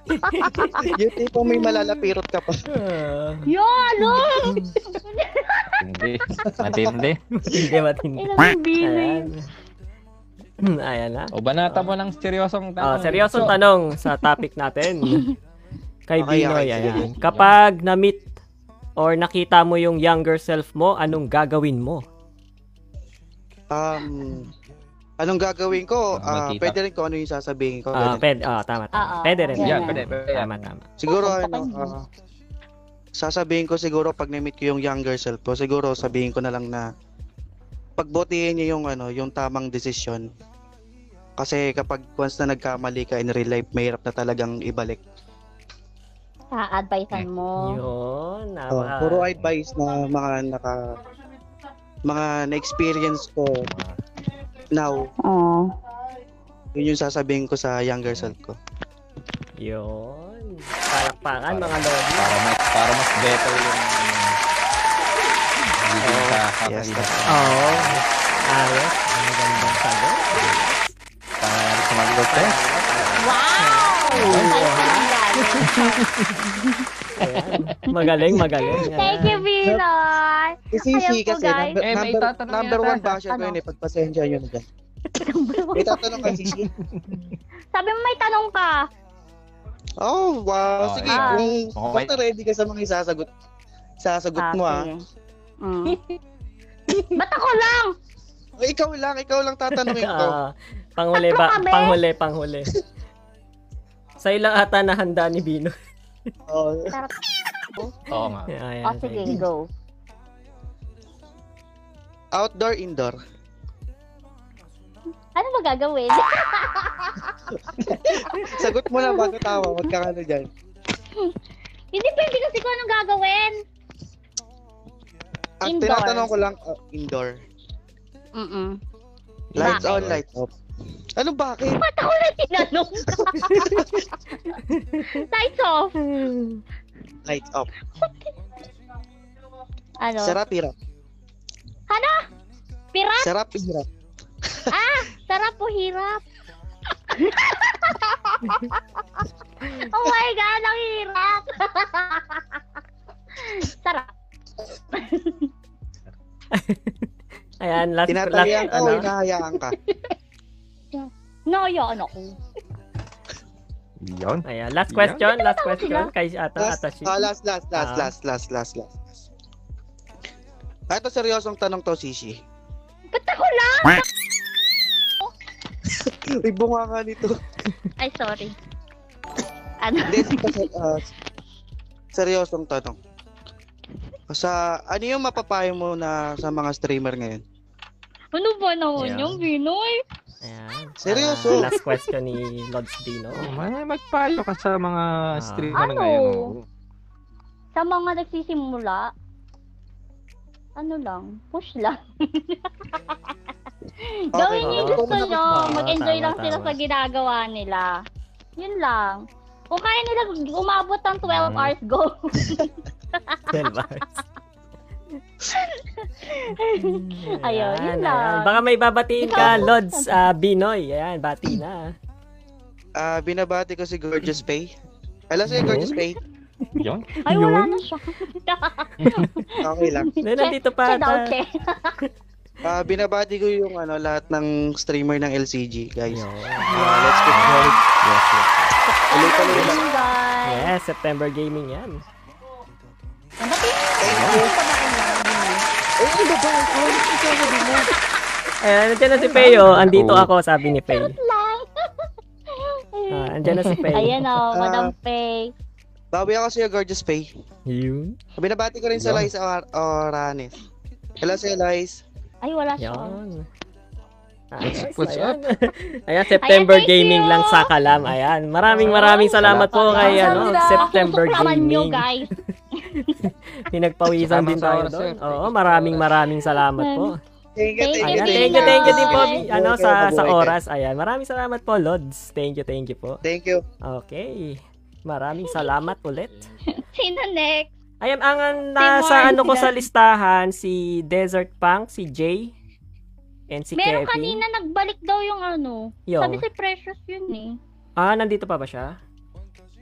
Speaker 8: Yung tipong may malalapirot ka pa.
Speaker 1: Ah,
Speaker 2: Yolo!
Speaker 4: Hindi. Matindi.
Speaker 1: Hindi matindi.
Speaker 2: Ilang yung bini.
Speaker 1: Ayan. Hmm, Ayan na.
Speaker 4: O banata mo ng seryosong tanong.
Speaker 1: Ah, seryosong tanong sa topic natin. Kay
Speaker 8: Okay,
Speaker 1: Binoy,
Speaker 8: okay.
Speaker 1: ayan. Kapag na-meet or nakita mo yung younger self mo, anong gagawin mo?
Speaker 8: Um, anong gagawin ko?
Speaker 4: Ah,
Speaker 8: Ah,
Speaker 4: makita.
Speaker 8: pwede rin ko ano yung sasabihin ko.
Speaker 1: Ah,
Speaker 8: Ganun.
Speaker 1: pwede, ah, tama, tama.
Speaker 2: Oo,
Speaker 1: Pwede rin.
Speaker 2: yan.
Speaker 4: Yan,
Speaker 1: Tama,
Speaker 4: pwede, pwede.
Speaker 1: Tama, tama.
Speaker 8: Siguro
Speaker 2: Pupunta
Speaker 8: ano,
Speaker 2: ka dun.
Speaker 8: ah, sasabihin ko siguro pag na-meet ko yung younger self ko, siguro sabihin ko na lang na pagbutihin niya yung ano, yung tamang desisyon. Kasi kapag once na nagkamali ka in real life, mahirap na talagang ibalik.
Speaker 2: Ha-advisean mo.
Speaker 1: Yun, tama.
Speaker 8: Oh, puro advice na mga naka mga na-experience ko now,
Speaker 6: Oo.
Speaker 8: yun yung sasabihin ko sa younger self ko.
Speaker 1: Yun. Palakpakan, mga lodi.
Speaker 4: Para mas, para mas better yung... Oh,
Speaker 8: yes,
Speaker 1: Oo. Oh, ayos. Ang gandang sagot.
Speaker 4: Para sumagot eh.
Speaker 2: Wow!
Speaker 1: Ayan. Magaling, magaling.
Speaker 2: Thank you, Binoy!
Speaker 8: Isisi
Speaker 2: Ayan po,
Speaker 8: kasi
Speaker 2: guys.
Speaker 8: number,
Speaker 4: Eh, may
Speaker 8: number,
Speaker 4: tatanong
Speaker 8: number
Speaker 4: yata.
Speaker 8: one basher ko
Speaker 2: Ano?
Speaker 8: yun eh. Pagpasensya yun dyan. May tatanong ka, Sisi.
Speaker 2: Sabi mo may tanong ka. Ah.
Speaker 8: Oh, wow.
Speaker 4: Oh,
Speaker 8: Sige,
Speaker 2: yeah.
Speaker 8: kung,
Speaker 4: Okay.
Speaker 8: kung ready ka sa mga isasagot, sasagot mo ah.
Speaker 2: sige. Mm. Ba't ako lang?
Speaker 8: Oh, ikaw lang, ikaw lang tatanungin ko.
Speaker 1: Ah, panghuli ba?
Speaker 2: Tatlo kami.
Speaker 1: Panghuli, panghuli. Sa'yo lang ata nahanda ni Bino.
Speaker 8: Oh,
Speaker 4: Oo nga.
Speaker 1: Ayan,
Speaker 2: Oh, sige,
Speaker 1: thank you.
Speaker 2: go.
Speaker 8: outdoor, indoor.
Speaker 2: Ano ba gagawin?
Speaker 8: Sagot mo lang bago tawa, wag kang ano dyan.
Speaker 2: Hindi pwede kasi kung anong gagawin.
Speaker 8: Ang
Speaker 2: Indoor.
Speaker 8: tinatanong ko lang, oh,
Speaker 2: Ah.
Speaker 8: indoor.
Speaker 2: Mm-mm.
Speaker 8: Lights
Speaker 2: Ah.
Speaker 8: on, lights off. Ano bakit?
Speaker 2: Ba't ako lang tinanong? Lights off.
Speaker 8: Lights off.
Speaker 2: Ano?
Speaker 8: Sarap, hirap.
Speaker 2: Ano? Pirap?
Speaker 8: Sarap, hirap.
Speaker 2: Ah, Sarap o hirap? oh my God, ang hirap! Sarap.
Speaker 1: Ayan, last, last,
Speaker 8: Tinatayang ka o
Speaker 1: ano?
Speaker 8: hinahayaan ka?
Speaker 2: No, yun ako.
Speaker 4: Yun.
Speaker 1: Ayan, last question, last question kay Ata
Speaker 8: Last,
Speaker 1: Atashi.
Speaker 8: ah, last, last, last,
Speaker 1: Ah.
Speaker 8: last, last, last, last. Ah, Ito seryosong tanong to, Sisi.
Speaker 2: Ba't ako lang?
Speaker 8: May bunga nga nito.
Speaker 2: Ay, sorry. Ano?
Speaker 8: Hindi, kasi, ah, seryosong tanong. Sa, ano yung mapapayo mo na sa mga streamer ngayon?
Speaker 2: Ano ba naman
Speaker 1: Yeah.
Speaker 2: yung Binoy?
Speaker 1: Ayan.
Speaker 8: Seryoso?
Speaker 1: Ah, last question ni Ah. Lods Dino.
Speaker 3: Oh, may magpayo ka sa mga streamer
Speaker 2: Ano?
Speaker 3: ngayon. oh.
Speaker 2: Sa mga nagsisimula, ano lang, push lang. Gawin niyo yung
Speaker 1: oo.
Speaker 2: gusto niyo.
Speaker 1: Oo,
Speaker 2: Mag-enjoy
Speaker 1: tama,
Speaker 2: lang sila
Speaker 1: tama.
Speaker 2: sa ginagawa nila. Yun lang. Kung kaya nila umabot ng 12
Speaker 1: Mm.
Speaker 2: hours, go.
Speaker 1: Delvars. Mm,
Speaker 2: Ayun, yun lang.
Speaker 1: Baka may babatiin ka, Lods ah, Binoy. Ayan, bati na.
Speaker 8: Ah, binabati ko si Gorgeous Pay. Hello si Gorgeous Pay.
Speaker 4: Yun.
Speaker 2: Ay, wala na siya.
Speaker 8: Okay lang.
Speaker 1: Hindi, nandito pa.
Speaker 2: Siya daw,
Speaker 1: ata.
Speaker 2: che.
Speaker 8: Ah, binabati ko yung ano lahat ng streamer ng LCG, guys. Ah, let's get going.
Speaker 1: Yes, yes.
Speaker 8: Ulit ulit lang.
Speaker 2: Bye.
Speaker 1: Yes, September gaming yan.
Speaker 8: Eh, ano ba? Ano ba?
Speaker 1: Ayan, nandiyan na si Peo. Andito
Speaker 4: Oh.
Speaker 3: Oo.
Speaker 1: ako, sabi ni Peo.
Speaker 2: Lang.
Speaker 1: Ah, andyan na si Peo.
Speaker 2: Ayan o,
Speaker 8: Ah.
Speaker 2: Madam Pei.
Speaker 8: Bawi ako sa'yo, Gorgeous Pay.
Speaker 1: Yun.
Speaker 8: Binabati ko rin sa Lies Or- Oranes. Hello sa'yo, Lies.
Speaker 2: Ay, wala siya. Ah,
Speaker 1: Yun. Ayos,
Speaker 3: What's
Speaker 1: ayan. ayan, September
Speaker 2: Ayan, thank
Speaker 1: gaming
Speaker 2: you. Oh,
Speaker 1: lang sa Kalam. Ayan, maraming maraming salamat po kay ano,
Speaker 2: ah.
Speaker 9: Salamat.
Speaker 1: September
Speaker 2: Masusuklaman nyo,
Speaker 1: gaming.
Speaker 2: guys.
Speaker 1: Pinagpawisan
Speaker 3: Salamat
Speaker 1: din
Speaker 3: sa
Speaker 1: tayo
Speaker 3: oras,
Speaker 1: doon.
Speaker 3: sir.
Speaker 1: Oo, maraming maraming salamat po.
Speaker 8: Thank
Speaker 2: Thank you,
Speaker 1: Ayan, thank you, thank you din po
Speaker 2: Bye.
Speaker 1: ano sa sa
Speaker 8: Mabuhay kayo.
Speaker 1: oras. Ayan, maraming salamat po, Lods. Thank you, thank you po.
Speaker 8: Thank you.
Speaker 1: Okay. Maraming salamat ulit.
Speaker 2: Sino next?
Speaker 1: Ayan, ang ang nasa
Speaker 2: Timor.
Speaker 1: ano ko sa listahan, si Desert Punk, si Jay, and si
Speaker 2: Meron
Speaker 1: Kevin.
Speaker 2: kanina nagbalik daw yung ano.
Speaker 1: Yo.
Speaker 2: Sabi si Precious yun eh.
Speaker 1: Ah, nandito pa ba siya?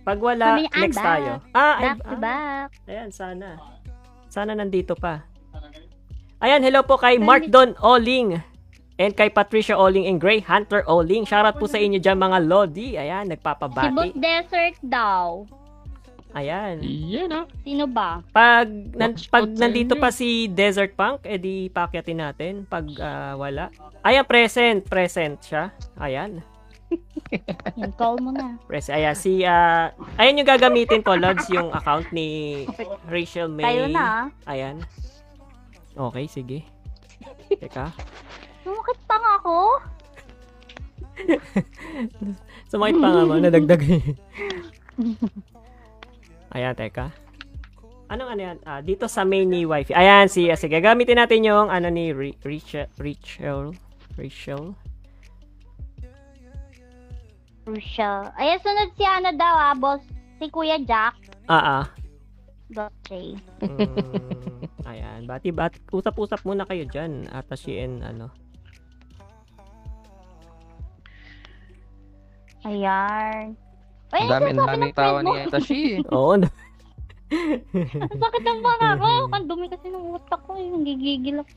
Speaker 1: Pag wala,
Speaker 2: Sabi niya, I'm
Speaker 1: next
Speaker 2: back.
Speaker 1: tayo. Ah, ay,
Speaker 2: Back to
Speaker 1: ah,
Speaker 2: back.
Speaker 1: ayan, sana. Sana nandito pa. Ayan, hello po kay Mark Don Oling. And kay Patricia Oling and Gray Hunter Oling. Shoutout po sa inyo dyan mga Lodi. Ayan,
Speaker 2: Si Boot
Speaker 1: nagpapabati.
Speaker 2: Desert daw.
Speaker 1: Ayan.
Speaker 4: Yan ah.
Speaker 2: Sino ba?
Speaker 1: Pag, nan-
Speaker 4: Watch
Speaker 1: pag
Speaker 4: out sa
Speaker 1: nandito
Speaker 4: inyo.
Speaker 1: pa si Desert Punk, edi pakyatin natin. Pag ah, wala. Ayan, present. Present siya. Ayan.
Speaker 2: Yung call mo na.
Speaker 1: Press, ayan, si, ah, ayan yung gagamitin ko, Lods, yung account ni Rachel May.
Speaker 2: Tayo na ah.
Speaker 1: Ayan. Okay, sige. Teka.
Speaker 2: Bakit pa nga ako?
Speaker 1: Sumakit pa nga mo, nadagdag.
Speaker 4: eh.
Speaker 1: ayan, teka. Anong ano yan? Ah, dito sa main ni wifi. Ayan, si, ah, sige, gamitin natin yung ano ni Ri- Rachel, Rachel, Rachel.
Speaker 2: Rusha. Ayan, sunod si ano daw ah, boss. Si Kuya Jack.
Speaker 1: Ah, ah.
Speaker 2: Boss Jay.
Speaker 1: Mm, ayan, bati, bat, usap-usap muna kayo dyan, Atashi and ano.
Speaker 2: Ayan. Ay,
Speaker 3: Ang dami,
Speaker 2: ang
Speaker 3: ang
Speaker 2: sabi
Speaker 3: daming
Speaker 2: ng
Speaker 3: tawa
Speaker 2: friend
Speaker 3: ni
Speaker 2: mo.
Speaker 3: Etashi.
Speaker 1: Oo,
Speaker 2: Bakit lang ba nga ako?
Speaker 1: Mm-hmm.
Speaker 2: Ang dumi kasi ng utak ko. Yung gigigil ako.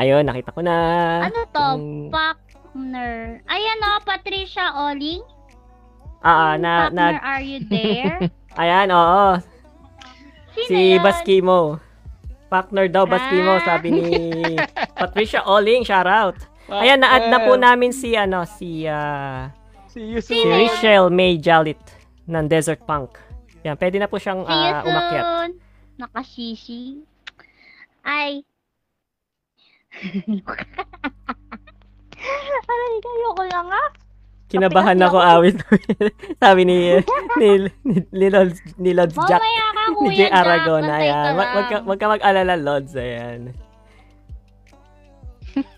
Speaker 1: ayun, nakita ko na.
Speaker 2: Ano to?
Speaker 1: Yung-
Speaker 2: Partner. Ayan o, Patricia Oling.
Speaker 1: Ah, ah, na, na,
Speaker 2: Partner, are you there?
Speaker 1: ayan, oo.
Speaker 2: Sino
Speaker 1: Si
Speaker 2: yan?
Speaker 1: Baskimo. Partner daw, Baskimo,
Speaker 2: Ah.
Speaker 1: sabi ni Patricia Oling, shoutout. Ayan, na-add na po namin si, ano, si, ah,
Speaker 4: See you
Speaker 1: si Richelle May Jalit ng Desert Punk. Yan, pwede na po siyang
Speaker 2: See you
Speaker 1: ah,
Speaker 2: soon.
Speaker 1: umakyat.
Speaker 2: Nakasisi. Ay. Aray, ayoko ah. na nga.
Speaker 1: Kinabahan ako awit. sabi ni, ni, ni, ni, Lods, ni Lods Jack.
Speaker 2: Mamaya ka,
Speaker 1: Ni
Speaker 2: Kuya
Speaker 1: J.
Speaker 2: Jack.
Speaker 1: Aragon,
Speaker 2: Bantay ka
Speaker 1: ayan. Wag, wag, ka,
Speaker 2: lang.
Speaker 1: wag ka mag-alala, Lods, ayan.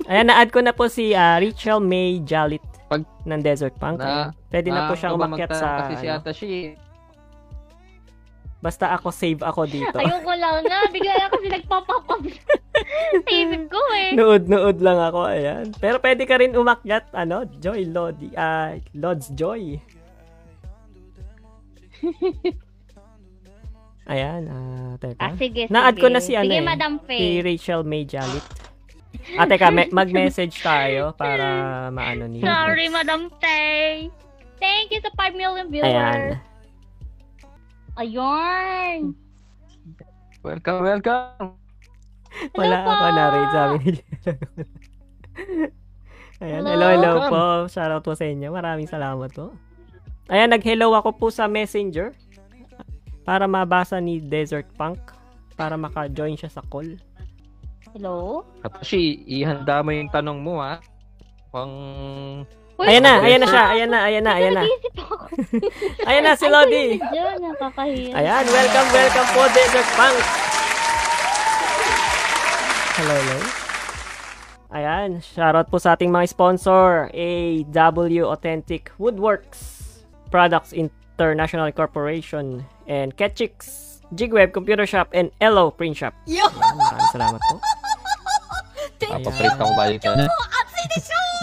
Speaker 1: ayan, na-add ko na po si ah, Rachel May Jalit
Speaker 3: Pag-
Speaker 1: ng Desert Punk.
Speaker 3: Na-
Speaker 1: ayan. Pwede
Speaker 4: Ah,
Speaker 1: na po siya
Speaker 3: Nakakatawa
Speaker 1: umakyat
Speaker 3: magtanong
Speaker 1: sa...
Speaker 3: Kasi si
Speaker 1: ano,
Speaker 3: Atashi.
Speaker 1: basta ako, save ako dito.
Speaker 2: Ayoko lang nga. Bigla kasi nagpapapap. Sa isip ko eh.
Speaker 1: Nuod-nuod lang ako, ayan. Pero pwede ka rin umakyat, ano, Joy Lodi, ah, Lods Joy. ayan, ah, teka.
Speaker 2: Ah, sige,
Speaker 1: Na-add
Speaker 2: sige.
Speaker 1: ko na si ano
Speaker 2: Sige,
Speaker 1: eh,
Speaker 2: Madam
Speaker 1: Si
Speaker 2: Faye.
Speaker 1: Rachel May Jalit. Ate ka, me- mag-message tayo para maano ni.
Speaker 2: Sorry, Madam Faye. Thank you sa 5 million viewers.
Speaker 1: Ayan.
Speaker 2: Ayun.
Speaker 3: Welcome, welcome.
Speaker 2: Hello
Speaker 1: Wala
Speaker 2: po.
Speaker 1: ako na rin, sabi ni Ayan, hello,
Speaker 2: Hello.
Speaker 1: hello po. Shoutout po sa inyo. Maraming salamat po. Ayan, nag-hello ako po sa Messenger para mabasa ni Desert Punk para maka-join siya sa call.
Speaker 2: Hello?
Speaker 3: Atashi, ihanda mo yung tanong mo ha.
Speaker 4: pang... ah.
Speaker 1: Ayan na, ayan na siya, ayan na, ayan na, ayan na.
Speaker 2: Nagisip ako.
Speaker 1: Ayan na si Lodi.
Speaker 2: Ay, Diyan, nakakahiya.
Speaker 1: Ayan, welcome, welcome po, Desert Punk. Hello, hello. Ayan, shoutout po sa ating mga sponsor, AW Authentic Woodworks, Products International Corporation, and Ketchix, Jigweb Computer Shop, and Elo Print Shop.
Speaker 10: Yo!
Speaker 1: Ayan, maraming salamat po.
Speaker 10: Thank
Speaker 1: Ayan.
Speaker 4: Paprint ako ba dito?
Speaker 2: Oh,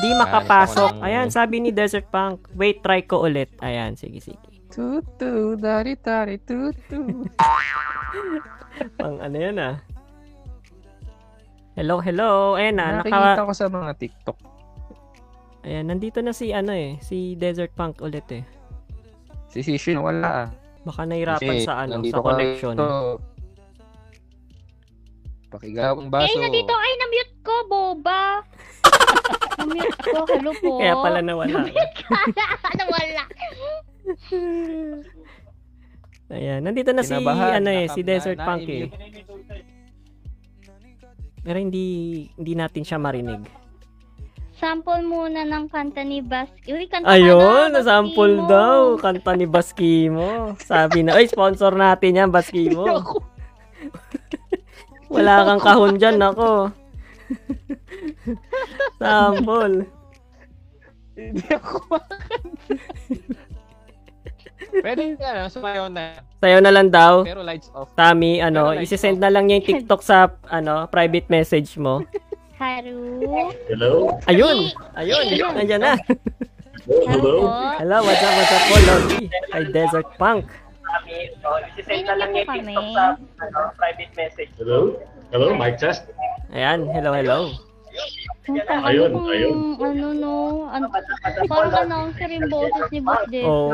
Speaker 1: Di makapasok. Ayan, sabi ni Desert Punk, wait, try ko ulit. Ayan, sige, sige.
Speaker 9: Tutu, dari, dari, tutu.
Speaker 1: Pang ano yan ah. Hello, hello. Ayan na, naka,
Speaker 4: Nakikita ko sa mga TikTok.
Speaker 1: Ayan, nandito na si ano eh, si Desert Punk ulit eh.
Speaker 4: Si Shishin, wala ah.
Speaker 1: Baka nahirapan
Speaker 4: Kasi
Speaker 1: sa ano,
Speaker 4: nandito
Speaker 1: sa
Speaker 4: ko na
Speaker 1: connection.
Speaker 4: ito. Pakigaw ang
Speaker 2: Ay,
Speaker 4: baso.
Speaker 2: Eh, nandito. Ay, na-mute ko, boba. na-mute ko. Hello po.
Speaker 1: Kaya pala nawala.
Speaker 2: Nawala.
Speaker 1: Ayan, nandito na si
Speaker 4: Kinabahan,
Speaker 1: ano eh, si
Speaker 4: nakam-
Speaker 1: Desert
Speaker 4: na-
Speaker 1: Punk eh. Pero hindi hindi natin siya marinig.
Speaker 2: Sample muna ng kanta ni Bas. Uy, kanta
Speaker 1: Ayun,
Speaker 2: ka na,
Speaker 1: nasample
Speaker 2: Baskimo.
Speaker 1: daw kanta ni Baskimo. Sabi na, "Oy, sponsor natin 'yan, Baskimo." Wala kang kahon dyan, ako. Sample.
Speaker 4: Pwede ka na, sumayaw na.
Speaker 1: Sa'yo na lang daw.
Speaker 4: Pero lights off.
Speaker 1: Tami, ano,
Speaker 4: Pero like-
Speaker 1: isisend na lang niya yung TikTok sa, ano, private message mo.
Speaker 2: Haru.
Speaker 1: Ayun! Ayun! Nandiyan na!
Speaker 2: Hello.
Speaker 1: Hello, what's up, what's up po, Lodi? Kay Desert Punk.
Speaker 2: Sino niyo po kami?
Speaker 1: Ayan, hello, hello.
Speaker 2: Ayun, ayun. Ano no? Ano, parang announcer yung boses ni Bas din.
Speaker 1: Oo.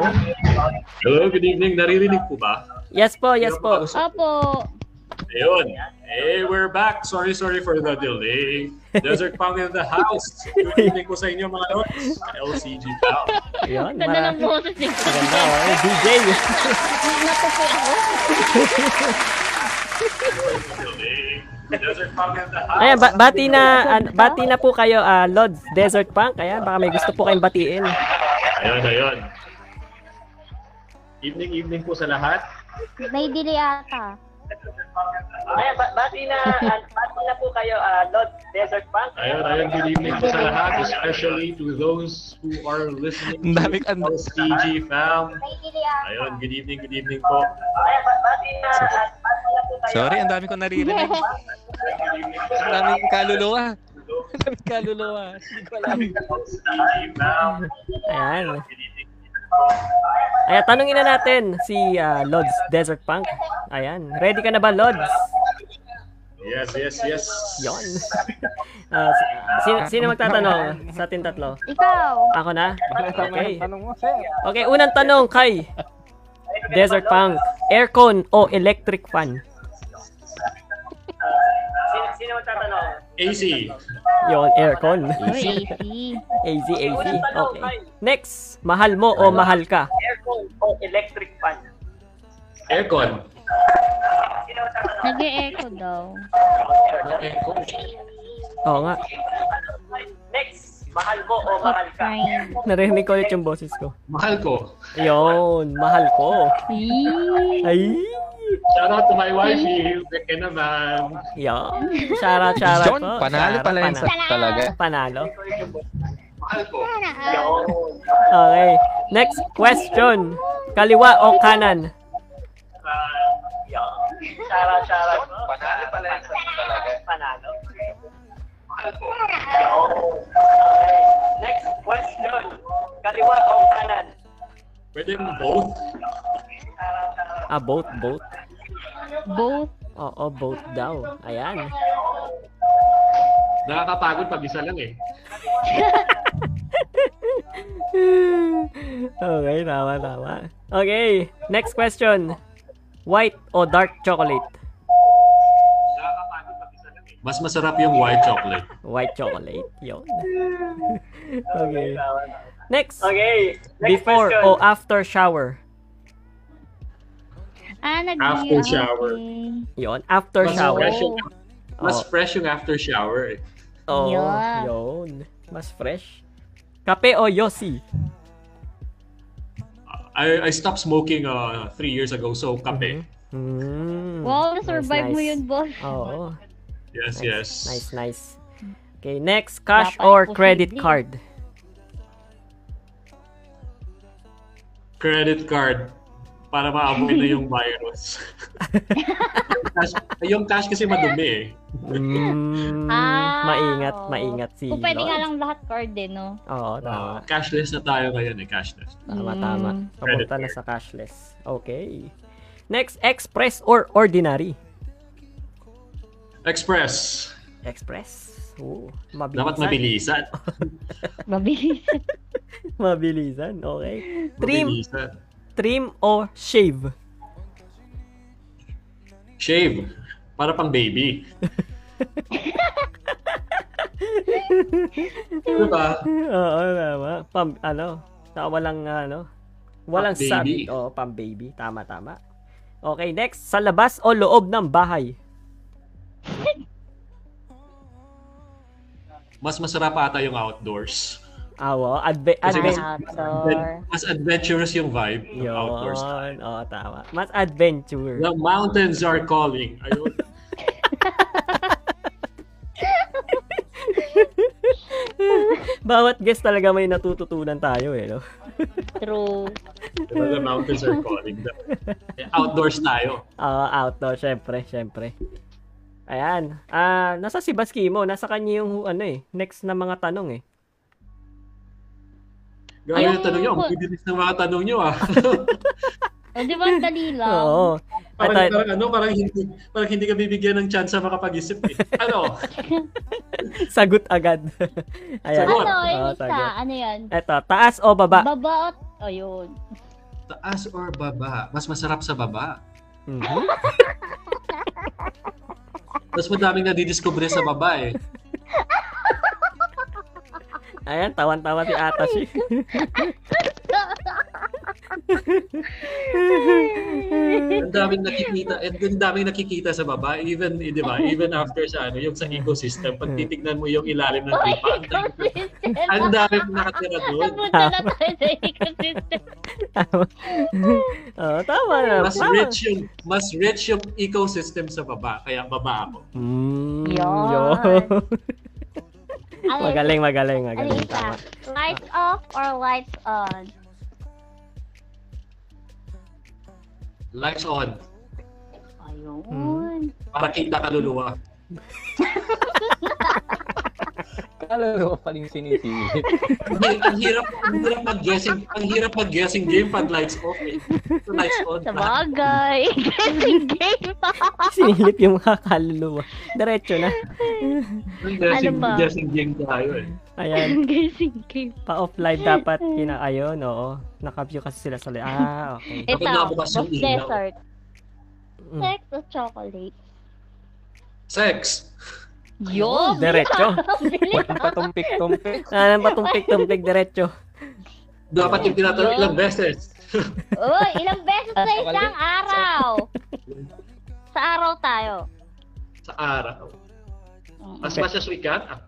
Speaker 11: Hello, good evening. Naririnig po ba?
Speaker 1: Yes po, yes po.
Speaker 2: Opo.
Speaker 11: Ayun. Hey, we're back. Sorry, sorry for the delay. Desert Punk in the house. Good evening po sa inyo mga lods. LCG Pal.
Speaker 1: Ayan,
Speaker 2: Ganda
Speaker 1: marami.
Speaker 2: ng boses ni
Speaker 1: Maganda, oh. Eh, DJ.
Speaker 2: Natupo ako.
Speaker 11: Delay. Desert Punk in the house.
Speaker 1: Ayan, ba- bati na, an- bati na po kayo, ah, Lods, Desert Punk. Ayan, baka may gusto po kayong batiin.
Speaker 11: Ayun, ayun. Evening, evening po sa lahat.
Speaker 2: May delay ata.
Speaker 1: Ayan, bati na, bati na po kayo, ah, Lods, Desert Punk.
Speaker 11: Ayun, ayun. Good evening po sa lahat, especially to those who are listening
Speaker 4: Ang
Speaker 11: to
Speaker 4: daming- ang-
Speaker 11: LCG fam.
Speaker 2: May delay ata.
Speaker 11: Ayun, good evening, good evening po.
Speaker 4: Sorry, ang dami ko naririnig. ang daming kaluluwa. Ang daming kaluluwa. Hindi ko alam.
Speaker 11: LCG fam.
Speaker 1: Ayan. Ayan, tanungin na natin si ah, Lods Desert Punk. Ayan. Ready ka na ba, Lods?
Speaker 11: Yes, yes, yes.
Speaker 1: Yon. Ah, si- sino, sino magtatanong sa atin tatlo?
Speaker 2: Ikaw.
Speaker 1: Ako na? Okay.
Speaker 4: Tanong mo, sir.
Speaker 1: Okay, unang tanong kay Desert Punk. Aircon o electric fan?
Speaker 11: AC.
Speaker 1: Yon, aircon.
Speaker 2: Uy, AC.
Speaker 1: AZ, AZ. Okay. Next, mahal mo o mahal ka?
Speaker 11: Aircon.
Speaker 2: Nag-e-echo daw.
Speaker 1: Oo nga.
Speaker 2: Fine.
Speaker 1: Narinig ko ulit yung boses ko.
Speaker 11: Mahal ko.
Speaker 1: Yon, mahal ko.
Speaker 2: Eee.
Speaker 1: Ay!
Speaker 11: Shout out to my wifey. Beke naman.
Speaker 1: Yon. Shout out, shout out
Speaker 4: John,
Speaker 1: po. Shout
Speaker 4: panalo
Speaker 1: out,
Speaker 4: pala yan sa
Speaker 2: panalo.
Speaker 4: talaga.
Speaker 1: Panalo.
Speaker 11: Mahal ko.
Speaker 1: Okay. Next question. Kaliwa o kanan?
Speaker 4: Panalo pala yan sa talaga.
Speaker 11: Pwede mo both.
Speaker 1: Ah, both, both.
Speaker 2: Both.
Speaker 1: Oo, both daw. Ayan.
Speaker 11: Nakakapagod pag isa lang eh.
Speaker 1: okay, tama, tama. Okay, next question. White o dark chocolate?
Speaker 11: Mas masarap yung white chocolate.
Speaker 1: White chocolate, yun. okay. Next. Okay. Before o after shower?
Speaker 2: Ah, nag
Speaker 11: After shower.
Speaker 2: Okay.
Speaker 1: Yun, after
Speaker 11: Mas
Speaker 1: shower.
Speaker 11: fresh yung, mas fresh yung after shower eh.
Speaker 1: Oh,
Speaker 2: Yun.
Speaker 1: yun. Mas fresh. Kape o Yossi?
Speaker 11: I, I stopped smoking uh, three years ago, so
Speaker 1: Mm-hmm.
Speaker 11: kape.
Speaker 1: Mm.
Speaker 2: Wow, na-survive mo yun, boss.
Speaker 1: Oo.
Speaker 11: Yes,
Speaker 1: Nice,
Speaker 11: yes.
Speaker 1: Nice, nice. Okay, next, cash
Speaker 2: Dapat
Speaker 1: or
Speaker 2: positive.
Speaker 1: credit card?
Speaker 11: Credit card para ma-avoid na yung virus. yung, cash, yung cash kasi madumi eh.
Speaker 1: Mm,
Speaker 2: Ah,
Speaker 1: maingat,
Speaker 2: oo.
Speaker 1: maingat si
Speaker 2: Kung pwede
Speaker 1: Lord.
Speaker 2: nga lang lahat card eh, no?
Speaker 1: Oo, tama.
Speaker 11: Uh, cashless na tayo ngayon eh, cashless.
Speaker 1: Tama, tama.
Speaker 2: Mm.
Speaker 1: Papunta na sa cashless. Okay. Next, express or ordinary?
Speaker 11: Express.
Speaker 1: Express. Oo, mabilisan.
Speaker 11: Dapat mabilisan.
Speaker 2: Mabilisan.
Speaker 1: mabilisan, okay. Trim,
Speaker 11: Mabilisan.
Speaker 1: trim or shave?
Speaker 11: Shave. Para pang baby. diba?
Speaker 1: Oo, tama. Pam, ano, saka walang, ano, walang
Speaker 11: Pang-baby.
Speaker 1: sabi. Oo, pang baby. Tama, tama. Okay, next, sa labas o loob ng bahay?
Speaker 11: Mas masarap ata yung outdoors.
Speaker 1: Awo, adve-
Speaker 11: Kasi mas,
Speaker 1: adven-
Speaker 11: mas adventurous yung vibe ng
Speaker 1: Yun.
Speaker 11: outdoors.
Speaker 1: Oo, tama. Mas adventure.
Speaker 11: The mountains are calling. Ayun.
Speaker 1: Bawat guest talaga may natututunan tayo eh, no?
Speaker 2: True.
Speaker 11: Diba, the mountains are calling. The- outdoors tayo.
Speaker 1: Oo, Ah, outdoor, syempre, syempre. Ayan. Ah, nasa si Baskimo, nasa kanya yung ano eh, next na mga tanong eh.
Speaker 11: Grabe
Speaker 1: Ayun.
Speaker 11: yung tanong nyo. Ang bibilis ng mga tanong nyo ah.
Speaker 2: O, di ba ang dali lang?
Speaker 1: Oo.
Speaker 11: parang,
Speaker 1: At-
Speaker 11: parang ano, parang hindi, parang hindi ka bibigyan ng chance na makapag-isip eh. Ano?
Speaker 1: Sagot agad. Ayan.
Speaker 11: Sagot.
Speaker 2: Ano, yung
Speaker 1: Oo,
Speaker 2: isa? Ano yan?
Speaker 1: Eto, taas o baba?
Speaker 2: Baba o... Ayun.
Speaker 11: Taas or baba? Mas masarap sa baba.
Speaker 1: Mhm.
Speaker 11: Mas madaming nadidiscover sa baba eh.
Speaker 1: Ayan, tawan-tawa si Atashi.
Speaker 11: Ang daming nakikita, and ang daming nakikita sa baba, even, eh, di ba, even after sa ano, yung sa ecosystem, pag titignan mo yung ilalim ng
Speaker 2: Ay,
Speaker 11: lupa, ang dami-
Speaker 2: ecosystem.
Speaker 11: ang daming nakatira doon.
Speaker 2: Napunta na tayo sa ecosystem.
Speaker 1: Oo, tama na.
Speaker 11: Mas rich yung, mas rich yung ecosystem sa baba, kaya baba ako.
Speaker 1: Mm,
Speaker 2: Yun.
Speaker 1: yun.
Speaker 2: Ano,
Speaker 1: magaling, magaling,
Speaker 2: ano
Speaker 1: magaling.
Speaker 2: yung isa?
Speaker 1: Tama.
Speaker 2: Lights off or lights on?
Speaker 11: Lights on.
Speaker 8: Hmm.
Speaker 2: Ayun.
Speaker 11: Para kita kaluluwa.
Speaker 4: Kalalo pa rin sinisingit.
Speaker 11: Ang hi- ang hirap, ang hirap mag-guessing, ang hirap mag-guessing game pag lights off eh. So, lights on. lahat.
Speaker 2: Sabagay. Guessing game pa.
Speaker 1: Sinilip yung mga kaluluwa. Diretso na.
Speaker 11: Ang guessing,
Speaker 2: Ano ba?
Speaker 11: guessing game tayo eh.
Speaker 1: Ayan.
Speaker 2: Guessing game.
Speaker 1: Pa-off live dapat kina ayon, oo. Naka-view kasi sila sa li- Ah, okay.
Speaker 11: Bakit
Speaker 2: Ito,
Speaker 11: nabukas yung
Speaker 2: box
Speaker 11: ilaw?
Speaker 2: dessert.
Speaker 1: Mm.
Speaker 2: Sex o chocolate?
Speaker 11: Sex.
Speaker 2: Yo!
Speaker 1: Diretso.
Speaker 4: Walang patumpik-tumpik.
Speaker 1: Anong patumpik-tumpik diretso.
Speaker 11: Dapat yung tinatanong ilang beses.
Speaker 2: Uy, ilang beses sa isang araw? Sa araw tayo.
Speaker 11: Sa araw. As
Speaker 1: Okay.
Speaker 11: much as we can. ah,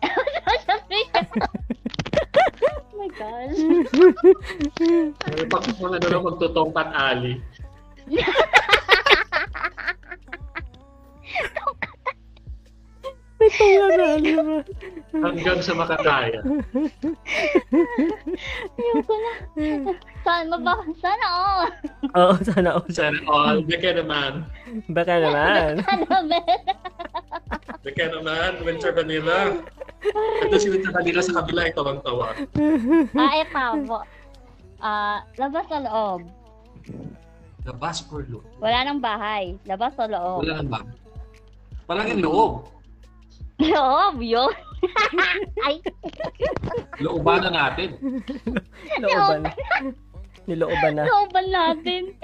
Speaker 2: oh my gosh.
Speaker 11: Pero pag mga ano lang magtutong ali. Hanggang sa makakaya.
Speaker 2: Ayoko na.
Speaker 1: Hmm.
Speaker 2: Saan mo ba? Sana all.
Speaker 1: Oo, sana all.
Speaker 11: Sana all. Beke naman.
Speaker 1: Baka naman.
Speaker 2: Sana meron.
Speaker 11: Beke naman. Winter Vanilla. Ito si Winter Vanilla sa kabila. eh, Ito lang tawa.
Speaker 2: Ah, ito. Bo- Ah, labas o loob.
Speaker 11: Labas or loob?
Speaker 2: Wala nang bahay. Labas o loob.
Speaker 11: Wala lang ba? Parang yung loob.
Speaker 2: Loob, yun. Ay,
Speaker 11: Looban na natin.
Speaker 1: Looban. Nilooban na.
Speaker 2: looban natin.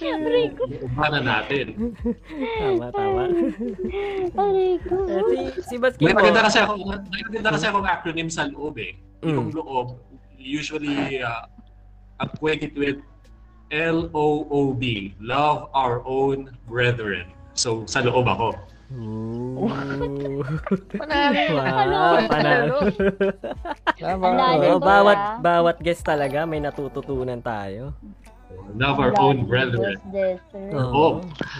Speaker 2: Aray ko.
Speaker 11: Looban na natin.
Speaker 1: Hmm. Tama, tama.
Speaker 2: Aray ko.
Speaker 1: Eh, si, si
Speaker 11: May
Speaker 1: Baskimo.
Speaker 11: maganda kasi ako, may maganda kasi akong acronym sa loob eh. Yung
Speaker 1: Mm.
Speaker 11: loob, usually uh, acquainted with L-O-O-B, Love Our Own Brethren. So, sa loob ako.
Speaker 1: Panalo.
Speaker 2: Panalo.
Speaker 1: Panalo.
Speaker 2: Ang lalim
Speaker 1: Oo,
Speaker 2: ko,
Speaker 1: bawat,
Speaker 2: ah.
Speaker 1: bawat guest talaga may natututunan tayo.
Speaker 11: Now our own brethren. Oh.
Speaker 2: This,
Speaker 1: Oo.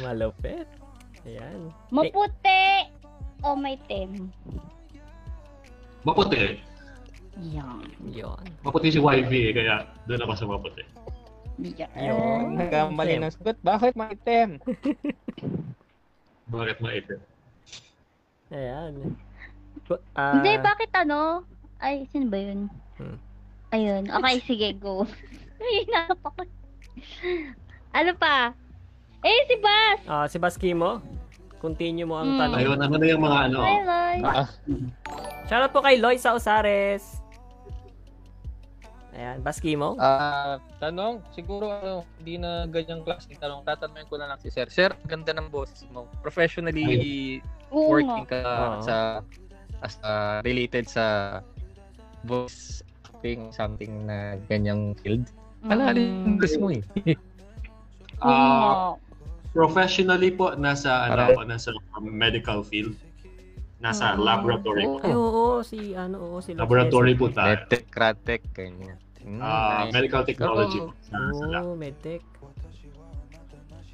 Speaker 1: Malupit. Ayan.
Speaker 2: Maputi o may tem?
Speaker 11: Maputi.
Speaker 2: Yan.
Speaker 1: Yun.
Speaker 11: Maputi si YV eh, kaya doon ako sa maputi.
Speaker 2: Yan.
Speaker 4: Nagkamali ng sagot. Bakit maitim?
Speaker 11: Bakit maitim?
Speaker 1: Ayan. Bu- ah,
Speaker 2: Hindi, bakit ano? Ay, sino ba yun?
Speaker 1: Hmm.
Speaker 2: Ayun. Okay, sige, go. Ay, napak- Ano pa? Eh, si Bas!
Speaker 1: ah, si Baskimo, continue mo ang
Speaker 2: Mm.
Speaker 1: tanong.
Speaker 11: Ayun, ano na yung mga ano?
Speaker 2: Hi, Loy.
Speaker 1: Shoutout po kay Loisa Osares. Ayan, Baskimo.
Speaker 4: Ah, tanong, siguro ano, hindi na ganyang klaseng tanong. Tatanungin ko na lang si Sir. Sir, ang ganda ng boses mo. Professionally
Speaker 2: Oo
Speaker 4: working
Speaker 2: nga.
Speaker 4: ka
Speaker 1: Oo.
Speaker 4: sa as ah, related sa voice acting something na ganyang field.
Speaker 2: Mm.
Speaker 4: Ano yung English mo eh?
Speaker 11: Ah,
Speaker 2: Oo.
Speaker 11: professionally po, nasa, ano
Speaker 4: Parang-
Speaker 11: ako, nasa medical field. Nasa laboratory po.
Speaker 1: Ah. Ay, oo, si ano, oo, si Loisa.
Speaker 11: Laboratory po tayo.
Speaker 4: Letek, kratek, ganyan. Mm,
Speaker 11: Ah,
Speaker 4: nice.
Speaker 11: medical technology po. Nasa lab.
Speaker 1: Oo, medtech.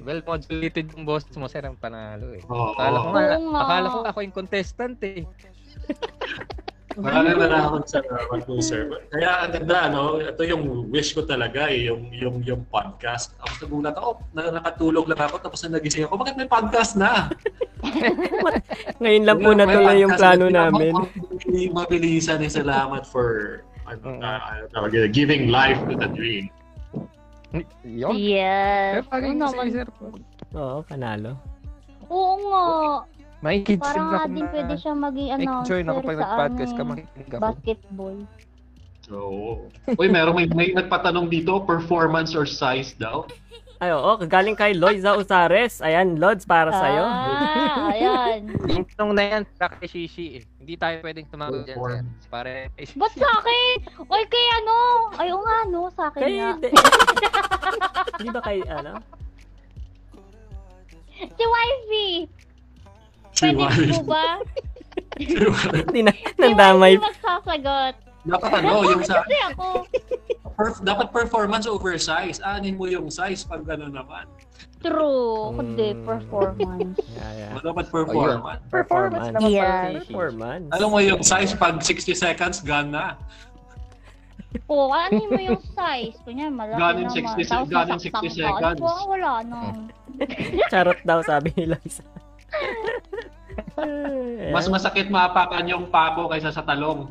Speaker 4: Well modulated yung boss mo, sir, ang panalo eh.
Speaker 11: Oo.
Speaker 4: akala ko nga,
Speaker 2: Oo nga.
Speaker 4: akala ko ako yung contestant eh.
Speaker 11: Wala na nalakot sa uh, ko, sir. Kaya ang ganda, ano, ito yung wish ko talaga, eh, yung, yung, yung podcast. Tapos nagulat ako, na, nakatulog lang ako, tapos na nagising ako, bakit may podcast na?
Speaker 1: Ngayon lang po
Speaker 11: May
Speaker 1: natuloy yung
Speaker 11: podcast
Speaker 1: plano
Speaker 11: Tingnan mo
Speaker 1: namin.
Speaker 11: kung Mabilisan eh, salamat for ano, uh, ano tawag yun, giving life to the dream.
Speaker 4: Yun. Pero Oh. Eh,
Speaker 2: Yes.
Speaker 4: parang
Speaker 2: Oo naman.
Speaker 4: si sir,
Speaker 1: Oo, panalo.
Speaker 2: Oo nga.
Speaker 4: makikinig
Speaker 2: Parang
Speaker 4: sila
Speaker 2: nga
Speaker 4: kung
Speaker 2: din
Speaker 4: na-
Speaker 2: pwede siya maging announcer
Speaker 4: Nag-join ako pag
Speaker 2: sa
Speaker 4: nag-podcast ka,
Speaker 2: ano eh,
Speaker 4: makikinig ako.
Speaker 2: basketball.
Speaker 11: So, uy, merong may, may nagpatanong dito, performance or size daw.
Speaker 1: Ay, oo, galing kay Loisa Osares. Ayan, Lods, para sa'yo.
Speaker 2: Ah, ayan.
Speaker 4: Yung tanong na yan, practice shishi eh. Hindi tayo pwedeng tumagot dyan, sir. Pare,
Speaker 2: Ba't sa akin? Oy, kay ano? Ay, oo nga, no? Sa akin nga.
Speaker 1: Kay... Di ba kay, ano?
Speaker 2: Si Wifey!
Speaker 11: Si
Speaker 2: Pwede
Speaker 11: Wally.
Speaker 2: po ba?
Speaker 1: Hindi na,
Speaker 2: Si Wifey
Speaker 1: nandamay.
Speaker 2: magsasagot.
Speaker 11: Dapat ano, yung sa,
Speaker 2: Kasi ako,
Speaker 11: perf- dapat performance over size. Aanin mo yung size pag gano'n naman.
Speaker 2: true. Kundi,
Speaker 4: Hmm.
Speaker 1: Mm.
Speaker 2: performance.
Speaker 1: Yeah, yeah.
Speaker 11: Dapat performance.
Speaker 1: Performance naman
Speaker 2: Yes.
Speaker 1: pala si Shishi. Performance.
Speaker 11: Alam mo yung size pag 60 seconds, gone na.
Speaker 2: Oo, ano mo yung size? Kunya, malaki
Speaker 11: Ganon
Speaker 2: naman.
Speaker 11: 60 se-
Speaker 2: Tapos
Speaker 11: ganon
Speaker 2: nasaktan
Speaker 11: 60
Speaker 2: ka. Ano
Speaker 11: seconds.
Speaker 2: po, wala nang.
Speaker 1: Charot daw, sabi ni Loisa.
Speaker 4: Oh.
Speaker 11: Mas masakit mapakan yung pako kaysa sa talong.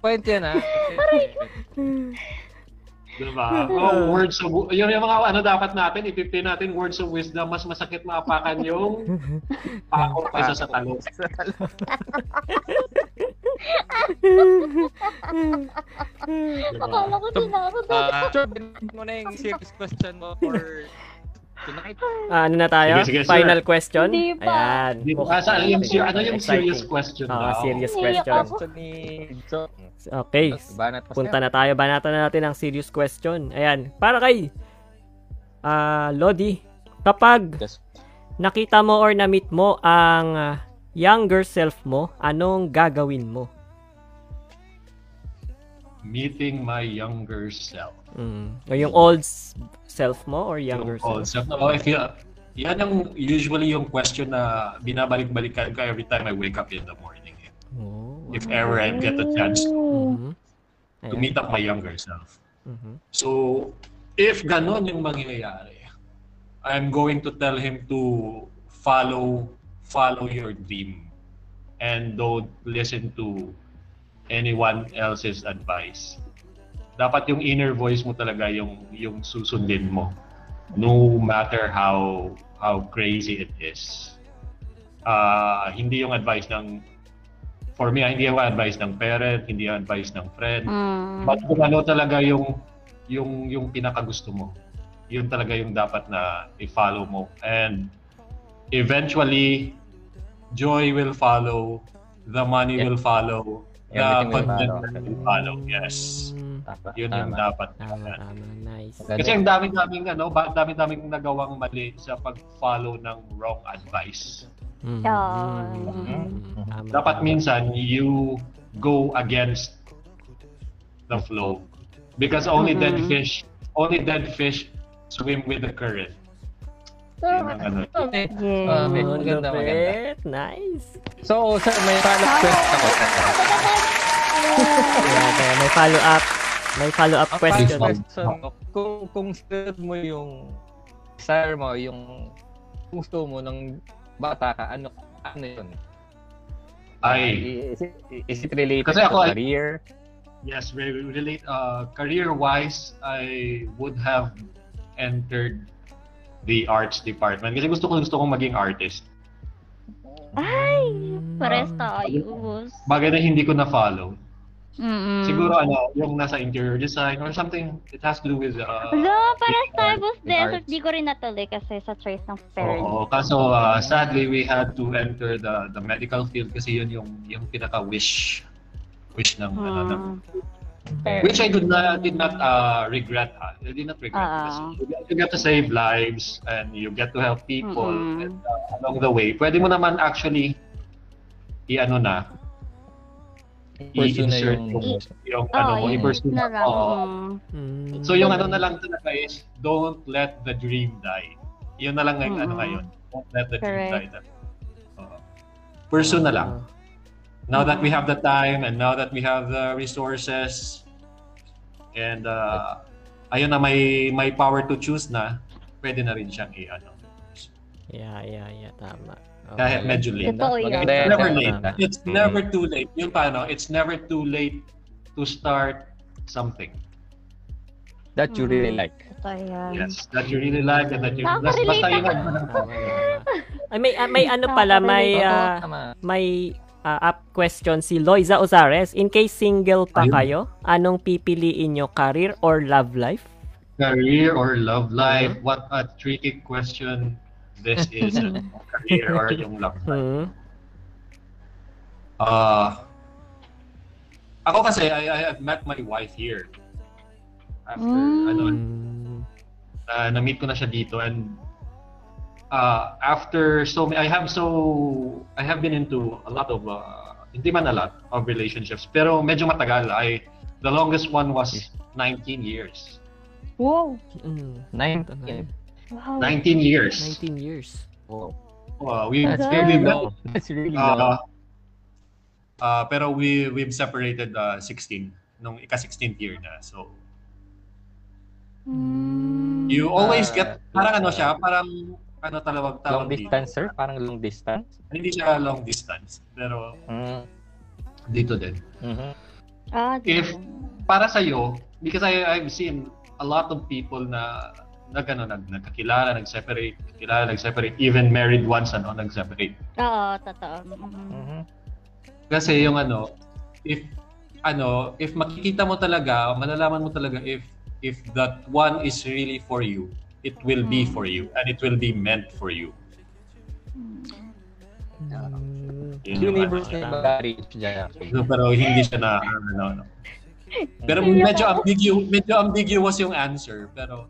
Speaker 4: point yan ha.
Speaker 11: Diba? Oh, words of... Yun yung mga ano dapat natin, ipipin natin words of wisdom. Mas masakit mapakan yung pako kaysa sa talong. Diba?
Speaker 2: Akala ko tinakot.
Speaker 4: Ah, sure, binigyan mo na yung serious question mo for tonight.
Speaker 1: Ah, ano na tayo?
Speaker 11: Sige, sige, sir.
Speaker 1: Final question?
Speaker 2: Hindi pa.
Speaker 1: Ayan.
Speaker 11: Di ba? Sa, ano yung, ser- ano yung serious question
Speaker 1: Ah,
Speaker 11: daw?
Speaker 1: serious
Speaker 2: Hindi
Speaker 1: question.
Speaker 2: ako.
Speaker 4: Question ni Joe.
Speaker 1: Okay.
Speaker 4: Banat mo,
Speaker 1: Punta
Speaker 4: sir.
Speaker 1: na tayo. Banatan na natin ang serious question. Ayan. Para kay ah Lodi, kapag
Speaker 4: Yes.
Speaker 1: nakita mo or na-meet mo ang ah, younger self mo, anong gagawin mo?
Speaker 11: Meeting my younger self.
Speaker 1: Mm. O yung old s- self mo or younger
Speaker 11: Yung old
Speaker 1: self?
Speaker 11: self. Oh, if you, yan ang usually yung question na binabalik-balikan ko every time I wake up in the morning. eh.
Speaker 1: Oh,
Speaker 11: If ever I get the chance
Speaker 1: mhm.
Speaker 11: to
Speaker 1: Ayan.
Speaker 11: meet up my younger self.
Speaker 1: Mhm.
Speaker 11: So, if ganon yung mangyayari, I'm going to tell him to follow follow your dream and don't listen to anyone else's advice. Dapat yung inner voice mo talaga yung yung susundin mo no matter how how crazy it is. Ah, hindi yung advice ng for me, ah, hindi yung advice ng parent, hindi yung advice ng friend,
Speaker 2: Mm.
Speaker 11: But kung ano talaga yung yung yung pinakagusto mo, yun talaga yung dapat na i-follow mo. And eventually, joy will follow, the money
Speaker 4: Yeah.
Speaker 11: will follow, the
Speaker 4: Everything
Speaker 11: Ya,
Speaker 4: will
Speaker 11: contentment
Speaker 4: follow.
Speaker 11: will follow. Yes.
Speaker 1: Mm.
Speaker 4: tama.
Speaker 11: Yun ang
Speaker 4: tama.
Speaker 11: dapat.
Speaker 1: Tama, tama. Nice.
Speaker 11: Kasi ang dami-daming ano, ba- dami-daming nagawang mali sa pag-follow ng wrong advice.
Speaker 4: Hmm.
Speaker 11: Dapat minsan you go against the flow. Because only dead
Speaker 2: Mhm.
Speaker 11: fish, only dead fish swim with the current. Yun ang ano.
Speaker 2: Yeah.
Speaker 4: Ah, okay. maganda, maganda.
Speaker 1: Nice.
Speaker 4: So, sir, may follow-up question ako. sir.
Speaker 1: Ayan, kaya may follow-up. May follow-up
Speaker 4: Ang
Speaker 1: question.
Speaker 4: follow-up question ko, kung, kung sir mo yung desire mo, yung gusto mo ng bata ka, ano, ano yun?
Speaker 11: Ay.
Speaker 4: Is it, is it related
Speaker 11: Kasi
Speaker 4: to
Speaker 11: ako,
Speaker 4: career?
Speaker 11: Yes, we we relate uh, career-wise, I would have entered the arts department kasi gusto ko gusto kong maging artist.
Speaker 2: Ay, pares tayo. boss.
Speaker 11: Bagay na hindi ko na-follow.
Speaker 2: Mm-mm.
Speaker 11: Siguro ano, yung nasa interior design or something, it has to do with uh,
Speaker 2: Wala, pares tayo, boss.
Speaker 11: with
Speaker 2: Desert,
Speaker 11: arts.
Speaker 2: di ko rin natuloy kasi sa choice ng parents.
Speaker 11: Oo, kaso uh, sadly we had to enter the the medical field kasi yun yung yung pinaka wish wish ng ano,
Speaker 2: Hmm.
Speaker 11: ng Which I did not did not uh, regret. ah. I did not regret because
Speaker 2: Ah.
Speaker 11: you get- you get to save lives and you get to help people
Speaker 2: Mm-mm.
Speaker 11: and, uh, along the way. Pwede mo naman actually i-ano na
Speaker 4: Pursue na
Speaker 11: i-insert
Speaker 4: yung-
Speaker 11: yung, yung
Speaker 2: Oo,
Speaker 4: Ah,
Speaker 11: ano mo,
Speaker 2: Ah, yun
Speaker 11: i-pursue na.
Speaker 2: na lang.
Speaker 11: Oo.
Speaker 1: Mm.
Speaker 11: So yung ano na lang talaga is don't let the dream die. Yun na lang ang ano
Speaker 2: Mm-mm.
Speaker 11: ngayon. Don't let the dream die.
Speaker 2: Correct.
Speaker 11: Oo. Pursue na lang. Now that we have the time and now that we have the resources and uh, ayun na may may power to choose na, pwede na rin siyang i-ano.
Speaker 1: Yeah, yeah, yeah. Tama. Okay.
Speaker 11: Kahit medyo late.
Speaker 2: Totoo yun.
Speaker 4: Maganda
Speaker 11: It's
Speaker 4: yan.
Speaker 11: never
Speaker 4: sir.
Speaker 11: late.
Speaker 4: Tama.
Speaker 11: It's never too late. Yun pa ano, it's never too late to start something.
Speaker 4: That you really like.
Speaker 2: Totoo yan.
Speaker 11: Yes, that you really like and that you basta,
Speaker 2: Nakaka-relate
Speaker 11: basta yun lang.
Speaker 1: Ay, may, ah, may ano pala, may,
Speaker 4: Oo,
Speaker 1: ah,
Speaker 4: tama.
Speaker 1: may ah, up question si Loiza Ozares. In case single pa
Speaker 11: Ayun.
Speaker 1: kayo, anong pipiliin nyo, career or love life?
Speaker 11: career or love
Speaker 4: Mm-hmm.
Speaker 11: life. What a tricky question this is. ano, career or yung love life.
Speaker 1: Hmm.
Speaker 11: Uh, ako kasi, I, I have met my wife here. After, ano, na, na-meet ko na siya dito and uh, after so I have so I have been into a lot of uh, hindi man a lot of relationships pero medyo matagal I the longest one was 19 years
Speaker 6: Wow!
Speaker 1: Mm.
Speaker 4: Nine.
Speaker 1: Ito na yun.
Speaker 11: 19 years
Speaker 1: 19 years.
Speaker 4: Wow.
Speaker 11: Wow, we
Speaker 4: That's
Speaker 11: really
Speaker 4: really
Speaker 11: met
Speaker 4: low. That's really
Speaker 11: Uh,
Speaker 4: low.
Speaker 11: uh, pero we we've separated uh, 16 nung ika 16th year na. So you
Speaker 1: Hmm.
Speaker 11: always
Speaker 1: Ah.
Speaker 11: get parang ano siya, parang ano talawag
Speaker 4: Long
Speaker 11: tawag
Speaker 4: distance, sir? Parang long distance?
Speaker 11: Hindi siya long distance, pero
Speaker 4: Mm.
Speaker 11: dito din.
Speaker 4: Mhm.
Speaker 2: Ah, di
Speaker 11: If-
Speaker 2: ba?
Speaker 11: Para sa iyo, because I I've seen a lot of people na nag ano, nag nagkakilala, nag-separate, kilala, nag-separate, even married ones ano, nag-separate.
Speaker 2: Oo, totoo. Mm.
Speaker 1: Mm-hmm.
Speaker 4: Mhm.
Speaker 11: Kasi yung ano, if ano, if makikita mo talaga, malalaman mo talaga if if that one is really for you, it will be for you and it will be meant for you.
Speaker 1: Mm.
Speaker 11: Yun yung
Speaker 4: Universe
Speaker 11: ano.
Speaker 4: na yung marriage dyan, actually.
Speaker 11: So, pero hindi siya na ano, ano. Pero medyo ambiguous, medyo ambiguous yung answer, pero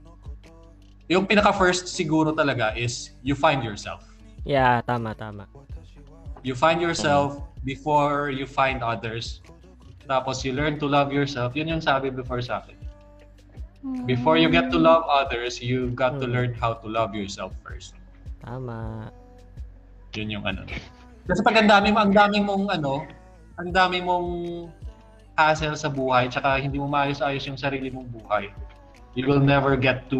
Speaker 11: yung pinaka first siguro talaga is you find yourself.
Speaker 1: Yeah, tama, tama.
Speaker 11: You find yourself before you find others. Tapos you learn to love yourself. Yun yung sabi before sa akin. Before you get to love others, you got to
Speaker 1: Mm.
Speaker 11: learn how to love yourself first.
Speaker 1: Tama.
Speaker 11: Yun yung ano. Kasi pag ang dami mo, ang dami mong ano, ang dami mong hassle sa buhay, tsaka hindi mo maayos-ayos yung sarili mong buhay, you will never get to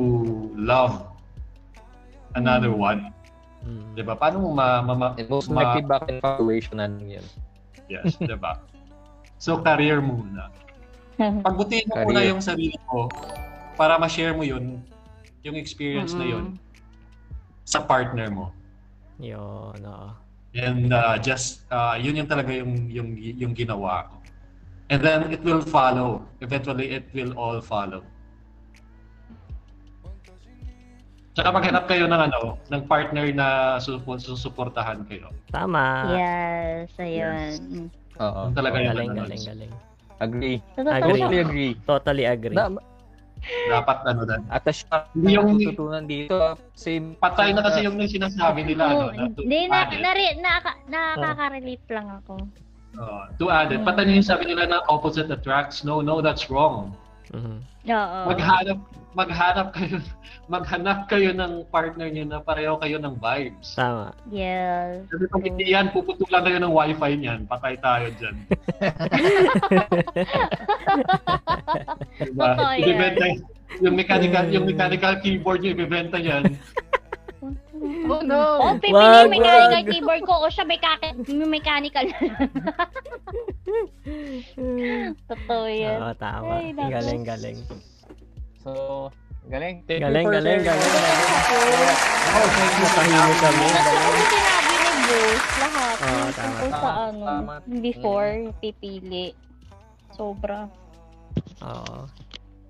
Speaker 11: love another one.
Speaker 1: Mm.
Speaker 11: Diba? Paano mo ma... ma, ma,
Speaker 4: Most
Speaker 11: ma-
Speaker 4: likely back and valuation na lang yun.
Speaker 11: yes, diba? So, career muna. Pagbutihin mo muna
Speaker 4: Career.
Speaker 11: yung sarili mo para ma-share mo yun, yung experience na yun sa partner mo.
Speaker 1: Yun, oo.
Speaker 11: And uh, just uh, yun yung talaga yung yung yung ginawa ko. And then it will follow. Eventually it will all follow. Tsaka maghanap kayo ng ano, ng partner na susu- susuportahan kayo.
Speaker 1: Tama.
Speaker 2: Yes, ayun. Mm.
Speaker 4: Oo.
Speaker 11: Yun talaga yung
Speaker 1: Galing,
Speaker 11: ano,
Speaker 1: galing, galing.
Speaker 4: Agree.
Speaker 1: Agree.
Speaker 4: Totally agree.
Speaker 1: Totally agree.
Speaker 4: Na- ano,
Speaker 11: Dapat ano na.
Speaker 4: Atas siya
Speaker 11: Yung-
Speaker 4: yung tutunan dito. Same.
Speaker 11: Patay na kasi yung sinasabi nila.
Speaker 2: Oo,
Speaker 11: ano, na to,
Speaker 2: Oh, Hindi, na,
Speaker 11: add it.
Speaker 2: nari, naka,
Speaker 1: Oh.
Speaker 2: nakaka-relate lang ako.
Speaker 11: Oo, uh, to add it. Patay na yung sabi nila na opposite attracts. No, no, that's wrong.
Speaker 1: Mm-hmm.
Speaker 2: Oo.
Speaker 11: Maghanap maghanap kayo maghanap kayo ng partner niyo na pareho kayo ng vibes.
Speaker 1: Tama.
Speaker 2: Yes.
Speaker 11: Kasi kung hindi yan, puputulan kayo ng wifi niyan. Patay tayo dyan. diba?
Speaker 2: Totoo yan.
Speaker 11: Ibibenta yung mechanical, yung mechanical keyboard niyo, ibibenta yan.
Speaker 9: Oh no!
Speaker 2: Oh, pipili
Speaker 11: Wag,
Speaker 2: yung mechanical
Speaker 11: wag.
Speaker 2: keyboard ko o siya may, kake, may mechanical. Totoo yan.
Speaker 1: Oo, tama.
Speaker 2: Ay, naku.
Speaker 1: galing, galing.
Speaker 4: So, galing. Thank you
Speaker 1: Galing,
Speaker 4: for
Speaker 1: galing,
Speaker 4: sharing.
Speaker 1: galing.
Speaker 4: Oh, thank you.
Speaker 1: Tahimik kami.
Speaker 2: Kasi sinabi ni Bruce lahat
Speaker 1: Oo,
Speaker 2: yung
Speaker 1: tama.
Speaker 2: tungkol sa ano,
Speaker 4: Tama.
Speaker 2: before pipili. Sobra.
Speaker 1: Oo.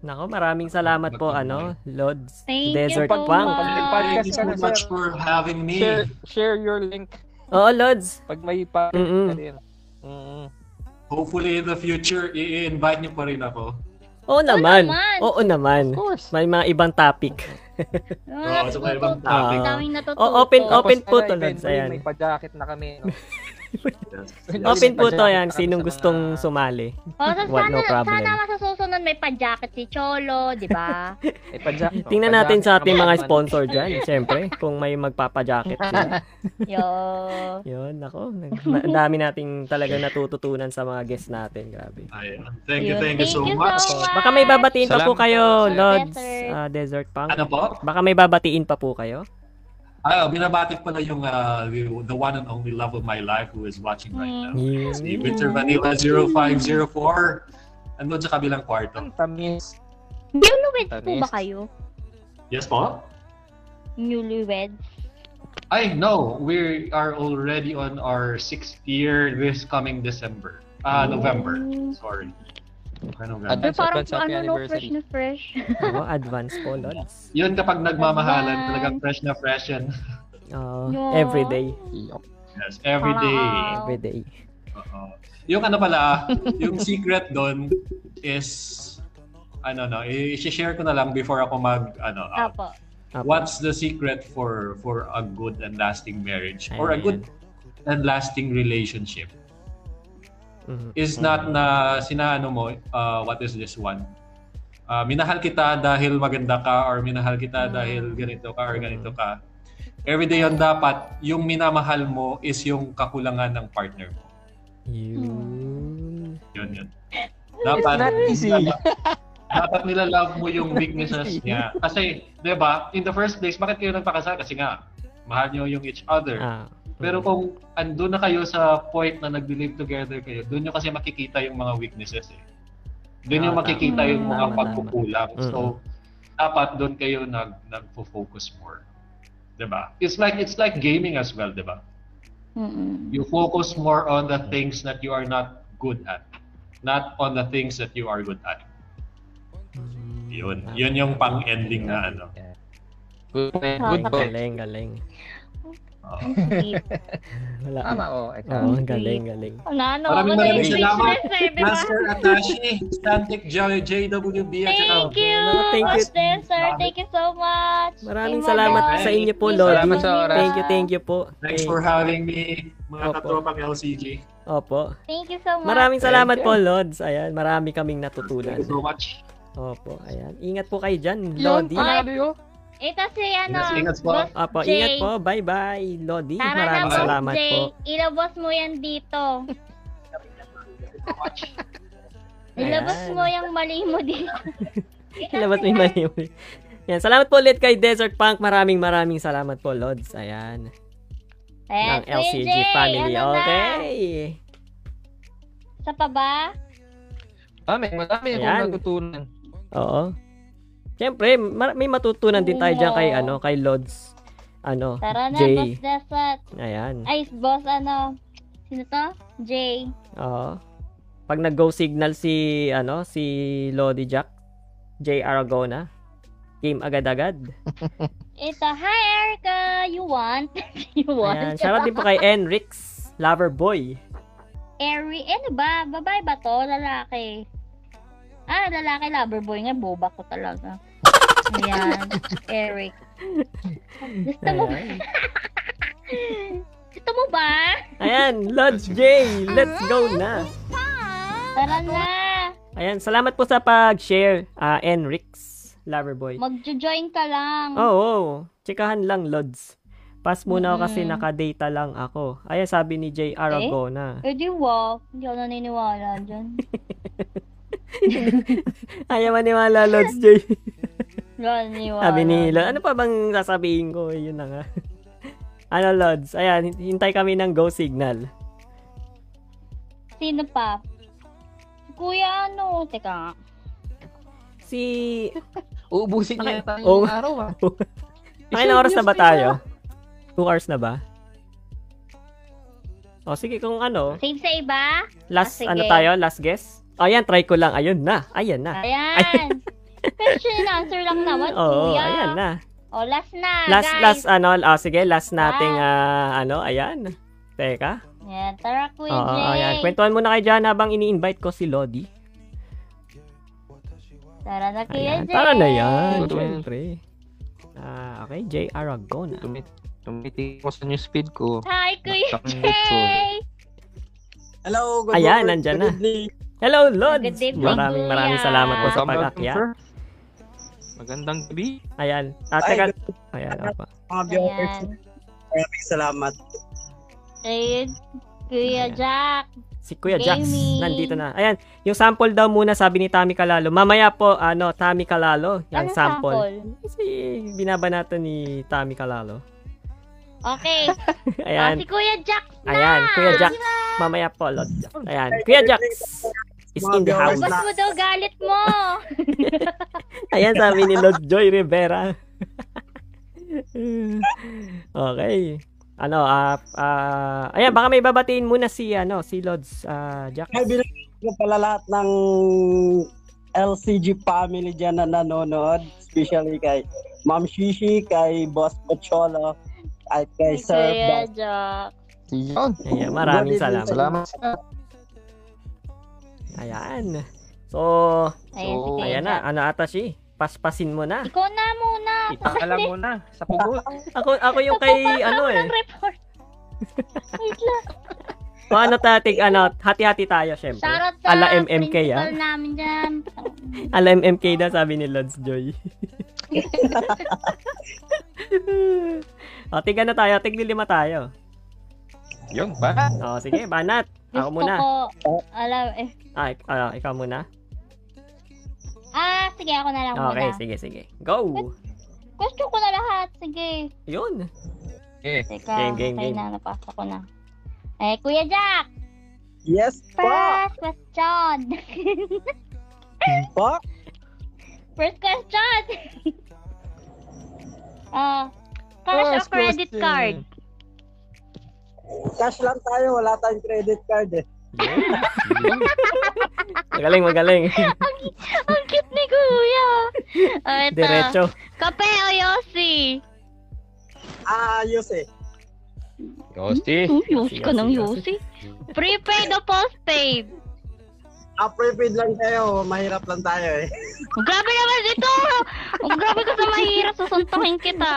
Speaker 1: Nako, maraming salamat po, ano, Lods
Speaker 2: Thank you
Speaker 1: Desert
Speaker 2: so
Speaker 1: Punk.
Speaker 2: much.
Speaker 11: Thank you so much for having me.
Speaker 4: Share, share your link.
Speaker 1: Oo, Lods.
Speaker 4: Pag may pa
Speaker 1: Mm-mm.
Speaker 4: ka din.
Speaker 2: Mm.
Speaker 4: Mm-mm.
Speaker 11: Hopefully in the future, i-invite niyo pa rin ako.
Speaker 1: Oo naman.
Speaker 2: naman.
Speaker 1: Oo naman. May mga ibang topic.
Speaker 2: Mga
Speaker 11: Oo, so may
Speaker 2: natututo.
Speaker 11: ibang topic.
Speaker 1: Ah.
Speaker 2: Ah, Daming natututo.
Speaker 1: Oh, open, open
Speaker 4: Tapos,
Speaker 1: po
Speaker 4: ano,
Speaker 1: to,
Speaker 4: event
Speaker 1: Lods.
Speaker 4: mo yun, May
Speaker 1: Ayan.
Speaker 4: pa-jacket na kami. No?
Speaker 1: Open po to,
Speaker 4: Pajacket
Speaker 1: yan.
Speaker 4: na
Speaker 1: Sinong
Speaker 4: kami sa mga-
Speaker 1: gustong sumali.
Speaker 2: Oh, so
Speaker 1: What,
Speaker 2: sana,
Speaker 1: no problem.
Speaker 2: sana masasusunod may pa-jacket si Cholo, di ba?
Speaker 4: May pajacket.
Speaker 1: Tingnan
Speaker 4: Pajacket
Speaker 1: natin sa
Speaker 4: na
Speaker 1: ating
Speaker 4: kami.
Speaker 1: mga sponsor dyan, syempre, kung may magpapajacket sila.
Speaker 2: Yo.
Speaker 1: Yun, ako. Ang dami nating talaga natututunan sa mga guests natin. Grabe.
Speaker 11: Ayun. Thank you,
Speaker 2: Yun.
Speaker 11: thank you so much.
Speaker 1: Baka may babatiin pa po
Speaker 4: Salamat
Speaker 1: kayo,
Speaker 4: po, Sir
Speaker 1: Lods
Speaker 2: Desert.
Speaker 1: ah, Desert Punk.
Speaker 11: Ano po?
Speaker 1: Baka may babatiin pa po kayo.
Speaker 11: Ah, binabati ko pala yung ah, the, the one and only love of my life who is watching right now.
Speaker 2: Mm.
Speaker 1: Yun.
Speaker 11: Si Winter Vanilla 0504. Andun sa kabilang kwarto.
Speaker 4: Ang Tamis.
Speaker 2: Newlyweds po ba
Speaker 4: Tamis.
Speaker 2: kayo?
Speaker 11: Yes po?
Speaker 2: Newlyweds?
Speaker 11: Ay, no. We are already on our sixth year this coming December. Ah, November. Sorry. Okay, November.
Speaker 2: Pero
Speaker 4: Advance,
Speaker 2: Mm. parang
Speaker 4: advance, happy
Speaker 2: ano, no, fresh
Speaker 4: anniversary.
Speaker 2: na fresh.
Speaker 1: Oo, advance Ano, po, Lods.
Speaker 11: Yun kapag nagmamahalan,
Speaker 2: Advance.
Speaker 11: talagang fresh na fresh yan.
Speaker 1: Oo,
Speaker 2: Yun.
Speaker 1: Oh, every day.
Speaker 11: Yes, every day.
Speaker 2: Wow.
Speaker 1: Every day.
Speaker 11: Oo. Yung ano pala, yung secret doon is ano no, i-share ko na lang before ako mag ano out.
Speaker 2: Apo.
Speaker 1: Apo.
Speaker 11: What's the secret for for a good and lasting marriage or a
Speaker 1: Ayan.
Speaker 11: good and lasting relationship?
Speaker 1: Mhm.
Speaker 11: Mm-hmm. Is not na sinaano mo uh, what is this one? Uh, minahal kita dahil maganda ka or minahal kita dahil ganito ka or ganito ka. Every day yun dapat yung minamahal mo is yung kakulangan ng partner mo.
Speaker 1: Yun.
Speaker 11: Yun yun.
Speaker 4: It's not easy.
Speaker 11: dapat nila love mo yung weaknesses niya. Kasi, di ba, in the first place, bakit kayo nagpakasal? Kasi nga, mahal niyo yung each other.
Speaker 1: Ah.
Speaker 11: Pero kung andun na kayo sa point na nag-live together kayo, doon nyo kasi makikita yung mga weaknesses eh. Doon yung
Speaker 1: Ah, tama.
Speaker 11: makikita yung mga
Speaker 1: Tama, tama.
Speaker 11: pagkukulang.
Speaker 1: Mm.
Speaker 11: So, dapat doon kayo nag nagfo-focus more. 'Di ba? It's like it's like gaming as well, 'di ba?
Speaker 2: Mm-mm.
Speaker 11: You focus more on the things that you are not good at, not on the things that you are good at.
Speaker 1: Mm.
Speaker 11: Yun. Yun yung pang-ending na ano.
Speaker 4: Good point.
Speaker 2: Ah,
Speaker 4: Good point.
Speaker 1: Galing, galing.
Speaker 11: Oo. Ah.
Speaker 2: Ang sweet.
Speaker 1: Wala.
Speaker 4: Tama, oh.
Speaker 1: Oo,
Speaker 4: Ikaw.
Speaker 1: galing, galing.
Speaker 2: Ano, ano,
Speaker 11: Maraming
Speaker 2: ako na
Speaker 11: maraming
Speaker 2: yung
Speaker 11: salamat.
Speaker 2: speechless eh, di ba?
Speaker 11: Master Atashi, Stantic Joy, JWB, at saka...
Speaker 2: Thank you,
Speaker 1: Oh, Thank you.
Speaker 2: Boss Dancer. Thank you so much.
Speaker 1: Maraming
Speaker 2: Team
Speaker 1: salamat
Speaker 2: Manong.
Speaker 1: sa inyo po,
Speaker 2: Miss
Speaker 1: Lodi.
Speaker 4: Salamat sa oras.
Speaker 1: Thank you, thank you po.
Speaker 11: Thanks
Speaker 1: Thank-
Speaker 11: for having me, mga
Speaker 1: Opo.
Speaker 11: katropang LCG.
Speaker 1: Opo.
Speaker 2: Thank you so much.
Speaker 1: Maraming salamat
Speaker 4: you.
Speaker 1: po, Lods. Ayan, marami kaming
Speaker 11: Thank
Speaker 1: natutunan.
Speaker 11: you so much.
Speaker 1: Opo, ayan. Ingat po kayo dyan,
Speaker 2: Lodi.
Speaker 1: Lodi.
Speaker 2: Ay,
Speaker 9: Adios.
Speaker 2: Ito si ano,
Speaker 11: oh. Ingat, ingat po.
Speaker 2: Boss
Speaker 1: Opo,
Speaker 2: Jay.
Speaker 1: ingat po. Bye-bye, Lodi.
Speaker 2: Tara
Speaker 1: Maraming
Speaker 2: na,
Speaker 1: salamat
Speaker 2: Boss Jay.
Speaker 1: po.
Speaker 2: Ilabas mo yan dito. Ilabas
Speaker 1: Ayan.
Speaker 2: mo yung mali mo dito.
Speaker 1: Labas may mali ulit. Yan, salamat po ulit kay Desert Punk. Maraming maraming salamat po, Lods. Ayan.
Speaker 2: Eh,
Speaker 1: Ng LCG
Speaker 2: Jay,
Speaker 1: family.
Speaker 2: ano na?
Speaker 1: Okay.
Speaker 2: Sa pa ba?
Speaker 4: Dami, madami
Speaker 1: Ayan.
Speaker 4: akong natutunan.
Speaker 1: Oo. Siyempre, mar- may matutunan din tayo dyan kay, ano, kay Lods. Ano,
Speaker 2: Tara na, Boss
Speaker 1: Jay.
Speaker 2: Desert.
Speaker 1: Ayan.
Speaker 2: Ay, Boss ano. Sino to? Jay.
Speaker 1: Oo. Pag nag-go signal si, ano, si Lodi Jack, J. Aragona, game agad-agad.
Speaker 2: Ito, hi Erica! You want? you
Speaker 1: Ayan.
Speaker 2: want?
Speaker 1: Shoutout din po kay Enrix, Lover Boy.
Speaker 2: Airy, eh, ano ba? Babae ba to? Lalaki. Ah, lalaki loverboy nga. Boba ko talaga. Ayan. Eric. Gusto mo ba? Gusto mo ba?
Speaker 1: Ayan, Lodge J, let's go na.
Speaker 2: Tara na.
Speaker 1: Ayan, salamat po sa pag-share, ah, Enrix, Loverboy.
Speaker 2: Magjo-join ka lang.
Speaker 1: Oo, oh, chikahan lang, Lods. Pass muna ako kasi
Speaker 2: Mm.
Speaker 1: nakadata lang ako. Ayan, sabi ni J. Aragona.
Speaker 2: Eh di wow. Hindi ako naniniwala dyan.
Speaker 1: Ayaw maniwala, Lods J.
Speaker 2: Wala naniniwala.
Speaker 1: sabi ni Lods, ano pa bang sasabihin ko? Yun na nga. ano, Lods? Ayan, hintay kami ng go signal.
Speaker 2: Sino pa? Kuya ano? Teka nga.
Speaker 1: Si...
Speaker 4: Uubusin
Speaker 1: niya
Speaker 4: tayo
Speaker 1: Oo
Speaker 4: yung
Speaker 1: nga.
Speaker 4: araw ah.
Speaker 1: Nakailang oras na ba
Speaker 4: News kayo.
Speaker 2: ah.
Speaker 1: tayo? Two hours na ba? O, sige, kung ano,
Speaker 2: Save sa iba?
Speaker 1: last,
Speaker 2: Ah, sige.
Speaker 1: ano tayo, last guess? Ayan, try ko lang. Ayun na. Ayan na.
Speaker 2: Ayan. Question and answer lang naman,
Speaker 1: Oo,
Speaker 2: kuya.
Speaker 1: ayan na.
Speaker 2: O, last na,
Speaker 1: Last,
Speaker 2: guys.
Speaker 1: last, ano, ah, sige, last nating, ah, ano, ayan. Teka.
Speaker 2: Ayan, tara, Kuya
Speaker 1: Oo,
Speaker 2: Jay.
Speaker 1: Ah, ayan. Kwentuhan mo na kay Jan habang ini-invite ko si Lodi.
Speaker 2: Tara na, Kuya
Speaker 1: Ayan,
Speaker 2: Jay.
Speaker 1: para na yan.
Speaker 4: Ito yan.
Speaker 1: Siyempre. Ah, okay, J. Aragona.
Speaker 4: Tumitingin ko sa newsfeed ko.
Speaker 2: Hi, Kuya
Speaker 4: Nakakangit ko.
Speaker 2: Jay.
Speaker 12: Hello, good
Speaker 1: Ayan,
Speaker 12: morning,
Speaker 1: nandyan
Speaker 12: good
Speaker 1: na.
Speaker 12: evening.
Speaker 1: Hello, Lods!
Speaker 2: Good evening,
Speaker 1: Maraming
Speaker 2: Kuya.
Speaker 1: maraming salamat po sa
Speaker 4: Welcome, welcome,
Speaker 1: pag-akya.
Speaker 4: sir. Magandang gabi.
Speaker 1: Ayan. At
Speaker 12: Ay,
Speaker 1: teka,
Speaker 12: good-
Speaker 1: ayan, apa.
Speaker 12: Mga viewers, maraming salamat.
Speaker 2: Ayun, Kuya Jack.
Speaker 1: Si Kuya Jax,
Speaker 2: Gaming.
Speaker 1: nandito na. Ayan, yung sample daw muna sabi ni Tami Kalalo. Mamaya po, ano, Tami Kalalo, yung
Speaker 2: Anong
Speaker 1: sample.
Speaker 2: sample?
Speaker 1: Kasi binabanatan ni Tami Kalalo.
Speaker 2: Okay. Ah,
Speaker 1: Ayan.
Speaker 2: si Kuya Jack na. Diba?
Speaker 1: Ayan, Kuya Jax. Mamaya po, Lord. Ayan, Kuya Jax is in the house.
Speaker 2: Tapos mo daw galit mo.
Speaker 1: Ayan, sabi ni Lord Joy Rivera. okay. Ano, ah, ah, ayan, baka may babatiin muna si, ano, si Lods ah, Jax.
Speaker 12: Ay, binigyan ko pala lahat ng LCG family dyan na nanonood. Especially kay Ma'am Shishi, kay Boss Pocholo, at kay Sir
Speaker 2: Kuya
Speaker 12: Boss.
Speaker 2: Jack.
Speaker 4: Yun.
Speaker 1: Ayan, maraming salamat.
Speaker 4: Salamat.
Speaker 1: Ayan. So,
Speaker 2: Ayan si
Speaker 1: so,
Speaker 2: Kuya
Speaker 1: ayan na. Ano ata si? Paspasin mo na.
Speaker 2: Ikaw na muna.
Speaker 4: Alam mo na, sa pugot.
Speaker 1: Ako ako yung kay ano eh.
Speaker 2: Ang report. Wait lang.
Speaker 1: Kung ano tatig ano, hati-hati tayo syempre.
Speaker 2: Shoutout sa
Speaker 1: Ala MMK ah.
Speaker 2: principal namin dyan.
Speaker 1: Ala MMK na sabi ni Lods Joy. o, tiga na tayo. Tig lima tayo.
Speaker 4: Yun, ba?
Speaker 1: O, sige, banat. Ako
Speaker 2: Gusto
Speaker 1: muna.
Speaker 2: ko. Alam eh.
Speaker 1: Ah, ik- ah, ikaw muna.
Speaker 2: Ah, sige ako na lang
Speaker 1: Okay,
Speaker 2: muna.
Speaker 1: sige, sige. Go!
Speaker 2: Question ko na lahat. Sige.
Speaker 1: Yun.
Speaker 4: Eh,
Speaker 1: Game,
Speaker 2: Teka,
Speaker 1: game,
Speaker 2: okay
Speaker 1: game.
Speaker 2: na. Napasa ko na. Eh, Kuya Jack.
Speaker 12: Yes po!
Speaker 2: First question.
Speaker 12: po.
Speaker 2: First question. Ah, cash
Speaker 4: First
Speaker 2: or credit
Speaker 4: question.
Speaker 2: card?
Speaker 12: Cash lang tayo, wala tayong credit card eh.
Speaker 1: Magaling, magaling.
Speaker 2: Ang cute ni Kuya. Ah, ito.
Speaker 1: Diretso.
Speaker 2: Kape o Yossi?
Speaker 12: Ah, Ayos eh.
Speaker 1: Eh,
Speaker 4: Yosti.
Speaker 2: Oh, Yossi ka
Speaker 1: Yossi,
Speaker 2: ng
Speaker 1: Yossi.
Speaker 2: Yossi. Prepaid o postpaid?
Speaker 12: Ah, prepaid lang tayo, mahirap lang tayo eh.
Speaker 2: Grabe naman dito! Ang grabe ka sa mahirap, susuntokin kita.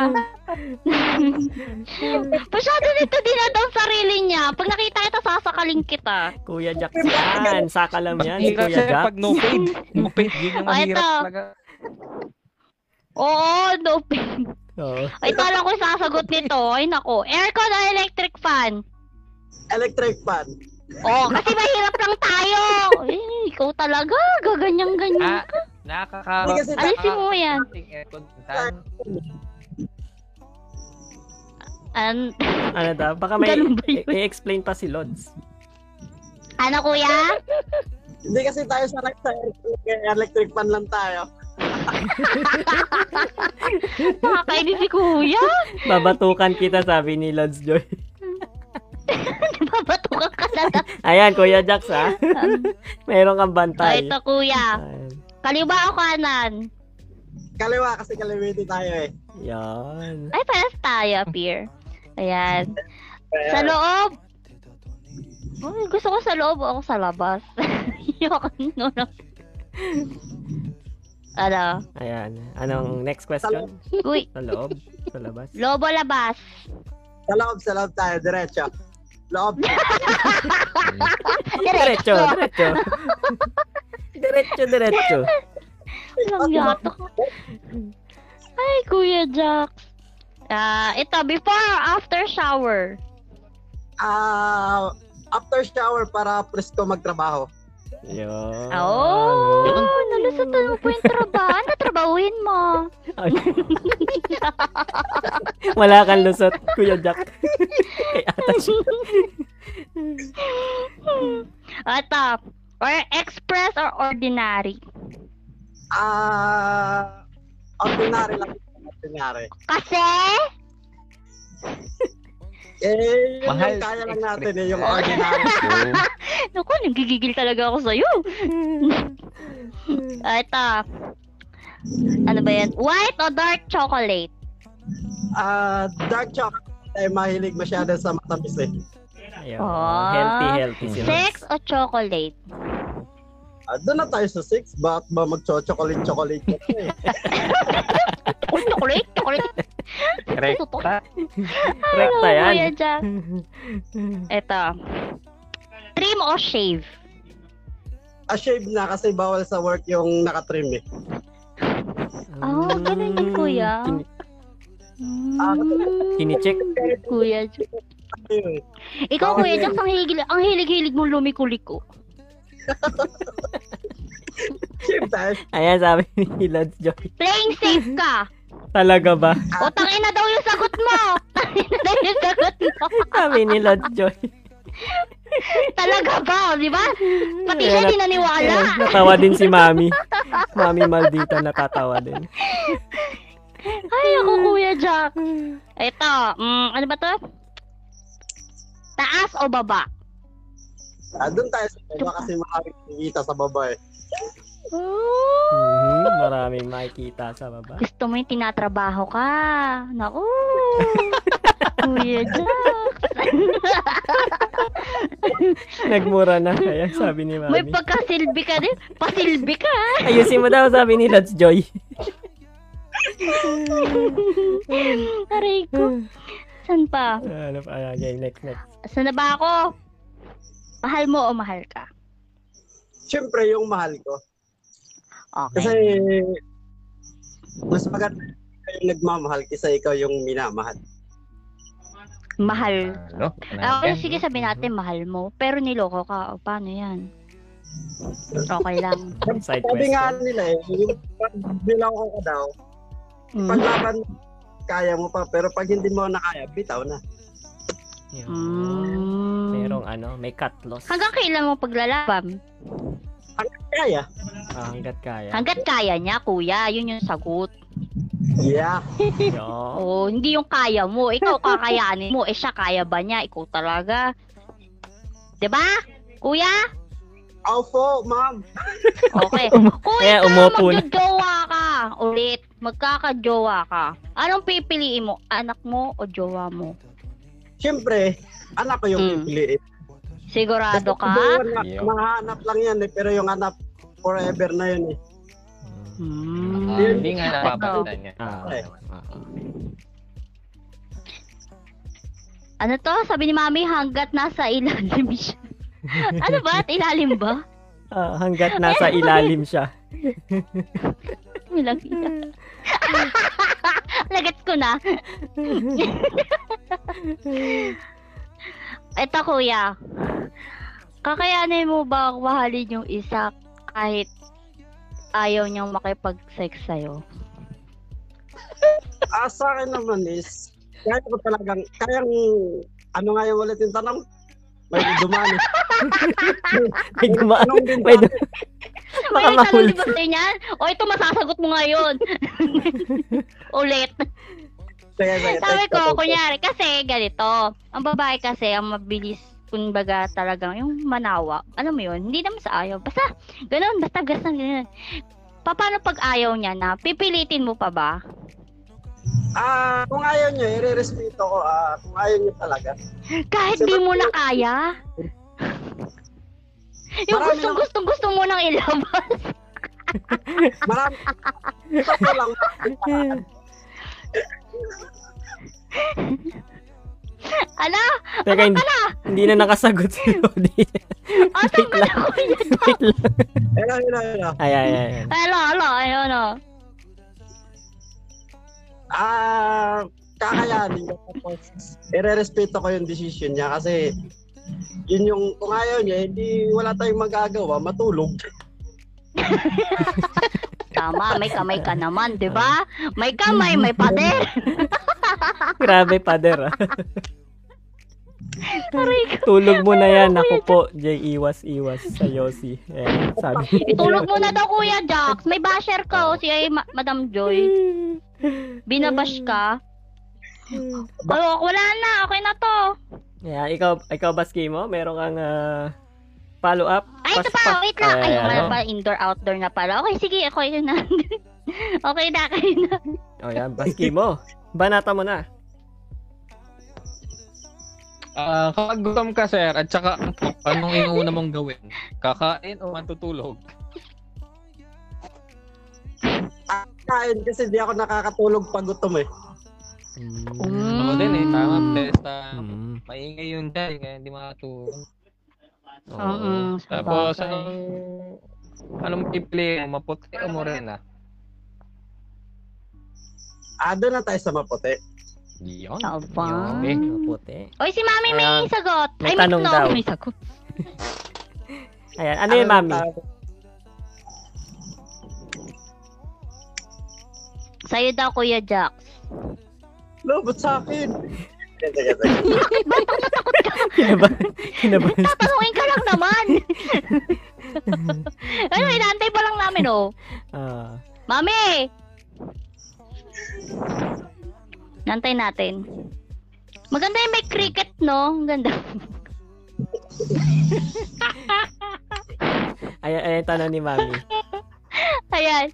Speaker 2: Masyado dito dinadaw sarili niya. Pag nakita kita, sasakaling kita.
Speaker 1: Kuya Jax yan. Sakalam yan si
Speaker 4: Mahirap
Speaker 1: Kuya
Speaker 4: siya
Speaker 1: Jax.
Speaker 4: pag no paid. No paid, yun yung
Speaker 2: Oh,
Speaker 4: mahirap
Speaker 2: ito.
Speaker 4: talaga.
Speaker 2: Oo, no.
Speaker 1: Oo.
Speaker 2: Ay, alam ko yung sasagot nito. Ay, nako. Aircon o electric fan?
Speaker 12: Electric fan.
Speaker 2: Oo, kasi mahirap lang tayo. Eh, ikaw talaga. Gaganyang-ganyan.
Speaker 4: Ah, nakakaro.
Speaker 12: Hindi kasi-
Speaker 2: Alisin mo yan. An-
Speaker 1: Ano daw? Baka may
Speaker 2: Ganun ba yun?
Speaker 1: i-explain pa si Lods.
Speaker 2: ano, kuya?
Speaker 12: Hindi kasi tayo sa sa electric fan lang tayo.
Speaker 2: Nakakainis si kuya.
Speaker 1: Babatukan kita, sabi ni Lods Joy.
Speaker 2: Babatukan ka na lang.
Speaker 1: Ayan, Kuya Jax, ha? Meron kang
Speaker 2: Ah,
Speaker 1: bantay.
Speaker 2: ito, kuya.
Speaker 1: Ayan.
Speaker 2: Kaliwa o kanan?
Speaker 12: Kaliwa kasi kaliwiti tayo eh.
Speaker 1: Yan.
Speaker 2: Ay, parehas tayo, Pier. Ayan. Sa loob Uy, gusto ko sa loob o ako sa labas. Ayoko nun. ano?
Speaker 1: Ayan. Anong next question?
Speaker 2: Uy.
Speaker 1: Sa loob? Sa labas?
Speaker 2: Lobo labas.
Speaker 12: Sa loob, sa loob tayo. Diretso. Loob.
Speaker 1: Diretso, diretso. Diretso, diretso.
Speaker 2: Walang yato ka. Ay, Kuya Jax. Ah, ito, before or after shower?
Speaker 12: Ah, after shower para presko magtrabaho.
Speaker 1: Yun.
Speaker 2: Oo, oh, nalusutan mo po yung trabaho. Ano trabahuin mo?
Speaker 1: Wala kang lusot, Kuya Jack. Kay ata siya.
Speaker 2: ito, or express or ordinary?
Speaker 12: Ah, ordinary lang. Ordinary.
Speaker 2: Kasi?
Speaker 12: Eh, yun
Speaker 2: Mahal
Speaker 12: yung kaya lang
Speaker 2: express.
Speaker 12: natin eh, yung ordinary.
Speaker 2: Naku, nagigigil talaga ako sa'yo. Ah, ito. Ano ba yan? White or dark chocolate?
Speaker 12: Ah, dark chocolate ay mahilig masyado sa matamis eh.
Speaker 1: Ayun.
Speaker 2: Ah,
Speaker 1: healthy, healthy sila.
Speaker 2: Sex or chocolate?
Speaker 12: Ah, doon na tayo sa six. Bakit ba magcho-chocolate-chocolate ka na eh?
Speaker 2: Uy, chocolate, chocolate. Rekta.
Speaker 1: Rekta yan.
Speaker 2: Ito. Trim or shave?
Speaker 12: Ah, shave na kasi bawal sa work yung nakatrim eh.
Speaker 2: Oh, ganun din, kuya.
Speaker 1: Mm.
Speaker 2: Mm.
Speaker 1: Kinicheck.
Speaker 2: Kuya Jack. Ikaw, Kuya Jack, ang, hilig, ang hilig-hilig mong lumikuliko.
Speaker 1: Ayan, sabi ni Lance Joy.
Speaker 2: Playing safe ka.
Speaker 1: Talaga ba?
Speaker 2: O, tangina daw yung sagot mo. Tangina daw yung sagot mo.
Speaker 1: Sabi ni Lance Joy.
Speaker 2: Talaga ba? O, di ba? Pati siya di naniwala.
Speaker 1: Ayan, Natawa din si Mami. Mami Maldita natatawa din.
Speaker 2: Ay, ako,
Speaker 1: Hmm.
Speaker 2: Kuya Jack. Ito, mm, ano ba to? Taas o baba?
Speaker 12: Ah, doon tayo sa baba kasi maraming kumita sa baba eh.
Speaker 1: Mhm, maraming makikita sa baba.
Speaker 2: Gusto mo yung tinatrabaho ka. Naku. Kuya Jack.
Speaker 1: Nagmura na kaya, sabi ni
Speaker 2: May
Speaker 1: Mami.
Speaker 2: pagkasilbi ka din. Pasilbi ka.
Speaker 1: Ayusin mo daw, sabi ni Lance Joy.
Speaker 2: Aray
Speaker 1: Hmm.
Speaker 2: ko. Saan pa?
Speaker 1: Ano pa? ah, Okay, next, next.
Speaker 2: Saan na ba ako? Mahal mo o mahal ka?
Speaker 12: Siyempre, yung mahal ko. Kasi,
Speaker 2: Okay.
Speaker 12: mas maganda yung nagmamahal kaysa ikaw yung minamahal.
Speaker 2: Mahal.
Speaker 12: Ano?
Speaker 2: Ah, okay, sige sabihin natin mahal mo. Pero niloko ka. O, paano yan? Okay lang.
Speaker 1: Side
Speaker 12: Sabi nga nila eh, yung pag niloko ka daw, paglaban mo, kaya mo pa. Pero pag hindi mo na kaya, bitaw na.
Speaker 1: Merong ano, may cut loss.
Speaker 2: Mm. Hanggang kailan mo paglalaban?
Speaker 12: Kaya.
Speaker 1: Ah, hanggat kaya.
Speaker 2: Hanggat kaya niya, kuya. Yun yung sagot.
Speaker 12: Yeah.
Speaker 1: Yo.
Speaker 2: Oo, hindi yung kaya mo. Ikaw kakayanin mo. Eh, siya kaya ba niya? Ikaw talaga. 'Di ba? Kuya?
Speaker 12: Opo, ma'am.
Speaker 2: Okay.
Speaker 1: Kaya
Speaker 2: Kuya,
Speaker 1: umupo na.
Speaker 2: magjowa ka. Ulit. Magkakajowa ka. Anong pipiliin mo? Anak mo o jowa mo?
Speaker 12: Siyempre, anak ko yung
Speaker 2: Mm.
Speaker 8: Mm.
Speaker 12: pipiliin.
Speaker 2: Sigurado ka?
Speaker 12: Doon, na, mahanap lang yan eh. Pero yung anak, forever na yun eh.
Speaker 2: Hmm.
Speaker 1: Ah,
Speaker 4: hindi nga napapalitan niya.
Speaker 2: Ah, Ano to? Sabi ni Mami, hanggat nasa ilalim siya. ano ba? At ilalim ba?
Speaker 1: Ah, hanggat nasa ilalim siya.
Speaker 2: Milang ina. Lagat ko na. Ito kuya. Kakayanin mo ba ang mahalin yung isa kahit ayaw niyang makipag-sex sa'yo?
Speaker 12: Ah, sa akin naman is, kaya ko talagang, kayang, ano nga yung ulit yung tanong? May dumaan eh.
Speaker 1: May dumaan.
Speaker 12: Anong dumaan?
Speaker 1: May dumaan.
Speaker 2: May
Speaker 1: Baka mahuli.
Speaker 2: tanong di Ano ba sa'yo niyan? O ito masasagot mo ngayon. Ulit.
Speaker 12: Sige, sige,
Speaker 2: Sabi
Speaker 12: take
Speaker 2: ko,
Speaker 12: that, take that.
Speaker 2: kunyari, kasi ganito. Ang babae kasi, ang mabilis, kumbaga talagang yung manawa. Ano mo yun? Hindi naman sa ayaw. Basta, ganun, basta gasang ganun. Pa- Paano pag ayaw niya na? Pipilitin mo pa ba?
Speaker 12: Ah, kung ayaw nyo, irerespeto ko. Ah, kung ayaw nyo talaga.
Speaker 2: Kahit di mo na kaya? Yung gustong gustong gusto mo nang ilabas.
Speaker 12: Marami. Totoo lang.
Speaker 2: Ala! Ano
Speaker 1: Teka, hindi, hindi na nakasagot si Lodi.
Speaker 2: Asan ka na kuya?
Speaker 1: Wait lang.
Speaker 12: Hello, hello, hello.
Speaker 1: Ay, ay, ay. ay.
Speaker 2: Ala, ala, ayun o.
Speaker 12: Ah, kakayanin niya. Tapos, irerespeto ko yung decision niya kasi yun yung, kung ayaw niya, hindi wala tayong magagawa, matulog.
Speaker 2: Tama, may kamay ka naman, di ba? Diba? May kamay, may pader.
Speaker 1: Grabe, pader ah. Tulog mo na yan. Ako po, Jay, iwas-iwas sa Yossi. Ayan, sabi.
Speaker 2: Itulog mo na daw, Kuya Jax. May basher ka, o, si ay, Ma- Madam Joy. Binabash ka. Alok, wala na. Okay na to.
Speaker 1: Yeah, ikaw, ikaw baski mo, meron kang ah, follow-up.
Speaker 2: Ay, ito pa. Wait lang.
Speaker 1: Ay,
Speaker 2: Ay, wala
Speaker 1: ano?
Speaker 2: pa. Indoor-outdoor na pala. Okay, sige. Ako yun na. okay na, kayo na.
Speaker 1: O yan, baski mo. Banata mo na.
Speaker 4: Ah, kapag gutom ka, sir, at saka antok, anong inuuna mong gawin? Kakain o matutulog?
Speaker 12: Kain kasi di ako nakakatulog pag gutom eh.
Speaker 4: Ako din eh, tama,
Speaker 2: Mm.
Speaker 4: pesta. Maingay yun dyan, kaya hindi makatulog.
Speaker 2: Oo, sa
Speaker 4: Tapos,
Speaker 2: bagay.
Speaker 4: anong, anong pipili mo? Maputi o morena?
Speaker 12: Ah, doon na tayo sa maputi.
Speaker 4: Yun.
Speaker 2: Aba.
Speaker 4: Yun, eh,
Speaker 1: Puti.
Speaker 2: Oy, si Mami may
Speaker 1: Ayan.
Speaker 2: sagot.
Speaker 1: May
Speaker 2: Ay, may
Speaker 1: tanong
Speaker 2: tanong
Speaker 1: daw.
Speaker 2: May sagot.
Speaker 1: Ayan, ano yun, mami?
Speaker 2: Sa'yo daw, Kuya Jax.
Speaker 12: No, ba't sa akin?
Speaker 1: Kinabahan siya.
Speaker 2: Tanungin ka lang naman. ano, inaantay pa lang namin, oh.
Speaker 1: Ah.
Speaker 2: Mami! Nantay natin. Maganda yung may cricket, no? Ang ganda.
Speaker 1: Ayan, ayan, Ah, tanong ni mami.
Speaker 2: Ayan.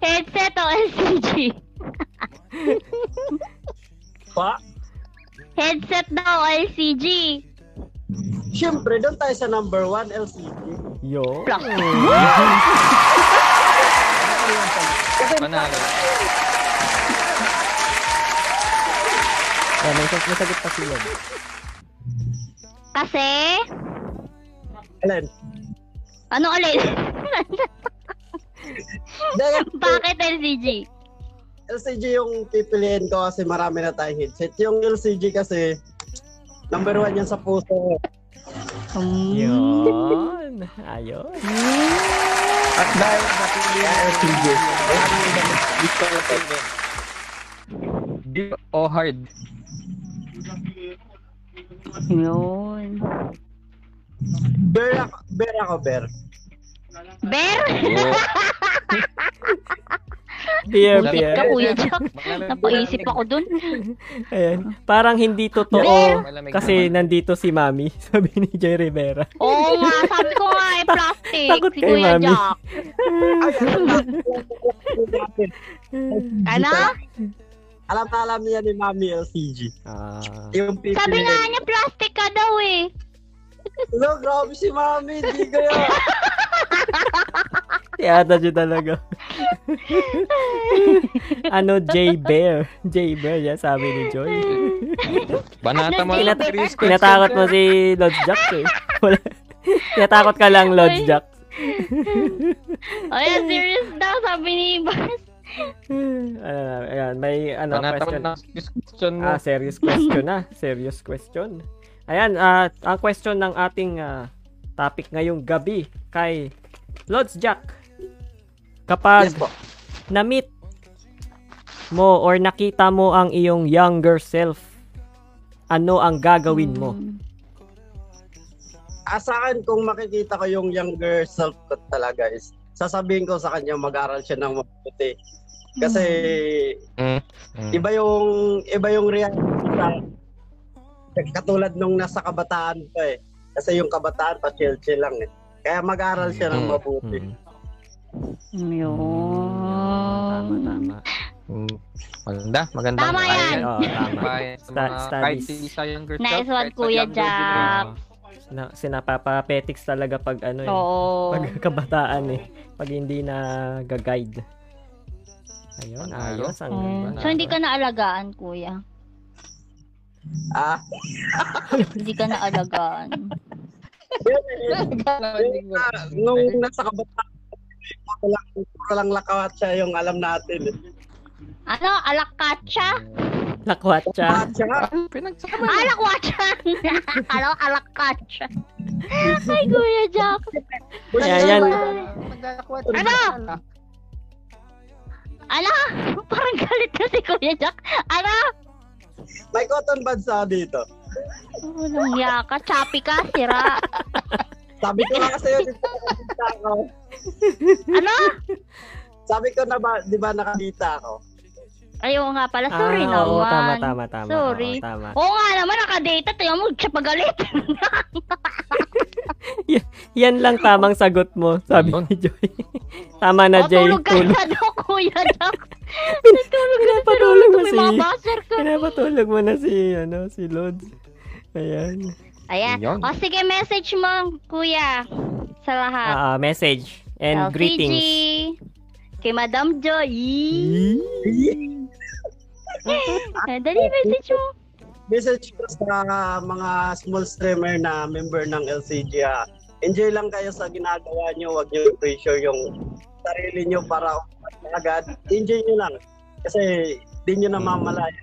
Speaker 2: Headset o LCG?
Speaker 12: Pa?
Speaker 2: Headset daw, LCG.
Speaker 12: Siyempre, doon tayo sa number one LCD.
Speaker 1: Yo.
Speaker 4: Oh. Panalo.
Speaker 1: Ayan, may, sag- may sagot pa siya.
Speaker 2: Kasi?
Speaker 12: Alin?
Speaker 2: Ano ulit? Bakit LCG?
Speaker 12: LCG yung pipiliin ko kasi marami na tayong headset. Yung LCG kasi, number one yan sa puso.
Speaker 1: Yun. Ayun.
Speaker 7: At dahil napili ang LCG.
Speaker 4: Deep o hard?
Speaker 2: Yun.
Speaker 12: Bear ako, bear ako, bear.
Speaker 2: Bear?
Speaker 1: Oh, Beer,
Speaker 2: Isip
Speaker 1: beer.
Speaker 2: ka, Kuya Jack. Napaisip ako dun.
Speaker 1: Ayan. Parang hindi totoo kasi nandito si mami, sabi ni Jay Rivera.
Speaker 2: Oo
Speaker 4: Oh.
Speaker 2: nga, sabi ko nga eh, plastic.
Speaker 1: Takot
Speaker 2: si
Speaker 1: kay
Speaker 2: Kuya
Speaker 1: Mami.
Speaker 2: Jack. Ano?
Speaker 12: Alam na alam niya ni Mami LCG.
Speaker 1: Ah.
Speaker 12: Yung pipiliin.
Speaker 2: Sabi nga niya, plastic ka daw eh.
Speaker 12: No, grabe si Mami, di kaya.
Speaker 1: Tiyata dyan talaga. ano, Jay Bear? Jay Bear, yan sabi ni Joy.
Speaker 4: Banata mo lang,
Speaker 1: Tinata-
Speaker 4: Chris.
Speaker 1: Tinatakot mo si Lodge Jack eh. Wala. Tinatakot ka lang, Lodge Jack.
Speaker 2: Ayan, serious daw, sabi ni Bars.
Speaker 1: Ano, na, ayan, may ano,
Speaker 4: Banata mo
Speaker 1: question.
Speaker 4: lang, Chris. Question mo.
Speaker 1: Ah, serious question na. Serious question. Ayan, ah, ang question ng ating ah, topic ngayong gabi kay Lodge Jack. Kapag na-meet mo or nakita mo ang iyong younger self, ano ang gagawin mo?
Speaker 2: Hmm.
Speaker 12: Asahan Ah, kung makikita ko yung younger self ko talaga is sasabihin ko sa kanya mag-aral siya ng mabuti. Kasi
Speaker 4: Mm.
Speaker 12: iba yung iba yung reality sa katulad nung nasa kabataan pa eh. Kasi yung kabataan pa chill chill lang eh. Kaya mag-aral siya ng mabuti.
Speaker 1: Tama, tama.
Speaker 4: Mm, Maganda, maganda.
Speaker 2: Tama
Speaker 4: Kaya
Speaker 2: yan.
Speaker 1: Oo, tama.
Speaker 4: Kaya sa
Speaker 1: Sta-
Speaker 4: mga-
Speaker 1: studies.
Speaker 4: Kahit hindi siya younger
Speaker 2: Nice
Speaker 4: self,
Speaker 2: one,
Speaker 4: kahit sa
Speaker 2: Kuya
Speaker 4: younger
Speaker 2: Jack.
Speaker 4: generation.
Speaker 1: Sina, sinapapapetics talaga pag ano eh.
Speaker 13: Oo.
Speaker 1: Pag kabataan eh. Pag hindi na ga-guide. Ayun, ayos. Ang
Speaker 2: Mm. So, hindi ka naalagaan, kuya.
Speaker 12: Ah.
Speaker 2: hindi ka naalagaan.
Speaker 12: Nung nasa kabataan, puro lang, puro lang lakawat siya yung alam natin. eh.
Speaker 2: Ano? Alakatsa?
Speaker 1: Lakwatsa.
Speaker 2: Pinagsama Alakatsa! Hello, alakatsa. Ay, kuya Jack.
Speaker 1: Kaya yan.
Speaker 2: Ano? Ano? Parang galit na si Kuya Jack. Ano?
Speaker 12: May cotton buds ako dito.
Speaker 2: Walang iya ka. Chapi ka. Sira.
Speaker 12: Sabi ko na kasi yun, di ba nakadita ako.
Speaker 2: Ano?
Speaker 12: Sabi ko na ba, di ba nakadita ako?
Speaker 2: Ayaw nga pala. Sorry
Speaker 1: Ah,
Speaker 2: naman.
Speaker 1: oo, tama, tama, tama.
Speaker 2: Sorry.
Speaker 1: Oo, tama.
Speaker 2: Oo nga naman. Nakadata. Tingnan mo. Siya pagalit.
Speaker 1: Yan lang tamang sagot mo, sabi ni Joy. Tama na,
Speaker 2: O,
Speaker 1: Jay.
Speaker 2: Oh, Tulog ka na daw, Kuya Jack. Natulog ka na.
Speaker 1: Pinapatulog mo
Speaker 2: May
Speaker 1: si...
Speaker 2: mabuzzer ka.
Speaker 1: Pinapatulog mo na si, ano, si Lods. Ayan.
Speaker 2: Ayan.
Speaker 1: Yun.
Speaker 2: O sige, message mo, Kuya. Sa lahat.
Speaker 1: Ah, ah, message and
Speaker 2: LCG.
Speaker 1: greetings. Hmm?
Speaker 2: Kay Madam Joy. Ah, Dali, message mo.
Speaker 12: Message ko sa mga small streamer na member ng LCG ha. Enjoy lang kayo sa ginagawa nyo. Huwag nyo pressure yung sarili nyo para umat na agad. Enjoy nyo lang. Kasi di nyo namamalaya.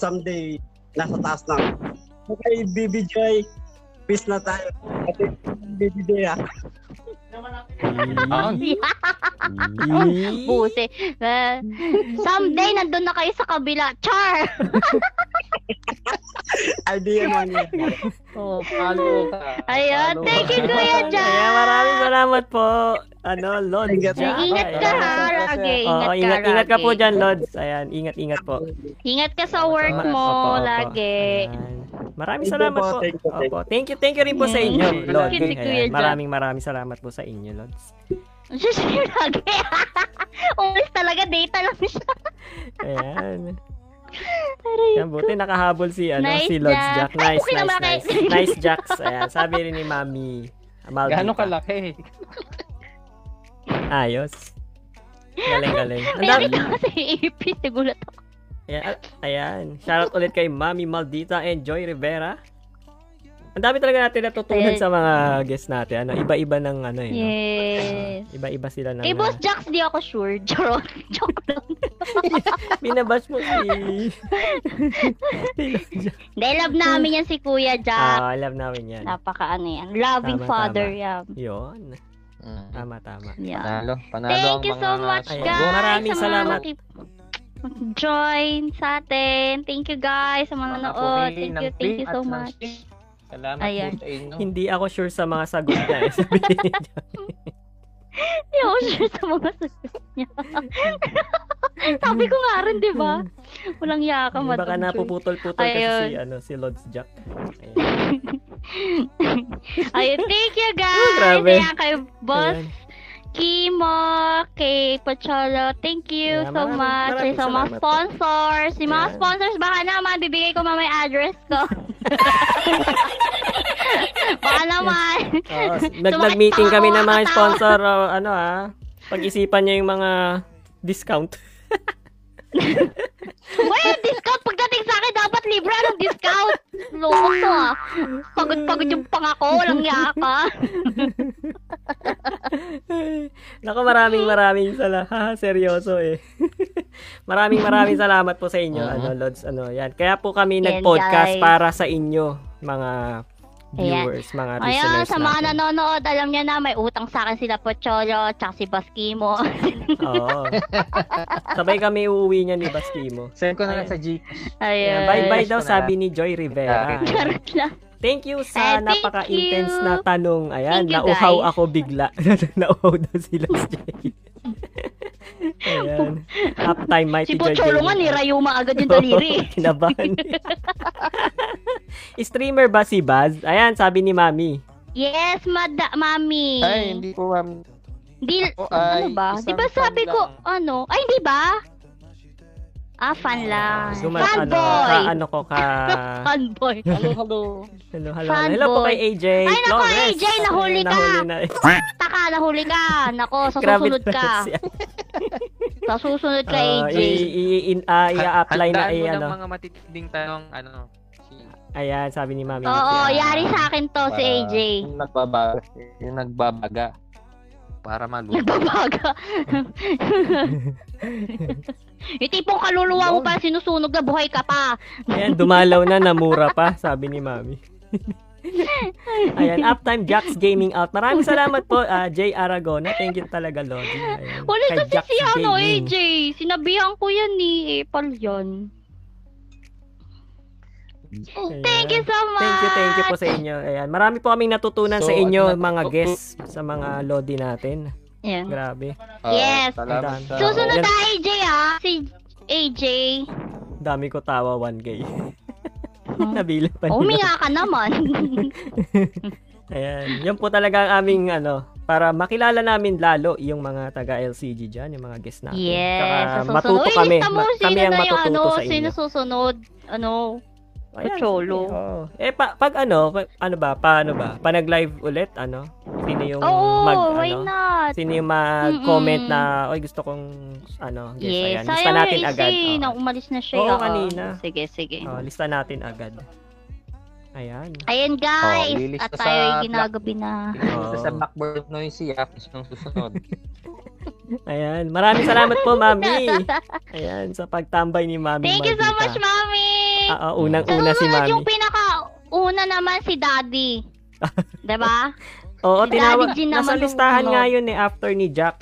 Speaker 12: Someday, nasa taas lang. Okay, BB Joy. Peace na tayo. Okay, BB Joy ha.
Speaker 2: Buti. Eh, someday, nandun na kayo sa kabila. Char!
Speaker 12: Idea naman yun.
Speaker 2: Oh,
Speaker 4: follow ka.
Speaker 2: Ayan, thank you, Kuya Jack.
Speaker 1: Kaya maraming salamat po. Ano, Lods.
Speaker 12: Ingat
Speaker 1: Jack.
Speaker 2: Ingat ka, ha, Rage. Ingat
Speaker 1: Oo,
Speaker 2: ka,
Speaker 1: ingat, ingat ka po
Speaker 2: Rage.
Speaker 1: dyan, Lods. Ayan, ingat, ingat po.
Speaker 2: Ingat ka sa work
Speaker 1: Opo,
Speaker 2: mo
Speaker 1: opo, opo.
Speaker 2: lagi.
Speaker 1: Maraming
Speaker 2: Thank you
Speaker 1: salamat
Speaker 2: po,
Speaker 1: po.
Speaker 2: thank you, thank
Speaker 1: Opo, thank you, thank you rin po sa
Speaker 2: Mm.
Speaker 1: inyo,
Speaker 2: Thank you,
Speaker 1: Lods.
Speaker 2: Kuya
Speaker 1: Ayan,
Speaker 2: Jack.
Speaker 1: maraming maraming salamat po sa inyo, Lods.
Speaker 2: Ang siya siya lagi. Umalis talaga, data lang siya.
Speaker 1: Ayan. Yan, buti nakahabol si, ano,
Speaker 2: Nice,
Speaker 1: si Lods Jack.
Speaker 2: Jack. Ay,
Speaker 1: Nice,
Speaker 2: okay
Speaker 1: nice,
Speaker 2: naman
Speaker 1: nice.
Speaker 2: kayo.
Speaker 1: Nice, Jacks. Ayan, sabi rin ni Mami. Amal
Speaker 4: Gaano
Speaker 1: dito.
Speaker 4: kalaki?
Speaker 1: Ayos. Galing, galing. Ang
Speaker 2: Kaya
Speaker 1: dami-
Speaker 2: dito kasi iipit, nagulat ako.
Speaker 1: Ayan, ah, ayan. Shoutout ulit kay Mami Maldita and Joy Rivera. Ang dami talaga natin natutunan
Speaker 2: Ayan.
Speaker 1: sa mga guests natin. Ano, iba-iba ng ano eh. no?
Speaker 2: Yes.
Speaker 1: Iba-iba sila ng...
Speaker 2: Kay Boss Jax, di ako sure. Joke, joke lang.
Speaker 1: Binabash mo si...
Speaker 2: Dahil love namin yan si Kuya Jack.
Speaker 1: Ah, alam namin yan.
Speaker 2: Napaka ano yan. Loving
Speaker 1: Tama,
Speaker 2: father
Speaker 1: tama.
Speaker 2: yan.
Speaker 1: Yun. Tama, tama.
Speaker 2: Yeah.
Speaker 4: Mm. Panalo. Panalo
Speaker 2: Thank
Speaker 4: ang
Speaker 2: you
Speaker 4: mga
Speaker 2: so much,
Speaker 4: sumagot.
Speaker 2: guys.
Speaker 1: Maraming
Speaker 2: sa mga
Speaker 1: salamat.
Speaker 2: nakip- Join sa atin. Thank you guys sa mga nanood.
Speaker 4: puri
Speaker 2: Thank
Speaker 4: ng
Speaker 2: you, thank you
Speaker 4: pink
Speaker 2: so
Speaker 4: at ng
Speaker 2: much.
Speaker 4: pink. Salamat
Speaker 2: Ayan.
Speaker 4: po sa inyo.
Speaker 1: Hindi ako sure sa mga sagot niya. eh, sabi ni Joy.
Speaker 2: Hindi ako sure sa mga sagot niya. Sabi ko nga rin, di ba? Walang yaka, Madam
Speaker 1: Baka
Speaker 2: Joy.
Speaker 1: napuputol-putol kasi si,
Speaker 2: Ayun.
Speaker 1: ano, si Lods Jack. Ayan.
Speaker 2: Ayun, thank you guys.
Speaker 1: Grabe.
Speaker 2: Ayan kay Boss Kimo, kay Pocholo. Thank you
Speaker 13: Yeah,
Speaker 2: so
Speaker 13: maraming-
Speaker 2: much. Ay,
Speaker 13: maraming
Speaker 2: sa mga
Speaker 13: salamat po.
Speaker 2: sponsors. Yung mga
Speaker 13: Yeah.
Speaker 2: sponsors, baka naman, bibigay ko mamay address ko. baka naman.
Speaker 1: Oo, nag- nag-meeting kami ng mga sponsor. o, ano ah. Pag-isipan niya yung mga discount.
Speaker 2: Well, discount pagdating sa akin, dapat libre. Anong discount? Loko to ah. Pagod-pagod yung pangako. Walang yaka
Speaker 1: Nako, maraming maraming salamat. Seryoso eh. maraming maraming salamat po sa inyo, ano Lods, ano. Yan. Kaya po kami
Speaker 2: Yan,
Speaker 1: nag-podcast
Speaker 2: Uh-huh. guys.
Speaker 1: para sa inyo, mga viewers, mga
Speaker 2: Ayan,
Speaker 1: listeners.
Speaker 2: sa mga
Speaker 1: natin.
Speaker 2: nanonood, alam niya na may utang sa akin sila Pocholo, tsaka si Baskimo.
Speaker 1: Oo. Sabay kami uuwi niya ni Bastimo.
Speaker 4: Send ko na lang sa G.
Speaker 1: Ayan,
Speaker 2: Ayan.
Speaker 1: bye-bye daw
Speaker 4: Yes, wala.
Speaker 1: sabi ni Joy Rivera.
Speaker 2: Charot lang.
Speaker 1: Thank you sa
Speaker 2: Eh, thank
Speaker 1: napaka-intense
Speaker 2: you.
Speaker 1: na tanong. Ayan,
Speaker 2: Thank you,
Speaker 1: nauhaw
Speaker 2: guys.
Speaker 1: ako bigla. nauhaw daw sila si Joy. Ayan. Uptime mighty
Speaker 2: Si
Speaker 1: Joy.
Speaker 2: Pocholo nga, nirayuma agad yung daliri.
Speaker 1: Oo, kinabahan. Streamer ba si Baz? Ayan, sabi ni Mami.
Speaker 2: yes, mada, mami.
Speaker 4: Ay, hindi po, ma'am.
Speaker 2: Di,
Speaker 4: ay,
Speaker 2: ano ba? Di
Speaker 4: isang
Speaker 2: ba sabi
Speaker 4: fan
Speaker 2: ko, ano? Ay, di ba? Ah, fan lang.
Speaker 1: Sumat, ano,
Speaker 2: Fanboy!
Speaker 1: ka, ano ko ka...
Speaker 2: Fanboy.
Speaker 1: Hello,
Speaker 2: hello.
Speaker 1: Hello, hello. Hello po kay AJ.
Speaker 2: Ay, nako,
Speaker 1: Flores.
Speaker 2: AJ, nahuli ka.
Speaker 1: Nahuli na.
Speaker 2: Taka, nahuli ka. Nako, sa
Speaker 1: Grabe
Speaker 2: susunod ka.
Speaker 1: naman siya.
Speaker 2: sa susunod ka,
Speaker 1: Ah,
Speaker 2: AJ.
Speaker 1: i- i- in- ah, i-apply na
Speaker 3: Handaan
Speaker 1: i-
Speaker 3: mo ng
Speaker 1: ano.
Speaker 3: mga matitinding tanong, ano.
Speaker 1: Ayan, sabi ni Mami.
Speaker 2: Oo,
Speaker 1: Nikki, ah,
Speaker 2: yari sa akin to si
Speaker 3: para-
Speaker 2: AJ.
Speaker 3: Yung nagbabaga. Yung nagbabaga. Para maluto.
Speaker 2: Nagbabaga. Yung tipong kaluluwa mo pa sinusunog na buhay ka pa.
Speaker 1: Ayan, dumalaw na, namura pa, sabi ni Mami. Ayan, Uptime Jax Gaming Out. Maraming salamat po, ah, Jay Aragona. Thank you talaga, Lodi. Ayan.
Speaker 2: Wala
Speaker 1: Kay
Speaker 2: kasi
Speaker 1: Jax
Speaker 2: si ano,
Speaker 1: Gaming.
Speaker 2: AJ. Sinabihan ko yan ni Apple yan. Thank you so much.
Speaker 1: Thank you, thank you po sa inyo. Ayan, marami po kaming natutunan
Speaker 2: So,
Speaker 1: sa inyo,
Speaker 2: at Oh. nat-
Speaker 1: mga guests, sa mga Lodi natin.
Speaker 2: Ayan.
Speaker 1: Grabe.
Speaker 2: Yes.
Speaker 1: Ang dami.
Speaker 2: Susunod
Speaker 1: Ayan,
Speaker 2: na AJ ah. Si AJ.
Speaker 1: Dami ko tawa, 1K. Nabila pa nila.
Speaker 2: Oh, Huminga ka naman.
Speaker 1: Ayan. Yan po talaga ang aming ano, para makilala namin lalo yung mga taga LCG dyan, yung mga guests natin.
Speaker 2: yes. Sa
Speaker 1: Tsaka
Speaker 2: susunod.
Speaker 1: matuto
Speaker 2: Uy,
Speaker 1: kami.
Speaker 2: lista mo,
Speaker 1: Ma-
Speaker 2: sino
Speaker 1: kami ang
Speaker 2: na yung
Speaker 1: matututo
Speaker 2: ano,
Speaker 1: sa inyo.
Speaker 2: Sino susunod? Ano?
Speaker 1: Ayan,
Speaker 2: Cholo.
Speaker 1: sige, oo. Eh, pa- pag ano, pa- ano ba, paano ba? Pag nag-live ulit, ano? Sino yung
Speaker 2: Oo,
Speaker 1: mag,
Speaker 2: why
Speaker 1: ano?
Speaker 2: not?
Speaker 1: Sino yung mag-comment
Speaker 2: Mm-mm.
Speaker 1: na, oy gusto kong, ano, guest, ayan.
Speaker 2: Yes,
Speaker 1: Lista
Speaker 2: sayang
Speaker 1: natin
Speaker 2: yung AC.
Speaker 1: agad. Oo.
Speaker 2: Na umalis na siya.
Speaker 1: Oo,
Speaker 2: ah.
Speaker 1: kanina.
Speaker 2: Sige, sige.
Speaker 1: Oo, lista natin agad. Ayan.
Speaker 2: Ayan guys,
Speaker 3: Oh, lilista
Speaker 2: at tayo ay
Speaker 3: sa-
Speaker 2: ginagabi na.
Speaker 3: Isa sa backboard noisy, ah. Kasi nung susunod.
Speaker 1: Ayan. Maraming salamat po, Mami. Ayan, sa pagtambay ni Mami.
Speaker 2: Thank you so much, Mami!
Speaker 1: Oo, unang-una si
Speaker 2: Susunod
Speaker 1: Mami.
Speaker 2: yung pinaka-una naman si Daddy. diba?
Speaker 1: Oo,
Speaker 2: si
Speaker 1: tinawag.
Speaker 2: Daddy G naman
Speaker 1: Nasa
Speaker 2: nung
Speaker 1: listahan
Speaker 2: sunod.
Speaker 1: nga yun eh, after ni Jack.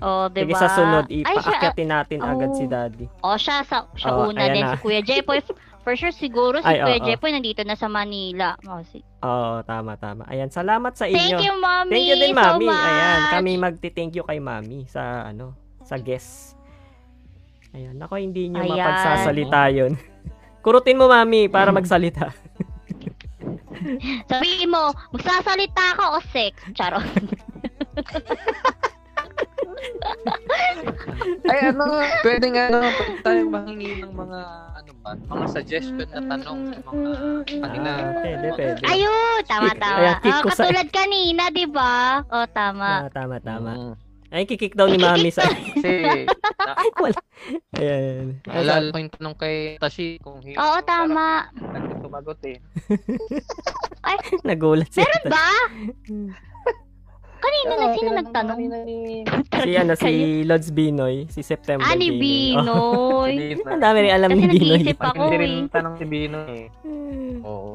Speaker 2: Oh,
Speaker 1: Sige,
Speaker 2: diba?
Speaker 1: sa sunod,
Speaker 2: Ay, siya-
Speaker 1: ipaakyatin natin
Speaker 2: oh.
Speaker 1: agad si Daddy.
Speaker 2: O, siya, sa, siya
Speaker 1: Oh,
Speaker 2: una
Speaker 1: ayan
Speaker 2: din.
Speaker 1: na.
Speaker 2: Si Kuya Jepoy. For sure, siguro si
Speaker 1: Ay,
Speaker 2: Kuya
Speaker 1: oo.
Speaker 2: Jepoy nandito na sa Manila. Oh, si-
Speaker 1: Oo, tama, tama. Ayan, salamat sa inyo.
Speaker 2: Thank you, Mami,
Speaker 1: Thank you din,
Speaker 2: so
Speaker 1: Mami.
Speaker 2: much.
Speaker 1: Ayan, kami magti-thank you kay Mami sa, ano, sa guest. Ayan, ako hindi nyo
Speaker 2: Ayan.
Speaker 1: mapagsasalita yun. Kurutin mo, Mami, para
Speaker 2: Mm.
Speaker 1: magsalita.
Speaker 2: Sabihin mo, magsasalita ka o sex? Charot.
Speaker 3: Ay, ano, pwedeng ano, pwede tayo mahingi ng mga, ano ba, mga suggestion na tanong sa mga, kanina.
Speaker 1: Pwede, pwede.
Speaker 2: Ayun, tama,
Speaker 1: Ayan,
Speaker 2: tama.
Speaker 1: kick
Speaker 2: Ah,
Speaker 1: ko sa-
Speaker 2: katulad kanina, di ba? O, tama.
Speaker 1: Ah, tama,
Speaker 2: Mm.
Speaker 1: tama. Ay, kikik daw ni Mami sa...
Speaker 3: Kasi,
Speaker 1: Ay, wala. Ayan.
Speaker 3: naalala ko yung tanong kay Tashi kung hindi
Speaker 2: Oo, tama.
Speaker 3: sumagot eh.
Speaker 2: Ay,
Speaker 1: Nagulat siya.
Speaker 2: meron ba? Kanina na sino nagtanong?
Speaker 1: Si ano, si Lods Binoy, si September
Speaker 2: Ah, ni
Speaker 1: Gaming. Oh.
Speaker 2: Binoy.
Speaker 1: Ang dami rin alam
Speaker 2: Kasi
Speaker 1: ni Binoy.
Speaker 2: nag-iisip ako
Speaker 3: Hindi
Speaker 2: eh. Hmm.
Speaker 3: rin tanong si Binoy eh. Oo.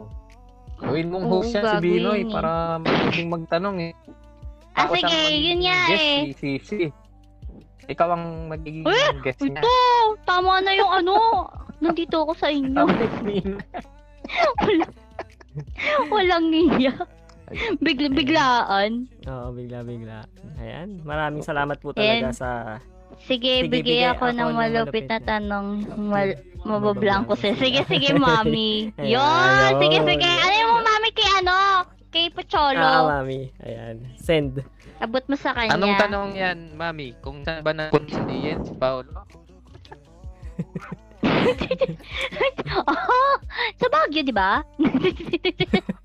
Speaker 3: Gawin mong
Speaker 2: Oo,
Speaker 3: host yan si
Speaker 2: gagawin
Speaker 3: Binoy
Speaker 2: eh.
Speaker 3: para magiging magtanong eh.
Speaker 2: Ah,
Speaker 3: Ako siyang
Speaker 2: sige, yun
Speaker 3: magiging
Speaker 2: nga
Speaker 3: guest,
Speaker 2: eh.
Speaker 3: Si Sisi. Ikaw ang magiging guest niya.
Speaker 2: Ito, tama na yung ano. Nandito ako sa inyo. Wala- Walang niya. Bigla, biglaan.
Speaker 1: Oo, bigla bigla. Ayan, maraming salamat po talaga
Speaker 2: Ayan.
Speaker 1: sa
Speaker 2: Sige,
Speaker 1: Sige,
Speaker 2: bigay
Speaker 1: bigay
Speaker 2: ako,
Speaker 1: ako ng
Speaker 2: ng malupit
Speaker 1: malupit
Speaker 2: na
Speaker 1: na-
Speaker 2: tanong. Mal mabablanko siya. Sige, sige, mami.
Speaker 1: Ayan,
Speaker 2: Yun, sige,
Speaker 1: yun.
Speaker 2: sige. Ano yung mami kay ano? Kay
Speaker 1: Ah,
Speaker 2: Pocholo.
Speaker 1: mami. Ayan, send.
Speaker 2: Abot mo sa kanya.
Speaker 3: Anong tanong yan, Mami? Kung saan ba napunta si Ian, si Paolo?
Speaker 2: oh, sa Baguio, di ba?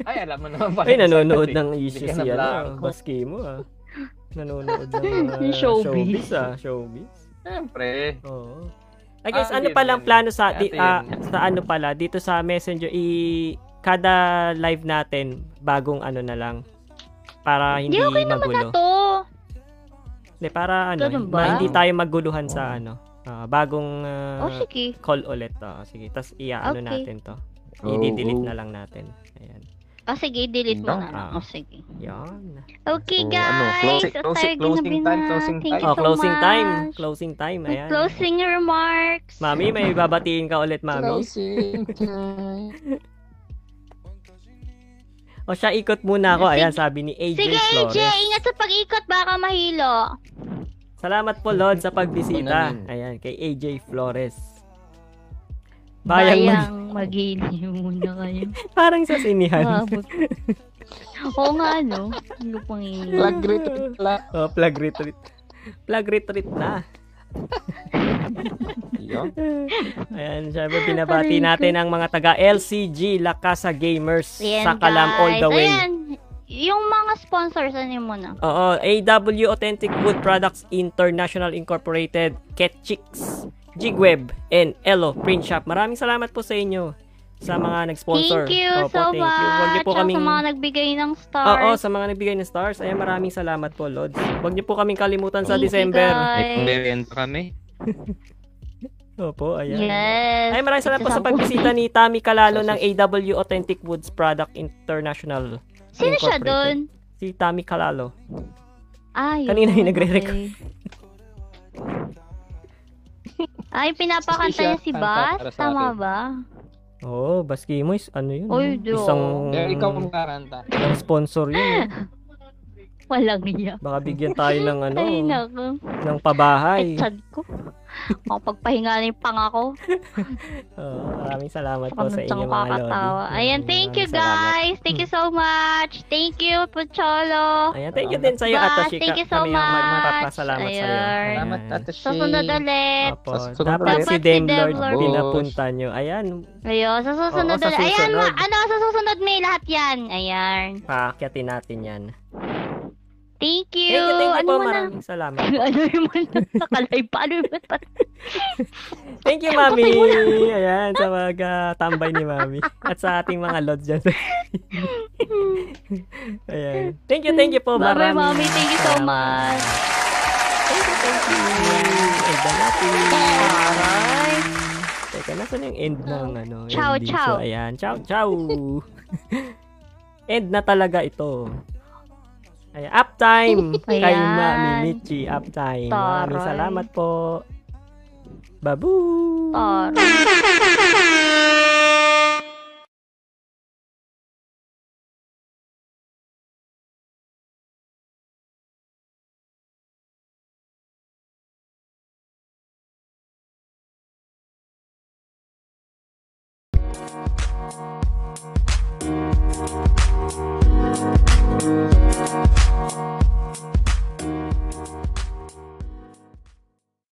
Speaker 3: Ay, alam mo naman pala.
Speaker 1: Ay, nanonood ng
Speaker 3: Hindi
Speaker 1: issue
Speaker 3: ka
Speaker 1: si ano,
Speaker 3: nablanko.
Speaker 1: baski mo ah. Nanonood ng
Speaker 2: Yung
Speaker 1: ah,
Speaker 2: showbiz.
Speaker 1: showbiz ah, showbiz.
Speaker 3: Siyempre.
Speaker 1: Oo. I guess
Speaker 3: Ah,
Speaker 1: ano
Speaker 3: yun,
Speaker 1: pa lang
Speaker 3: yun.
Speaker 1: plano sa di,
Speaker 3: Dati
Speaker 1: ah,
Speaker 3: yun.
Speaker 1: sa ano pala dito sa Messenger i kada live natin bagong ano na lang para hindi
Speaker 2: Di okay naman na
Speaker 1: magulo.
Speaker 2: to.
Speaker 1: Hindi, para ano,
Speaker 2: Ganun
Speaker 1: ma-
Speaker 2: ba?
Speaker 1: hindi tayo maguluhan sa ano, ah, bagong ah,
Speaker 2: Oh, sige.
Speaker 1: call ulit. Oh, sige, tas iaano
Speaker 2: Okay.
Speaker 1: natin to.
Speaker 3: Oh,
Speaker 1: I-delete
Speaker 3: oh.
Speaker 1: na lang natin. Ayan.
Speaker 2: Oh, sige, delete mo na lang.
Speaker 1: Ah.
Speaker 2: Oh, sige.
Speaker 1: Yan.
Speaker 2: Okay,
Speaker 1: So,
Speaker 2: guys.
Speaker 1: ano, closing- closing-
Speaker 2: Ang tawag
Speaker 1: closing
Speaker 2: ginabi
Speaker 1: time,
Speaker 2: na.
Speaker 1: closing
Speaker 2: Thank
Speaker 1: time.
Speaker 2: you
Speaker 1: Oh,
Speaker 2: so
Speaker 1: closing
Speaker 2: much.
Speaker 1: time, closing time, ayan.
Speaker 2: Closing remarks.
Speaker 1: Mami, may babatiin ka ulit, Mami.
Speaker 3: Closing time.
Speaker 1: O siya, ikot muna ako. Ayan, sabi ni AJ
Speaker 2: Sige, AJ,
Speaker 1: Flores.
Speaker 2: ingat sa pag-ikot. Baka mahilo.
Speaker 1: Salamat po, Lord, sa pagbisita.
Speaker 3: Ano
Speaker 1: Ayan, kay AJ Flores. Bayang,
Speaker 2: Bayang magiliw muna kayo.
Speaker 1: parang sa sinihan.
Speaker 2: Maabot. Oo nga, no? Lupang
Speaker 1: Oh, plug retreat. Plug retreat na. Ayan, syempre pinabati natin ang mga taga LCG Lakasa Gamers sa Kalam all the way.
Speaker 2: Ayan. Yung mga sponsors, ano yun muna?
Speaker 1: Oo, AW Authentic Wood Products International Incorporated, Ketchix, Jigweb, and Elo Print Shop. Maraming salamat po sa inyo sa mga nag-sponsor.
Speaker 2: Thank you
Speaker 1: Opo,
Speaker 2: so
Speaker 1: thank
Speaker 2: much.
Speaker 1: you. Huwag niyo po
Speaker 2: Tsaka
Speaker 1: kaming...
Speaker 2: sa mga nagbigay ng stars.
Speaker 1: Oo, sa mga nagbigay ng stars. Ayan, maraming salamat po, Lods. Huwag niyo po kaming kalimutan sa
Speaker 2: Thank you,
Speaker 1: December.
Speaker 2: guys.
Speaker 4: Merenda kami.
Speaker 1: Opo, ayan.
Speaker 2: Yes.
Speaker 1: Ay, maraming salamat po sa
Speaker 2: Isa-sampu.
Speaker 1: pagbisita ni Tami Kalalo ng AW Authentic Woods Product International.
Speaker 2: Sino siya
Speaker 1: Incorporated.
Speaker 2: doon?
Speaker 1: Si Tami Kalalo.
Speaker 2: Ay,
Speaker 1: Kanina yung nagre-record.
Speaker 2: okay. Ay, pinapakanta
Speaker 1: Siya,
Speaker 2: niya si
Speaker 1: kanta
Speaker 2: Bas?
Speaker 1: para sa
Speaker 2: Tama
Speaker 1: akin.
Speaker 2: ba?
Speaker 1: Oo, oh, baski mo is ano yun.
Speaker 2: Oy,
Speaker 1: no?
Speaker 2: Diyos.
Speaker 1: Isang
Speaker 4: Eh, ikaw ang kakanta.
Speaker 1: isang sponsor yun.
Speaker 2: Walang iya.
Speaker 1: Baka bigyan tayo ng ano,
Speaker 2: Ay, naku.
Speaker 1: ng pabahay.
Speaker 2: Ay, sad ko. Makapagpahinga na yung pangako.
Speaker 1: Oo, maraming salamat po Oh, sa inyo
Speaker 2: Pagkamuntang
Speaker 1: mga lodi.
Speaker 2: kakatawa. Ayan, thank you
Speaker 1: Maraming salamat.
Speaker 2: guys. Thank you so much. Thank you, Pucholo.
Speaker 1: Ayan, thank you din sa'yo,
Speaker 2: Bas,
Speaker 1: Ate Shika.
Speaker 2: Thank you so
Speaker 1: Kami ang
Speaker 2: much.
Speaker 1: magpapasalamat sa'yo.
Speaker 2: Ayan.
Speaker 1: Salamat,
Speaker 4: Ate
Speaker 2: Sa sunod ulit.
Speaker 1: Opo,
Speaker 4: Tapos,
Speaker 1: dapat
Speaker 2: dapat
Speaker 1: si
Speaker 2: si
Speaker 1: Demlord
Speaker 2: Demlord.
Speaker 1: pinapunta nyo. Ayan,
Speaker 2: Ayun, sa susunod
Speaker 1: Oo, Oh. sa
Speaker 2: ulit. Ayan,
Speaker 1: susunod.
Speaker 2: ma- ano, sa susunod may lahat yan. Ayan.
Speaker 1: paakyatin natin yan.
Speaker 2: Thank
Speaker 1: Thank
Speaker 2: you.
Speaker 1: you, thank you
Speaker 2: ano
Speaker 1: po.
Speaker 2: mo na?
Speaker 1: Maraming salamat.
Speaker 2: ano yung man nakalay pa? Ano yung man
Speaker 1: Thank you, Mami! Ayan, sa mga tambay ni Mami. At sa ating mga lods dyan. Ayan. Thank you, thank you po.
Speaker 2: Bye-bye,
Speaker 1: Maraming
Speaker 2: Mami. Thank you so
Speaker 1: salamat.
Speaker 2: much.
Speaker 1: Ayan, end na natin.
Speaker 2: Aray.
Speaker 1: Teka, nasan yung end ng ano?
Speaker 2: Ciao,
Speaker 1: ending?
Speaker 2: ciao.
Speaker 1: So, ayan, ciao, ciao. end na talaga ito. Ayan, uptime kay
Speaker 2: Ayan.
Speaker 1: Mami Michi. Uptime. Maraming
Speaker 2: Taray.
Speaker 1: salamat po. Babu!
Speaker 9: Thank you.